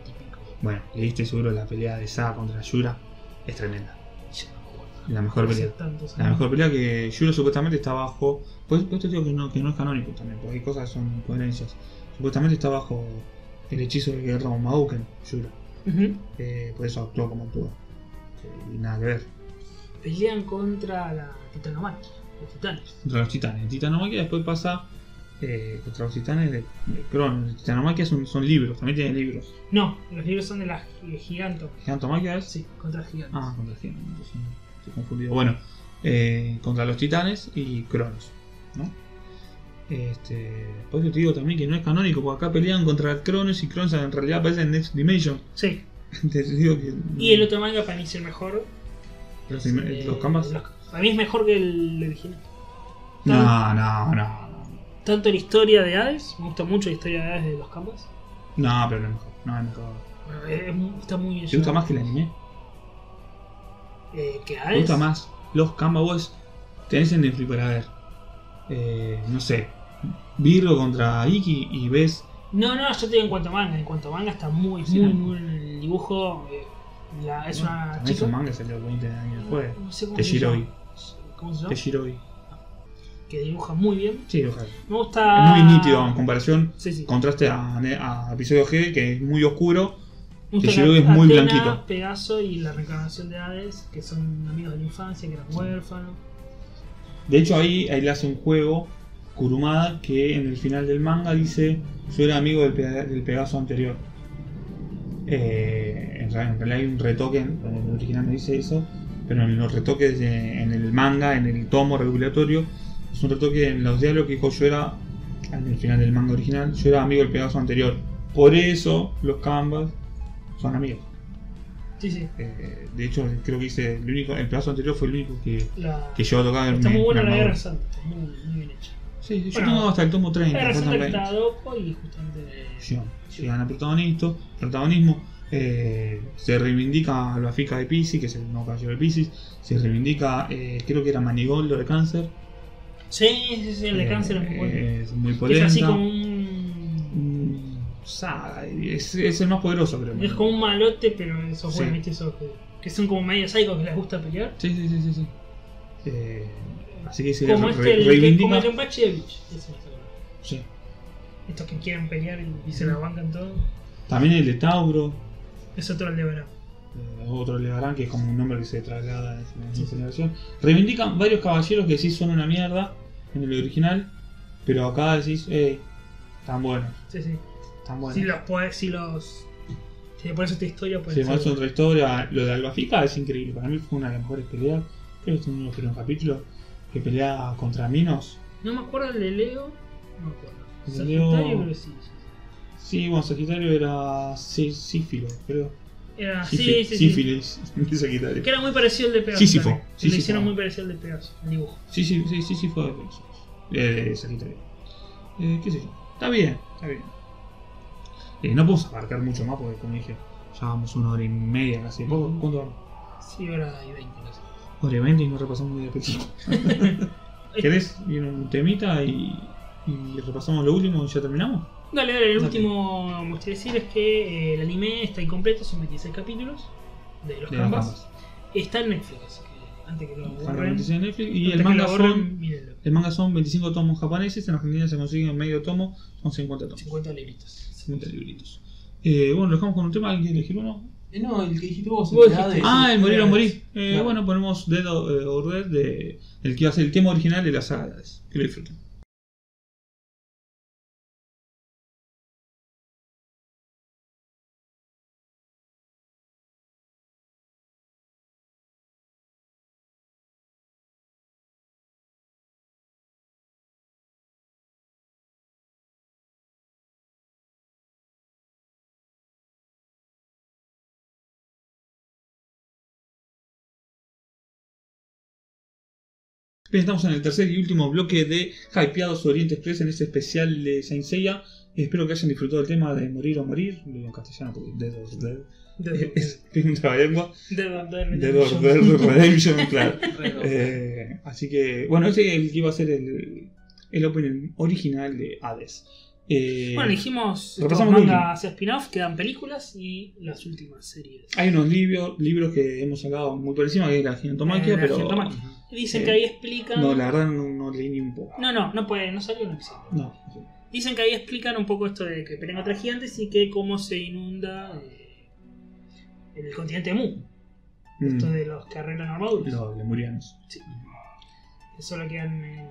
C: típico.
A: Bueno, leíste seguro la pelea de Sa contra Yura. Es tremenda.
C: Ya no me acuerdo.
A: La mejor
C: Hace
A: pelea.
C: tantos
A: La
C: años.
A: mejor pelea que Yura supuestamente está bajo. Pues, pues te digo que no, que no es canónico también, porque hay cosas que son coherencias. Supuestamente está bajo el hechizo del guerrero Mauken, Yura.
C: Ujú.
A: Eh, por eso actuó como pudo. Eh, Y nada que ver.
C: Pelean contra la titanomaquia, los titanes.
A: Contra los titanes. Titanomaquia después pasa eh, contra los titanes de, de Crono. Titanomaquia son, son libros, también tiene libros.
C: No, los libros son de la gi- giganto.
A: Gigantomaquia es.
C: Sí, contra gigantes.
A: Ah, contra los titanes, entonces, estoy confundido. Bueno, eh, contra los titanes y Cronos, ¿no? Este, por eso te digo también que no es canónico, porque acá pelean contra Cronos y Cronos en realidad aparece en Next Dimension. [LAUGHS]
C: Sí.
A: Te digo que-
C: Y el otro manga para mí es el mejor.
A: Los,
C: Eh,
A: los canvas.
C: los- para mí es mejor que el original.
A: No, no, no.
C: Tanto la historia de Hades, me gusta mucho la historia de Hades de los Canvas.
A: No, pero no es mejor. No, es mejor.
C: Bueno, es- es- está muy bien.
A: ¿Te gusta
C: llevado.
A: más que el anime?
C: Eh, que Hades.
A: Me gusta más. Los Canva Boys tenés en Netflix para ver. Eh, no sé. Virgo contra Iki y ves.
C: No, no, yo te digo en cuanto a manga. En cuanto a manga está muy,
A: Sí.
C: muy, muy en el dibujo. eh, la- es una
A: También
C: chica.
A: su Ah, manga salió 20 años después.
C: no sé cómo
A: de
C: se
A: Shiroi.
C: llama. ¿Cómo se llama?
A: De Shiroi.
C: Que dibuja muy bien.
A: Sí, ojalá.
C: Me gusta.
A: Es muy nítido en comparación.
C: Sí, sí.
A: Contraste a, Ne- a episodio G, que es muy oscuro.
C: Me gusta
A: que Shiroi
C: la-
A: es muy
C: Atena,
A: blanquito.
C: Pegaso y la reencarnación de Hades, que son amigos de la infancia, que eran huérfanos.
A: De hecho, ahí, ahí le hace un juego Kurumada que en el final del manga dice: Yo era amigo del, Pega- del Pegaso anterior. Eh, en, realidad, en realidad hay un retoque, en en el original no dice eso, pero en los retoques de- en el manga, en el tomo regulatorio, es un retoque en los diálogos que dijo: Yo era, en el final del manga original, yo era amigo del Pegaso anterior. Por eso los Canvas son amigos.
C: Sí, sí.
A: Eh, de hecho, creo que dice: el, único, el Pegaso anterior fue el único que,
C: La-
A: que yo tocaba
C: Está muy buena la
A: armadura.
C: guerra santa, está muy, muy bien hecha.
A: Sí, sí, yo
C: Bueno,
A: tengo hasta el tomo
C: La
A: 30.
C: guerra
A: faltan
C: santa que
A: 20.
C: está Doco y justamente.
A: Llegan- Llegan a protagonista, protagonismo. eh, se reivindica a la fica de Pisces, que es el nuevo caballero de Pisces. Se reivindica, eh, creo que era Manigoldo de cáncer.
C: Sí, sí, sí, el de
A: Eh,
C: cáncer es muy bueno.
A: Es muy
C: es
A: potente.
C: así como un.
A: Mm, saga, es, es el más poderoso, creo.
C: Es como un malote, pero esos
A: Sí.
C: buenos, viste, esos que, que son como medio psicos que les gusta pelear.
A: Sí, sí, sí. sí, sí. Eh, así que se
C: Como
A: re-
C: este, el que como
A: reivindica.
C: el de Bachevich. Ese me acuerdo.
A: Sí.
C: Estos que quieren pelear y, y se la bancan todo.
A: También el de Tauro,
C: Es otro el de verano.
A: eh, otro Levarán, que es como un nombre que se traslada de generación en generación. Reivindican varios caballeros que sí son una mierda en el original, pero acá decís, eh, tan buenos,
C: Sí, sí.
A: tan buenos.
C: Si los puedes, si los. Si le pones esta historia,
A: Se
C: puedes.
A: me hace otra historia, lo de Albafica es increíble, para mí fue una de las mejores peleas, creo que es uno de los primeros capítulos, que pelea contra Minos.
C: No me acuerdo el de Leo. No me acuerdo.
A: El de Leo-
C: Sagitario, pero sí.
A: Sí, bueno, Sagitario era sí, Sífilo, creo.
C: Era, sí,
A: Sífi-
C: Ah, sí, sí.
A: sífilis [LAUGHS] de Sagitario.
C: Que era muy parecido al de Pegaso.
A: Sísifo,
C: también. Le
A: Sísifo.
C: hicieron muy parecido al de Pegaso, el dibujo.
A: Sí, sí, sí, sí, sí fue de Pegasus. Eh, de Sagitario. Eh, qué sé yo. Está bien, está bien. Eh, no podemos abarcar mucho más porque, como dije, ya vamos una hora y media casi. ¿Vos ¿Cuánto vamos?
C: Sí, ahora hay 20 casi.
A: Hora y veinte y no repasamos muy [LAUGHS] apetito. ¿Querés ir a un temita y, y repasamos lo último y ya terminamos?
C: Dale, dale, el
A: Dale.
C: último me gustaría decir es que eh, el anime está incompleto, son 26 capítulos de los
A: De las
C: canvas.
A: gambas.
C: Está en Netflix, así que antes que lo
A: Para la
C: borren.
A: noticia de Netflix. Y
C: antes
A: el
C: que
A: manga,
C: lo borren,
A: son,
C: mírenlo.
A: el manga son 25 tomos japoneses, en Argentina se consiguen medio tomo, son 50 tomos.
C: 50 libritos.
A: 50 libritos. Eh, bueno, lo dejamos con un tema, ¿alguien quiere elegir uno?
B: Eh, no, el que dijiste vos,
C: Vos
B: el de
C: dijiste-
B: Hades.
A: Ah, el morir o morir. Eh,
B: Claro.
A: Bueno, ponemos Dead or, eh, or Dead de, el que iba a ser el tema original de las sagas. Que lo disfruten. Bien, estamos en el tercer y último bloque de Hypeados Oriente Express en este especial de Saint Seiya. Espero que hayan disfrutado el tema de morir o morir. Lo digo en castellano porque Dead or Dead
C: De-
A: [LAUGHS] es es un trabalengua.
C: de- de-
A: Dead or [LAUGHS] Dead Redemption, [LAUGHS] claro.
B: Redondo.
A: Eh, así que, bueno, ese es el que iba a ser el, el opening original de Hades. Eh,
C: Bueno, dijimos estos
A: repasamos lo
C: mangas spin-off, quedan películas y las últimas series.
A: Hay unos libros, libros que hemos hablado muy por encima, que es la gigantomaquia,
C: Eh, la
A: pero
C: Gigantomaquia. Dicen que
A: Eh,
C: ahí explican.
A: no, la verdad no, no leí ni un poco.
C: No, no, no puede, no salió un episodio.
A: No.
C: Dicen que ahí explican un poco esto de que pelean contra gigantes y que cómo se inunda eh, el continente Mu.
A: Mm,
C: Esto de los que arreglan armaduras.
A: Los lemurianos.
C: Sí. Solo quedan el.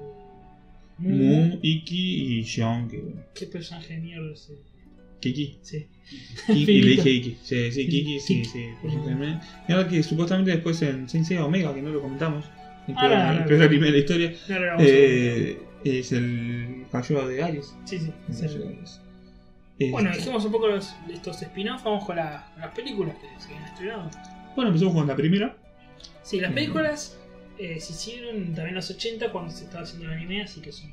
C: Mu.
A: Mu, Iki y Xion, que bueno.
C: Qué personaje de mierda ese. [LAUGHS]
A: Kiki.
C: Sí.
A: Kiki,
C: Finito.
A: le dije Iki. Sí, sí, Kiki, sí,
C: Kiki.
A: sí. por ejemplo, también. Y ahora que supuestamente después en Sensei Omega, que no lo comentamos, el
C: Ah,
A: peor,
C: la-
A: el
C: la-
A: peor anime de la historia,
C: No, no, no, vamos a-
A: eh, es el Cayo de Aries.
C: Sí, sí.
A: El
C: es el-
A: Cayo de Aries. Eh,
C: Bueno, dijimos un poco los, estos spin-offs, vamos con, la- con las películas que se habían estrenado.
A: bueno, empezamos con la primera.
C: Sí, las
A: Ujú.
C: películas eh, se hicieron también en los 80 cuando se estaba haciendo el anime, así que son.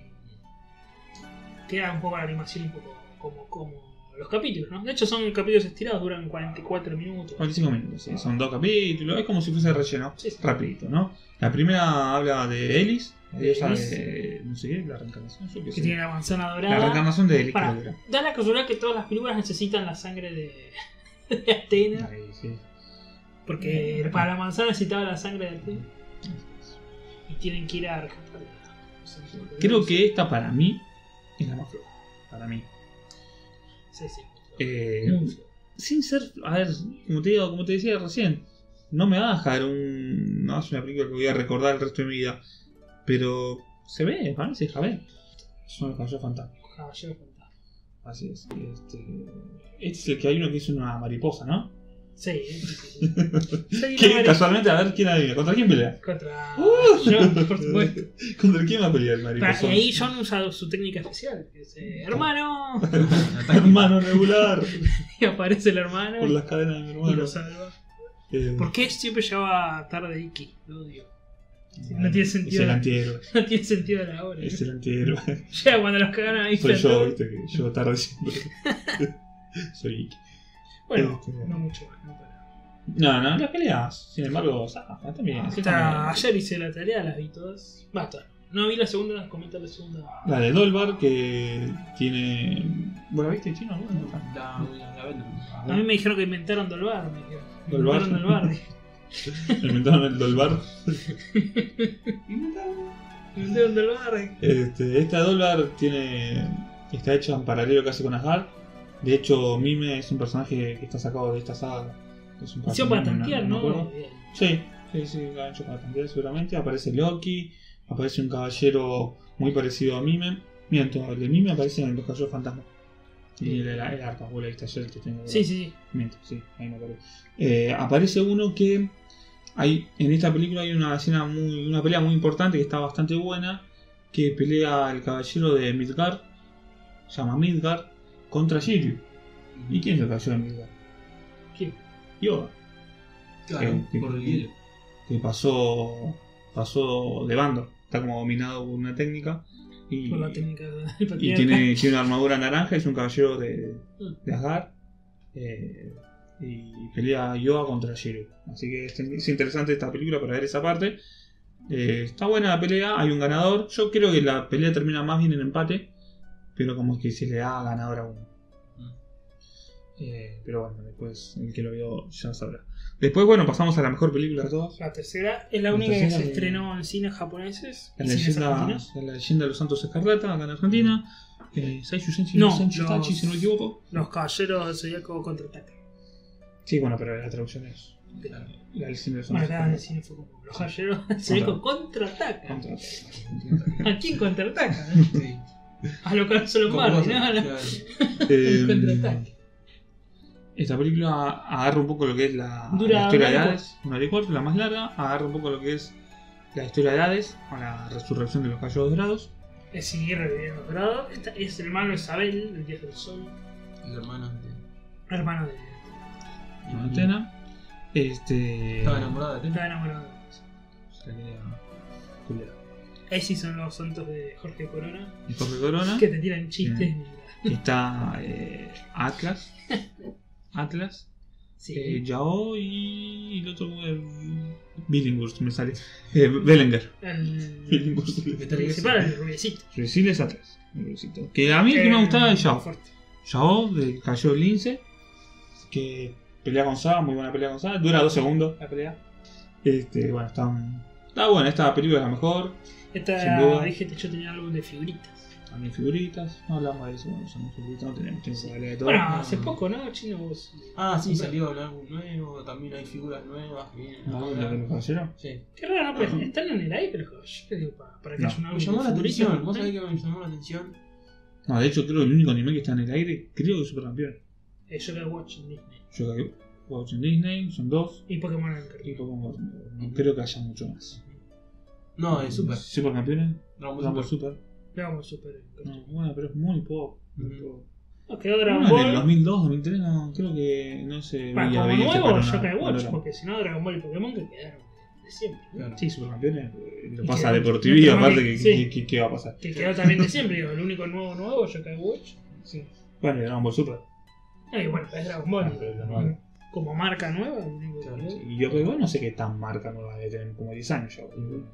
C: Queda un poco la animación, un poco como, como los capítulos, ¿no? De hecho, son capítulos estirados, duran 44 minutos.
A: 45 minutos, sí, son dos capítulos, es como si fuese relleno,
C: Sí, sí.
A: rapidito, ¿no? La primera habla de Ellis,
C: De
A: ella
C: Ellis.
A: de, no sé qué, la reencarnación, yo qué
C: Que
A: sé.
C: tiene la manzana dorada.
A: La reencarnación de Ellis,
C: Pará.
A: creo que era.
C: Da la casualidad que todas las películas necesitan la sangre de, [LAUGHS] de Atena.
A: Ahí, sí.
C: Porque
A: Ujú.
C: para la manzana necesitaba la sangre de Atena. Y tienen que ir a rescatarla. No sé, no sé.
A: Creo que esta para mí es la más floja, para mí.
C: Sí, sí.
A: Eh,
C: Mm.
A: sin ser, a ver, como te digo, como te decía recién, no me va a dejar un, no es una película que voy a recordar el resto de mi vida. Pero se ve, parece Jabé. Son los caballeros fantásticos.
C: Caballero fantasma.
A: Así es. Este, este es el que hay uno que hizo una mariposa, ¿no?
C: Sí, eh, sí,
A: [LAUGHS]
C: sí. sí.
A: Que
C: Mariposa
A: Casualmente, a ver quién adivina. ¿Contra quién pelea?
C: Contra
A: Uh.
C: John,
A: [LAUGHS]
C: por [LAUGHS] supuesto.
A: ¿Contra quién va a pelear el
C: Pa- Y
A: mariposa?
C: ahí John usa su técnica especial. Que es, eh, hermano. [LAUGHS]
A: [LAUGHS] Hermano regular.
C: y aparece el hermano.
A: Por
C: y-
A: las cadenas de mi
C: y
A: hermano.
C: lo salva.
A: Eh,
C: ¿Por qué siempre lleva tarde Iki? Lo odio. [LAUGHS]
A: bueno,
C: no tiene sentido.
A: Es el antihéroe.
C: No tiene sentido la hora. [LAUGHS]
A: Es el antihéroe.
C: Llega cuando los cagan ahí.
A: Soy
C: está
A: yo,
C: todo-
A: viste, que yo tarde siempre.
C: [LAUGHS]
A: Soy Iki.
C: Bueno,
A: Este-
C: no mucho más. no para.
A: No, no, las peleas, sin embargo, zafa,
C: Ah,
A: también. sí,
C: Hasta
A: también.
C: ayer hice la tarea, las vi todas. Basta. No vi la segunda, comenta la segunda.
A: La de Dolbar que tiene. Bueno, viste, chino,
C: [LAUGHS]
A: bueno, está.
B: La, la, la venden.
C: A mí me dijeron que inventaron Dolbar. Me dijeron.
A: Dolbar.
C: Inventaron
A: [LAUGHS]
C: Dolbar.
A: Inventaron el Dolbar.
C: inventaron Dolbar.
A: Este, esta Dolbar tiene. está hecha en paralelo casi con Asgard. De hecho, Mime es un personaje que está sacado de esta saga. Es un
C: Hicieron para
A: cartón,
C: tantear,
A: me
C: ¿no?
A: acuerdo. Sí, sí, sí, lo han hecho para tantear seguramente. Aparece Loki, aparece un caballero muy parecido a Mime. Miento, el de Mime aparece en los caballeros fantasmas. Y el, el, el arpa, vos lo viste ayer que tengo.
C: Sí, sí, sí.
A: Miento, sí, ahí me acuerdo. Eh, aparece uno que. Hay, en esta película hay una escena muy, una pelea muy importante que está bastante buena. Que pelea el caballero de Midgard, se llama Midgard, contra Shiryu. ¿Y quién es el caballero de Midgard?
C: ¿Quién?
A: Yoda.
B: Claro, por el hielo.
A: que pasó pasó de bando. Está como dominado por una técnica. Y,
C: Por la técnica del
A: y tiene, tiene una armadura naranja, es un caballero de,
C: Mm.
A: de Asgard. eh, y pelea Yoda contra Shiryu. Así que es, es interesante esta película para ver esa parte. Eh, está buena la pelea, hay un ganador. Yo creo que la pelea termina más bien en empate. Pero como que se le da ganador a uno.
C: Mm.
A: Eh, pero bueno, después el que lo vio ya sabrá. Después, bueno, pasamos a la mejor película de todas.
C: La tercera es la
A: La
C: única que
A: tercera
C: se
A: que-
C: estrenó en cines japoneses.
A: La
C: en cines
A: leyenda,
C: argentinos.
A: la leyenda de los Santos Escarlata, acá en Argentina. Eh, Seishu Senshi
C: Mm. No,
A: no, Senshi
C: los-
A: Tachi, si no me equivoco.
C: Los caballeros del Zodíaco contraatacan.
A: Sí, bueno, pero la traducción es. La, la leyenda de los
C: Bueno,
A: Santos
C: acá en el
A: Escarlata.
C: cine fue como los caballeros del Zodíaco contraatacan.
A: Contra-
C: ¿A quién contraatacan?
B: [LAUGHS] Sí.
C: A los Carlos Lombardi, ¿no? A la-
B: Claro.
A: Eh,
C: Contraataque.
A: esta película agarra un poco lo que es la,
C: Dura
A: la historia de
C: una hora y
A: Hades, una hora y cuarto, la más larga. Agarra un poco lo que es la historia de Hades, o la resurrección de los caballos dorados.
C: Es seguir reviviendo dorado. Esta es el hermano de Isabel, el dios del sol.
B: Los hermanos de.
C: Hermano de.
A: en Atena. Este.
B: Estaba enamorada de Atena.
C: Está enamorado de Dios.
A: Salía Culera.
C: Ahí sí son los santos de Jorge Corona.
A: Y Jorge Corona. Eh,
C: Que te tiran chistes.
A: Está eh, Atlas. Atlas.
C: Sí.
A: eh, Yao y el otro. Eh, Billinghurst me sale. Eh, Belenger. [LAUGHS]
C: el
A: Billinghurst.
B: Metal Gear
C: principal, el rubiecito.
A: Suicide es Atlas. el pobrecito. Que a mí el que me
C: Eh,
A: gustaba es Yao.
C: Fuerte.
A: Yao, del Cayó Lince. Que pelea con Saba, muy buena pelea con Saba. Dura dos segundos la pelea. Este, bueno, está. Está buena, esta película es la mejor. Sin duda.
C: Esta, dije que yo tenía algo de figuritas.
A: También figuritas. No hablamos de eso, bueno, son figuritas, no tenemos tiempo para hablar de todo.
C: Bueno,
B: no,
C: hace
B: no.
C: poco, ¿no? Chino vos.
B: Ah, sí, salió el álbum nuevo. También hay figuras nuevas. que vienen
A: ¿No?
B: ahora.
A: ¿La de los caballeros?
B: Sí.
C: Qué raro, ¿no? Pues están en el aire, pero yo te digo, para, para que
A: No.
C: haya un álbum
B: Me llamó
C: de
B: la
C: figuritas,
B: atención.
C: ¿no?
B: Ah, ¿Vos sabés que me llamó la atención?
A: No, de hecho creo que el único anime que está en el aire, creo que es Supercampeón.
C: Eh, yo la watch en Disney.
A: Yo que Watch en Disney, son dos,
C: Y Pokémon
A: y
C: en
A: Pokémon Go. No creo que haya mucho más.
B: No, es super.
A: Supercampeones,
B: Mm, Dragon
A: Dragon
B: Ball
A: Ball
B: Super.
A: Super.
C: Vamos super.
A: No, bueno, pero es muy poco. muy
B: Ujú.
A: poco.
C: Nos quedó Dragon
A: Bueno, en el
C: Ball.
A: 2002, 2003, no, creo que no se
C: Bueno,
A: veía
C: como
A: bien este
C: nuevo,
A: panorama.
C: yo Watch,
A: Panorama.
C: porque si no, Dragon Ball y Pokémon que quedaron de siempre. ¿no?
B: Claro.
A: Sí, Supercampeones, eh, lo
C: Es
A: pasa
C: que-
A: a Deportivi,
C: no,
A: aparte,
C: no,
A: que,
C: sí.
A: que- que- que va a pasar?
C: Que quedó también de siempre, digo, el único nuevo nuevo, yo Watch.
A: Bueno, y Dragon Ball Super.
C: Eh, bueno, es Dragon
A: Ah, pero es normal.
C: Ball. Como marca nueva, el único que
B: Claro,
C: quedó.
A: Y yo creo que no sé qué tan marca nueva debe tener, como 10 años ya. boludo.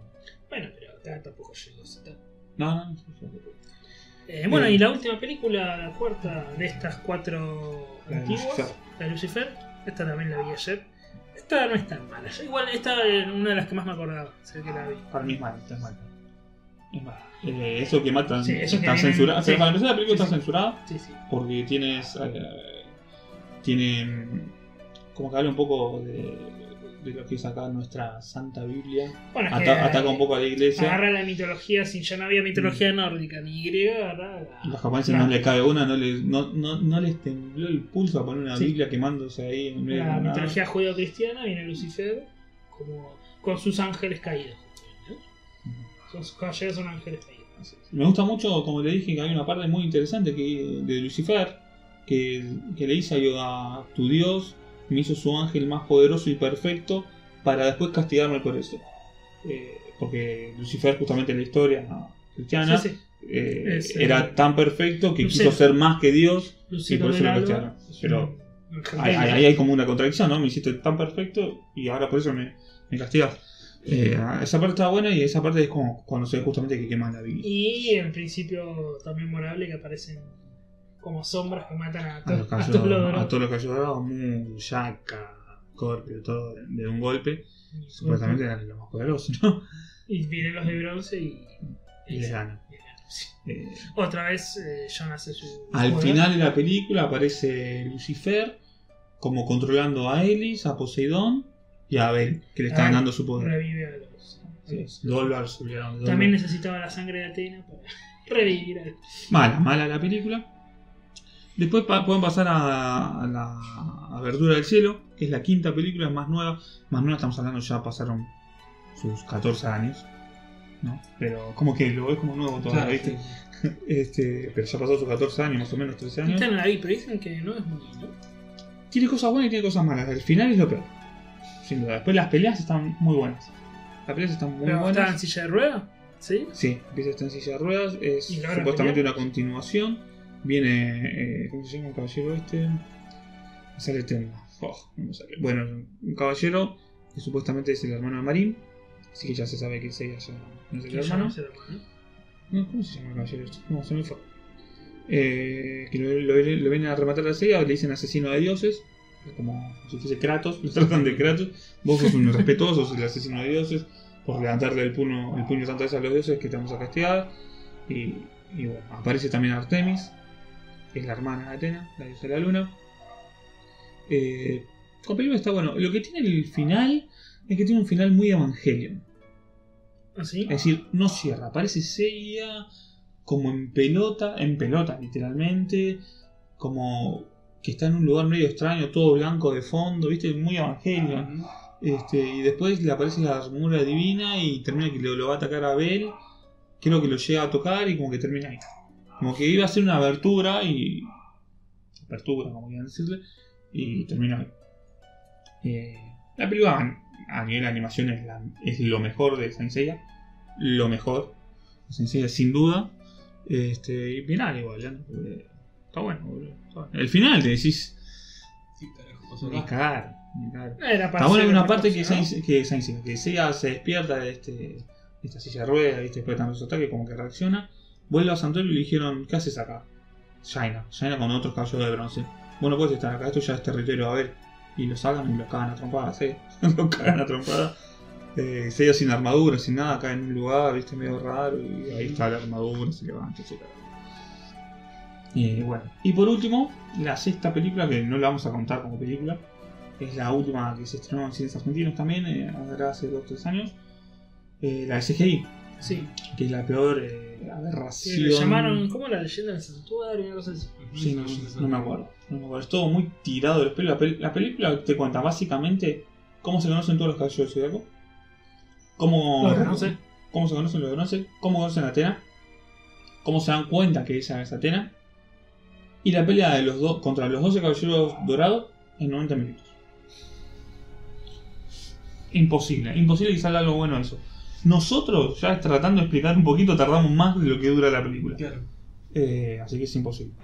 C: Bueno, pero acá tampoco llegó ese tanto.
A: No, no, no.
C: Eh, bueno,
A: Bien.
C: y la última película, la cuarta de estas cuatro
A: La de
C: antiguas,
A: Lucifer.
C: la de Lucifer, esta también la vi ayer. Esta no es tan mala. Yo igual esta era una de las que más me acordaba, sé que la vi.
A: Para mí es malo, es malo. Es malo. Eh, eso que matan
C: Sí, eso que
A: está
C: vienen-
A: censurado. O sea,
C: sí.
A: para empezar la película
C: Sí,
A: está
C: sí.
A: censurada
C: Sí, sí.
A: porque tienes. eh, tiene. mm, Como que habla un poco de, de lo que es acá nuestra Santa Biblia.
C: Bueno, es que
A: Ata- ataca un poco a la iglesia.
C: Agarra la mitología, si ya no había mitología nórdica ni griega, agarra la-
A: Los japoneses no les cabe una, no les, no, no, no les tembló el pulso a poner una
C: Sí.
A: Biblia quemándose ahí en medio de
C: la
A: la nada.
C: mitología judeo-cristiana viene Lucifer como, con sus ángeles caídos.
A: Mm.
C: Sus caballeros son ángeles caídos.
A: Me gusta mucho, como le dije, que hay una parte muy interesante que, de Lucifer, que, que le dice a, a tu Dios, me hizo su ángel más poderoso y perfecto para después castigarme por eso. Eh, porque Lucifer, justamente en la historia cristiana,
C: Sí, sí.
A: eh,
C: Es, eh,
A: era tan perfecto que
C: Lucero.
A: quiso ser más que Dios.
C: Lucero
A: por eso lo
C: Veraldo
A: castigaron.
C: es
A: Pero
C: un- un
A: Ahí,
C: argentino.
A: ahí- ahí hay como una contradicción, ¿no? Me hiciste tan perfecto y ahora por eso me, me castigas. Eh, esa parte está buena y esa parte es como cuando se ve justamente que queman la Biblia.
C: Y el principio también morable que aparecen como sombras que matan a,
A: a los
C: to- [LAUGHS] a
A: callos-
C: todos los
A: a todos los callos dorados, Mu, Yaka, Scorpio, todo de un golpe.
C: Y-
A: Supuestamente eran los más poderosos, ¿no?
C: Y vienen los de bronce y.
A: Y les ganan.
C: y les ganan, sí.
A: Eh,
C: Otra vez eh, John hace su.
A: al
C: bueno,
A: final de la película aparece Lucifer como controlando a Elis, a Poseidón y a Abel, que le
C: Ah,
A: están dando su poder.
C: Revive a los.
A: Sí, Dollar, se olvidaron de Dollar.
C: También necesitaba la sangre de Atena para [LAUGHS] revivir al.
A: Mala, mala la película. Después pa- pueden pasar a, a la a Verdura del Cielo, que es la quinta película, es más nueva. Más nueva estamos hablando, ya pasaron sus 14 años. ¿no? Pero como que lo ves como nuevo todavía,
B: Claro,
A: ¿viste?
B: sí.
A: Este, pero ya pasó sus 14 años, más o menos 13 años.
C: Esta no la vi, pero dicen que no es muy lindo.
A: Tiene cosas buenas y tiene cosas malas. El final es lo peor. Sin duda. Después las peleas están muy buenas. Las peleas están muy
C: Pero
A: buenas.
C: estaba en silla de rueda, ¿sí?
A: Sí, empieza esta en silla de ruedas, es
C: ¿Y logra
A: supuestamente
C: pelear?
A: una continuación. Viene, eh, ¿cómo se llama el caballero este? Me sale el tema. Oh, no me sale. Bueno, un caballero que supuestamente es el hermano de Marín, así que ya se sabe que es ella, ya no es el
C: Que ya
A: hermano.
C: no es el hermano.
A: No, ¿Cómo se llama el caballero este? No, se me fue. Eh, que lo, lo- lo vienen a rematar la serie, le dicen asesino de dioses, como si fuese Kratos, [LAUGHS] lo tratan de Kratos. Vos sos un irrespetuoso, sos el asesino de dioses, por levantarle el puño, el puño tantas veces a los dioses que te vamos a castigar. Y, y bueno, aparece también Artemis, que es la hermana de Atena, la diosa de la luna. Eh, con película está bueno. Lo que tiene el final es que tiene un final muy evangelion.
C: ¿Ah, sí?
A: Es decir, no cierra, parece seria, como en pelota, en pelota literalmente, como que está en un lugar medio extraño, todo blanco de fondo, viste, muy evangelio.
B: Mm,
A: Este, y después le aparece la armadura divina y termina que lo, lo va a atacar a Abel, creo que lo llega a tocar y como que termina ahí. Como que iba a ser una abertura y... Apertura, como quieran decirle, y termina ahí. Eh, la película a nivel de animación es, la- es lo mejor de Saint Seiya lo mejor. Sin, sin duda. Este, y final igual, ¿eh? Porque Está bueno, boludo. Está bueno. El final te decís.
B: Sí, carajo, pasó
A: Ni
B: acá.
A: cagar, ni cagar.
C: Ah, Era para
A: Eh, Está bueno
C: hacer
A: que una
C: otra
A: parte que,
C: cosa, ¿no?
A: Saint- que, Saint Seiya- que Seiya se despierta de, este, de esta silla de ruedas, ¿viste? después de tantos ataques, como que reacciona. Vuelve a Santorio y le dijeron, ¿qué haces acá? Shaina, Shaina con otros caballeros de bronce. Vos no puedes estar acá, esto ya es territorio, a ver. Y lo sacan y lo cagan a trompadas, ¿eh? [LAUGHS] lo cagan a trompadas. Eh, Seiya sin armadura, sin nada, acá en un lugar, viste, medio raro, y ahí está la armadura, se levanta, etc. Y bueno. Y por último, la sexta película, que no la vamos a contar como película, es la última que se estrenó en cines argentinos también, eh, ahora hace 2-3 años, eh, la de CGI,
C: Sí.
A: que es la peor eh,
C: Sí,
A: aberración.
C: le llamaron, ¿cómo la leyenda del santuario? Una cosa así.
A: Sí, no, no me acuerdo. No me acuerdo. Es todo muy tirado del pelo. La, pel- la película te cuenta básicamente cómo se conocen todos los caballeros del Zodiaco. Cómo,
C: Los de bronce.
A: cómo se conocen los de bronce. Cómo conocen a Atena. Cómo se dan cuenta que ella es Atena. Y la pelea de los dos contra los 12 caballeros dorados en 90 minutos. Imposible. Imposible que salga algo bueno de eso. Nosotros, ya tratando de explicar un poquito, tardamos más de lo que dura la película.
B: Claro.
A: Eh, así que es imposible.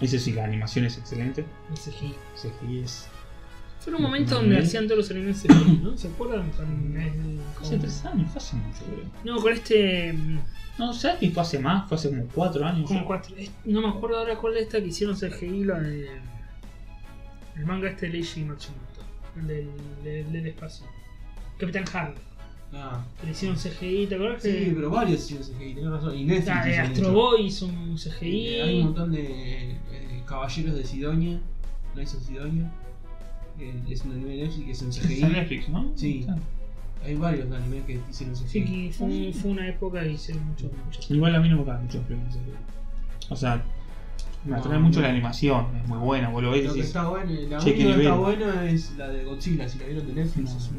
A: Ese sí, la animación es excelente.
C: El CGI.
A: CGI es.
C: Fue un momento
A: Ujú.
C: donde hacían todos los elementos CGI, ¿no? ¿Se acuerdan? Con- eh,
A: Hace
C: con-
A: tres años, fue hace mucho, creo.
C: No, con este. mm,
A: No, ¿sabes que fue hace más? Fue hace como cuatro años.
C: Como cuatro. es- Este, No me acuerdo ahora cuál es esta que hicieron CGI, la de. El manga este de Leiji Matsumoto. El del, del, del espacio. Capitán Hard.
B: Ah,
C: Que le hicieron CGI, ¿te acuerdas?
B: sí,
C: que
B: pero varios sí, CGI, tenés razón. Y Netflix.
C: Ah, de
B: hizo
C: Astro
B: mucho.
C: Boy hizo un
B: Eh, Hay un
C: CGI.
B: montón de eh, caballeros de Sidonia. No hizo Sidonia. eh, es un anime de Netflix que es un
A: Está en
B: CGI.
A: Netflix, ¿no?
B: Sí.
A: Ah.
B: Hay varios animes que hicieron CGI.
C: Sí, que fue, fue una época que hicieron mucho, mucho.
A: Igual a mí no me gustan mucho los premios. O sea, me
B: No,
A: atrae mucho
B: no.
A: la animación, es muy buena, vos lo ves y
B: Lo que
A: decís,
B: está bueno, la
A: Che, qué
B: única que está
A: nivel.
B: buena es la de Godzilla, si la vieron de Netflix,
A: No.
B: es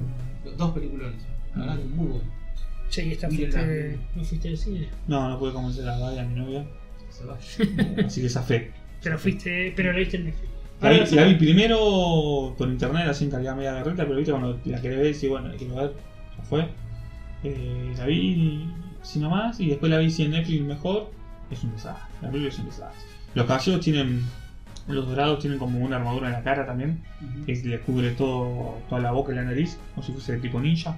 B: una- dos peliculones. La verdad que es muy buena.
C: Che, y esta
B: Miren
C: fuiste,
B: la-
C: no fuiste al cine.
A: No, no pude convencer a Gaby, a mi [LAUGHS] novia,
B: Se va.
A: así que esa fe.
C: Pero fuiste, pero la viste en Netflix.
A: La
B: Ahora,
A: vi, la vi primero con internet, así en calidad media de renta, pero viste cuando la querés ver, sí, bueno, la quiero ver, ya fue. Eh, la vi así nomás y después la vi si en Netflix mejor. Es un desastre, la película es un desastre. Los caballeros tienen, los dorados tienen como una armadura en la cara también,
B: Ujú.
A: que le cubre todo, toda la boca y la nariz, como si fuese de tipo ninja.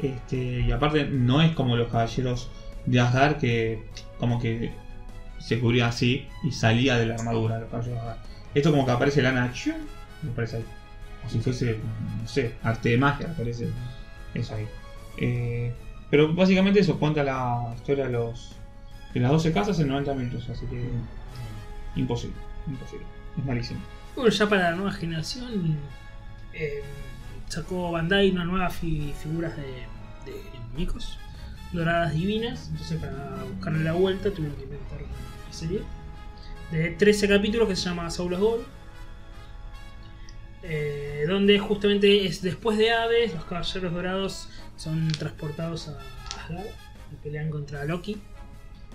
A: Este, y aparte no es como los caballeros de Asgard que como que se cubría así y salía de la armadura los caballeros de Asgard. Esto como que aparece lana ¡chiu! me parece ahí. Como si fuese, no sé, arte de magia aparece eso ahí. Eh, pero básicamente eso cuenta la historia de los de las 12 casas en 90 minutos, así que imposible, imposible. Es malísimo.
C: Bueno, ya para la nueva generación eh, sacó Bandai unas nuevas fi- figuras de, de muñecos doradas divinas. Entonces, para buscarle la vuelta, tuvieron que inventar una serie de 13 capítulos que se llama Saulos Gol. eh, donde justamente es después de Hades, los caballeros dorados son transportados a Asgard y pelean contra Loki.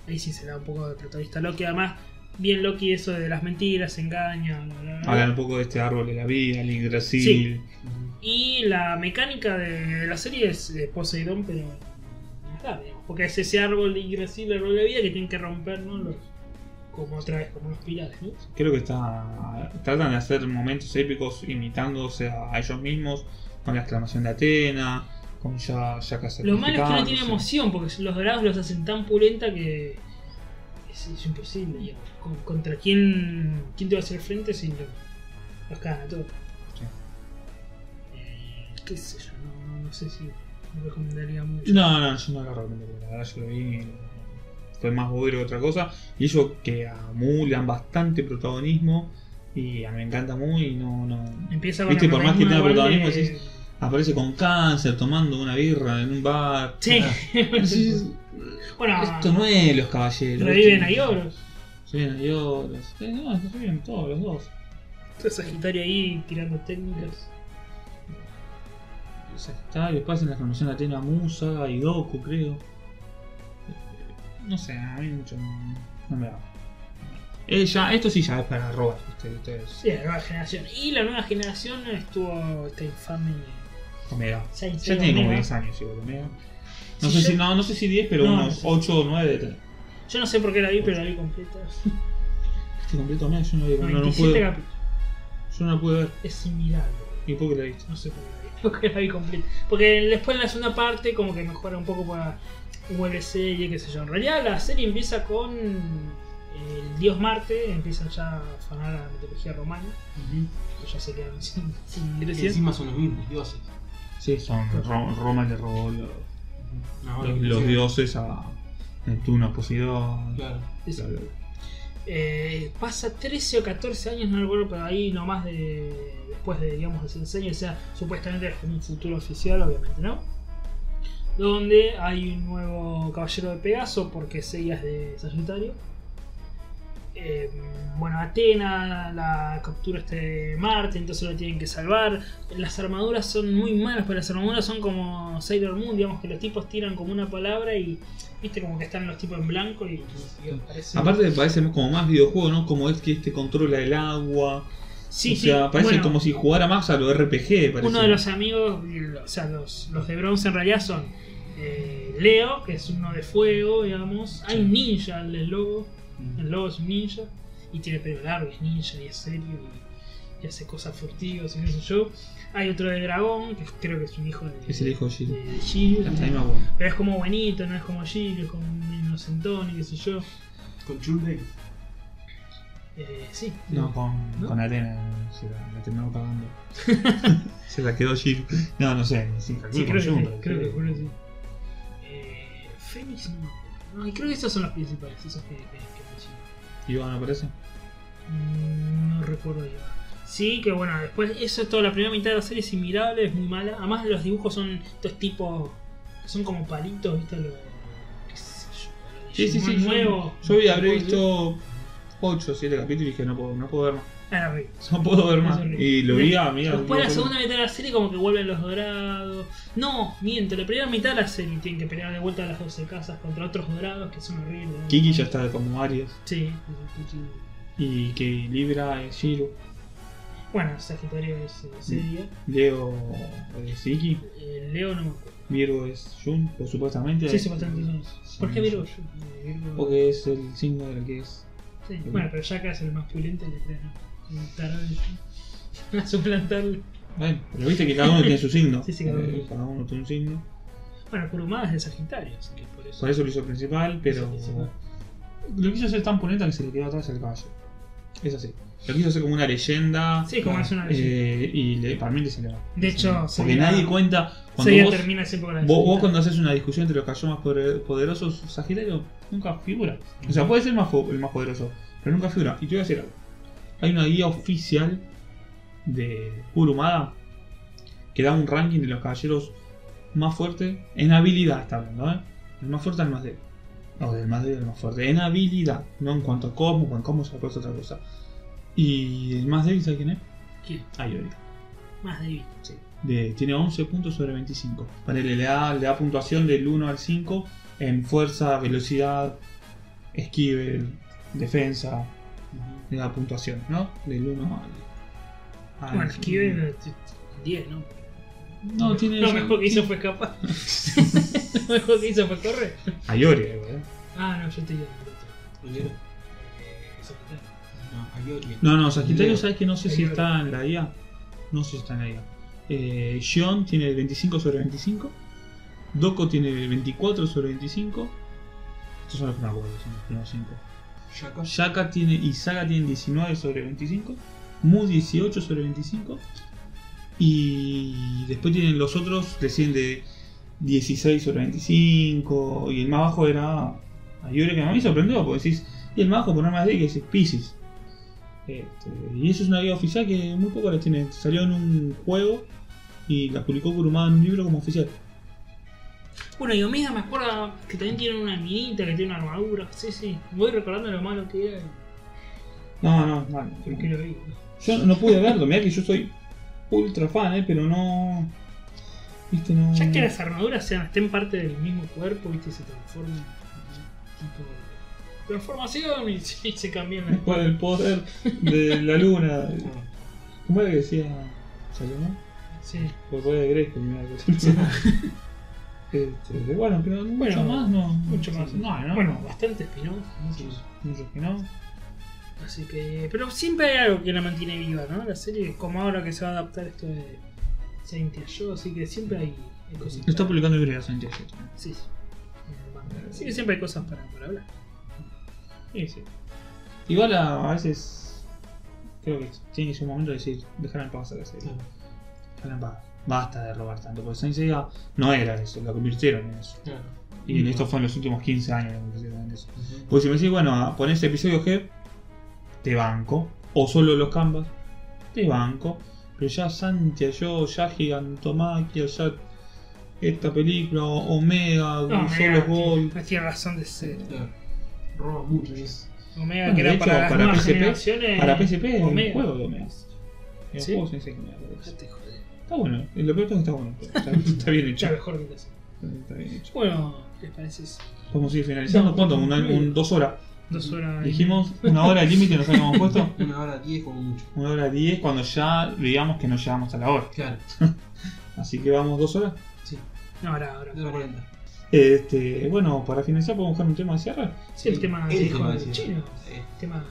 C: Ahí sí se da un poco de protagonista Loki, además, bien Loki, eso de las mentiras, engaña. bla, bla, bla.
A: Hablan un poco de este árbol de la vida, el Yggdrasil.
C: Sí.
B: Ujú.
C: Y la mecánica de, de la serie es eh, Poseidón, pero no está, digamos, porque es ese árbol de Yggdrasil, árbol de vida, que tienen que romper, ¿no? Los- como otra vez, como los pilares, ¿no?
A: Creo que está tratan de hacer momentos épicos imitándose a, a ellos mismos con la exclamación de Atena, con ya ya
C: Lo malo es que no tiene emoción, porque los dorados los hacen tan pulenta que es, es imposible, digamos. Con- ¿Contra quién, quién te va a hacer frente si lo- los cagan a todos?
A: Sí.
C: Eh, qué sé yo, no, no- no sé si lo recomendaría mucho.
A: No, no, yo no lo recomiendo, porque la verdad yo lo vi y fue más bodrio que otra cosa. Y ellos que a Mu le dan bastante protagonismo y a mí me encanta Mu y no, no,
C: Empieza con
A: Viste,
C: la
A: por más que tenga
C: normativa igual
A: protagonismo,
C: de-
A: aparece con cáncer tomando una birra en un bar. Ah,
C: [LAUGHS] Sí.
A: Sí,
C: bueno,
A: Esto no es los caballeros.
C: Reviven a Ioros.
A: Reviven a Ioros. Eh, no, se reviven todos los dos.
C: Está Sagitario ahí tirando técnicas.
A: Sagitario, después en la exclamación de Atena Musa y Doku, creo. Eh, No sé, a mí mucho no no me da. Eh, ya, esto sí ya es para robar, ustedes, ustedes.
C: Sí, la nueva generación. Y la nueva generación estuvo esta infame
A: Omega.
C: Saint
A: Ya
C: Seiya
A: tiene como
C: Omega.
A: 10 años igual, Omega. No,
C: Sí,
A: sé
C: yo-
A: si, no, no sé si 10, pero
C: No, no
A: unos
C: sé.
A: 8 o 9 de tener.
C: Yo no sé por qué la vi, pero la vi completa. [LAUGHS]
A: Este completo Omega yo no, lo- no, no
C: 97
A: pude,
C: capítulos.
A: yo no lo pude ver.
C: Es inmirable.
A: ¿Y por qué la viste?
C: No sé por qué la vi. [LAUGHS] Porque la vi completa. Porque después en la segunda parte como que mejora un poco para ULC y qué sé yo. En realidad la serie empieza con eh, el dios Marte. Empiezan ya a afanar a la mitología romana. Que ya se quedan sin, sin
B: Que
C: Grecia.
B: encima son los mismos dioses.
A: Sí, son Ro- Roma le robó los,
B: No,
A: los-
B: que
A: los
B: sí.
A: dioses a Neptuno, a Poseidón.
B: Claro.
C: Es-
A: bla, bla, bla.
C: Eh, pasa 13 o 14 años, no recuerdo, pero ahí nomás de, después de, digamos, los enseños, o sea, supuestamente es como un futuro oficial, obviamente, ¿no? Donde hay un nuevo caballero de Pegaso, porque Seiya es de Sagitario. Eh, bueno, Atena la captura este Marte, entonces la tienen que salvar. Las armaduras son muy malas, pero las armaduras son como Sailor Moon, digamos que los tipos tiran como una palabra y viste como que están los tipos en blanco y, y aparece.
A: Aparte me parece como más videojuego, ¿no? Como es que este controla el agua.
C: Sí,
A: o sea,
C: sí.
A: parece
C: bueno,
A: como si jugara más a lo RPG, parece.
C: uno de los amigos, o sea, los, los de bronce en realidad son eh, Leo, que es uno de fuego, digamos. Hay un ninja, el del lobo. El lobo es un ninja y tiene pelo largo, es ninja y es serio y, y hace cosas furtivas y no sé yo. Hay otro de dragón, que creo que es un hijo de.
A: Es el hijo de Shiryu.
C: de Shiryu,
A: Hasta ahí me acuerdo.
C: Pero es como buenito, no es como Shiryu, es como un inocentón y qué sé yo.
B: Con Chulde.
C: Eh, sí.
A: No, con,
C: ¿No?
A: con Atena se la, la terminó pagando.
C: [LAUGHS]
A: se la quedó Shiryu. No, no sé. Sí,
C: Sí, creo que sí,
A: Jumper,
C: creo que
A: creo.
C: juro que sí. Eh, Fénix no me acuerdo. No, y creo que esos son los principales, esos que, que, que mencioné.
A: ¿Y Iván aparece?
C: Mm, No recuerdo yo. Sí, que bueno, después eso es toda la primera mitad de la serie es inmirable, es muy mala. Además los dibujos son estos tipos, son como palitos, ¿viste? Lo, qué sé yo, lo de
A: Sí, sí, sí.
C: Digimon nuevo.
A: Yo, yo habré visto 8 o 7 capítulos y dije, no puedo, no puedo ver más. [LAUGHS]
C: Era horrible.
A: No puedo ver más.
C: Es horrible.
A: Y lo vi ah, a mí. a-
C: Después de la
A: no-
C: segunda mitad de la serie como que vuelven los dorados. No, miento, la primera mitad de la serie tienen que pelear de vuelta a las 12 casas contra otros dorados que son horribles.
A: Kiki ya está como Aries.
C: Sí, Kiki.
A: Y que Libra es Shiro.
C: Bueno, Sagitario es eh, Celia.
A: Leo es Iki.
C: Eh, Leo no me acuerdo.
A: Virgo es Jun. Pues supuestamente.
C: Sí, sí, bastante son. ¿Por qué Virgo? Eh, Virgo-
A: Porque es el signo del que es.
C: Sí, Bueno, pero Yaka es el más pulente y le traen un tarado [LAUGHS] a suplantarle.
A: Bueno, pero viste que cada uno tiene su signo.
C: [LAUGHS]
A: Eh,
C: Sí, sí, cada uno tiene su-
A: cada uno tiene un signo.
C: Bueno, Kurumada es de Sagitario, así que por eso.
A: Por eso lo hizo principal, pero.
C: Sí, sí, sí.
A: Lo quiso hacer tan ponenta que se le quedó atrás el caballo. Es así. Lo quiso hacer como una leyenda.
C: Sí, como hace una
A: eh, y le- para mí le salió mal.
C: De hecho,
A: Porque
C: Sagittario-
A: nadie cuenta.
C: Sagittario
A: Cuando vos,
C: termina siempre con la
A: vos, vos
C: Sagitario.
A: cuando haces una discusión entre los cayos más poder- poderosos, Sagitario nunca figura. O sea, puede ser más fo- el más poderoso, pero nunca figura. Y te voy a decir algo. Hay una guía oficial de Kurumada que da un ranking de los caballeros más fuertes en habilidad, está hablando, ¿eh? El más fuerte al más débil. No, del más débil al más fuerte. En habilidad, no en cuanto a cómo, porque en cómo se puede otra cosa. Y el más débil, ¿sabes quién es?
C: ¿Quién?
A: Ayori.
C: Más débil.
A: De- tiene 11 puntos sobre 25. Ponele, le da, le da puntuación del 1 al 5 en fuerza, velocidad, esquive, defensa. Le da puntuación, ¿no? Del 1 al. al-
C: Bueno, Esquivel 10, ¿no?
A: No, tiene.
C: Lo mejor que hizo fue escapar. [LAUGHS] Lo mejor que hizo fue correr.
A: Ayori, ¿verdad?
C: Ah, no, yo estoy viendo.
B: Primero,
C: Sagitario.
B: No, hay otro.
A: No, no, Sagitario,
B: Leo.
A: ¿sabes que no sé si
C: Ayori.
A: está en la IA? No sé si está en la IA. Eh, Shion tiene 25 sobre 25. Doko tiene 24 sobre 25. Estos son los que me acuerdo, son los primeros 5.
B: Shaco.
A: Shaka tiene, y Saga tienen 19 sobre 25. Mu 18 sobre 25. Y después tienen los otros, recién de 16 sobre 25. Y el más bajo era Ayure, que a mí me sorprendió, porque decís, y el más bajo, por no más de que es Pisces. Este, y eso es una guía oficial que muy poco la tiene. Salió en un juego y la publicó Kurumada en un libro como oficial.
C: Bueno, y Omega me acuerdo que también tiene una minita que tiene una armadura. Sí, sí. Voy recordando lo malo que era.
A: No, no, no, no.
C: Creo que lo vi.
A: Yo no- no pude verlo, mirá que yo soy ultra fan, eh, pero no. Viste, no.
C: Ya que las armaduras sean, estén parte del mismo cuerpo, viste, se transforman. en Tipo. Transformación y [LAUGHS] se, y se cambian las
A: Por el poder de la luna.
B: Ah,
A: ¿Cómo era que decía Salomón?
C: Sí.
A: Por el poder de Greco, mirá que este, Bueno, pero mucho
C: Bueno,
A: más no.
C: Mucho más.
A: No, no.
C: Bueno, bastante espinoso.
A: muchos, muchos que no.
C: Así que. Pero siempre hay algo que la mantiene viva, ¿no? La serie, como ahora que se va a adaptar esto de Saint Yo, así que siempre hay, hay cosas.
A: Lo está
C: para-
A: publicando Ibrea Sánchez.
C: Sí, sí. En el manga. Así que siempre hay cosas para, para hablar.
A: Sí, sí. Igual a, a veces. Creo que tiene que ser un momento de decir, dejar en paz a la serie.
B: Claro.
A: Dejala en paz. Basta de robar tanto, porque Saint Seiya no era eso, lo convirtieron en eso.
B: Claro.
A: Y esto fue en los últimos 15 años que pusieron en eso. Porque si me decís, bueno, ponés episodio G, te banco. O solo los canvas, te banco. Pero ya Santia, yo, ya Gigantomaquia, ya esta película, Omega, solo Gol.
C: No pues tiene razón de ser.
B: Claro. Roba mucho. es-
C: Omega,
A: Bueno,
C: que
A: de
C: era
A: hecho,
C: para, las
A: para
C: nuevas
A: PSP,
C: generaciones.
A: Para PSP es un
C: Omega.
A: juego de Omega. Es
C: ¿Sí?
A: un juego sin ser Omega.
C: Dejate joder.
A: Está bueno, lo peor es que está bueno. Está, está bien hecho.
C: Ya mejor que las-
A: Está bien hecho.
C: Bueno, ¿qué les parece? si
A: Vamos a ir finalizando. ¿Cuánto? Un, un- dos horas.
C: Dos horas. y-
A: Dijimos una hora el límite, nos
C: [LAUGHS]
A: habíamos puesto.
B: Una hora diez como mucho.
A: Una hora diez cuando ya digamos que no llegamos a la hora.
B: Claro.
A: Así que vamos dos horas.
C: No, ahora, ahora.
B: Una hora cuarenta.
A: Este, bueno, para finalizar podemos buscar un tema de cierre.
C: Sí, el tema
B: El
C: del
B: tema
C: de
B: de-
C: chino.
B: Sí.
C: El tema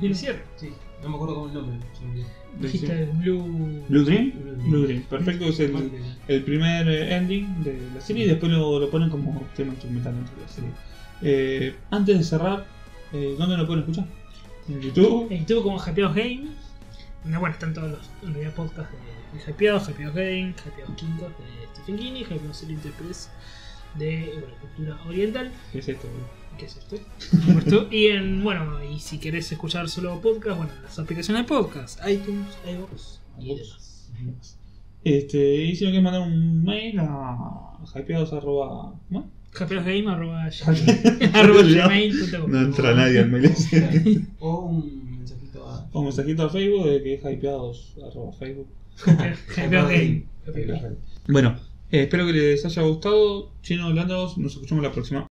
C: del cierre.
B: Sí. No me acuerdo cómo el nombre. se me olvidó.
C: Dijiste el Blue.
A: Blue Dream.
B: Blue Dream.
A: Blue Dream, perfecto, es el, el primer eh, ending de la serie y después lo, lo ponen como tema instrumental dentro de la serie. Eh, antes de cerrar, eh, ¿dónde lo pueden escuchar? En YouTube.
C: En YouTube como Happy House Game. Donde bueno, están todos los en realidad, podcasts de, de Happy House, Happy House Game, Happy House Quintos de Stephen King y Happy House Elite Press de eh, bueno, cultura oriental.
A: ¿Qué es esto?
C: ¿Qué es esto? Por
A: [LAUGHS]
C: supuesto. y en, bueno, y si querés escuchar solo podcast, bueno, las aplicaciones de podcast, iTunes, iVoox y demás.
A: Este, y si no quieren mandar un mail a hypeados arroba- ¿no?
C: Japeosgame.com
A: [LAUGHS]
C: arroba gmail.com.
A: No entra nadie al mail ese.
B: pues, O un mensajito a.
A: [LAUGHS] O un mensajito a Facebook de que es hypeados arroba Facebook.
C: Japeosgame.
A: Bueno, eh, espero que les haya gustado. Chino, Landros, nos escuchamos la próxima.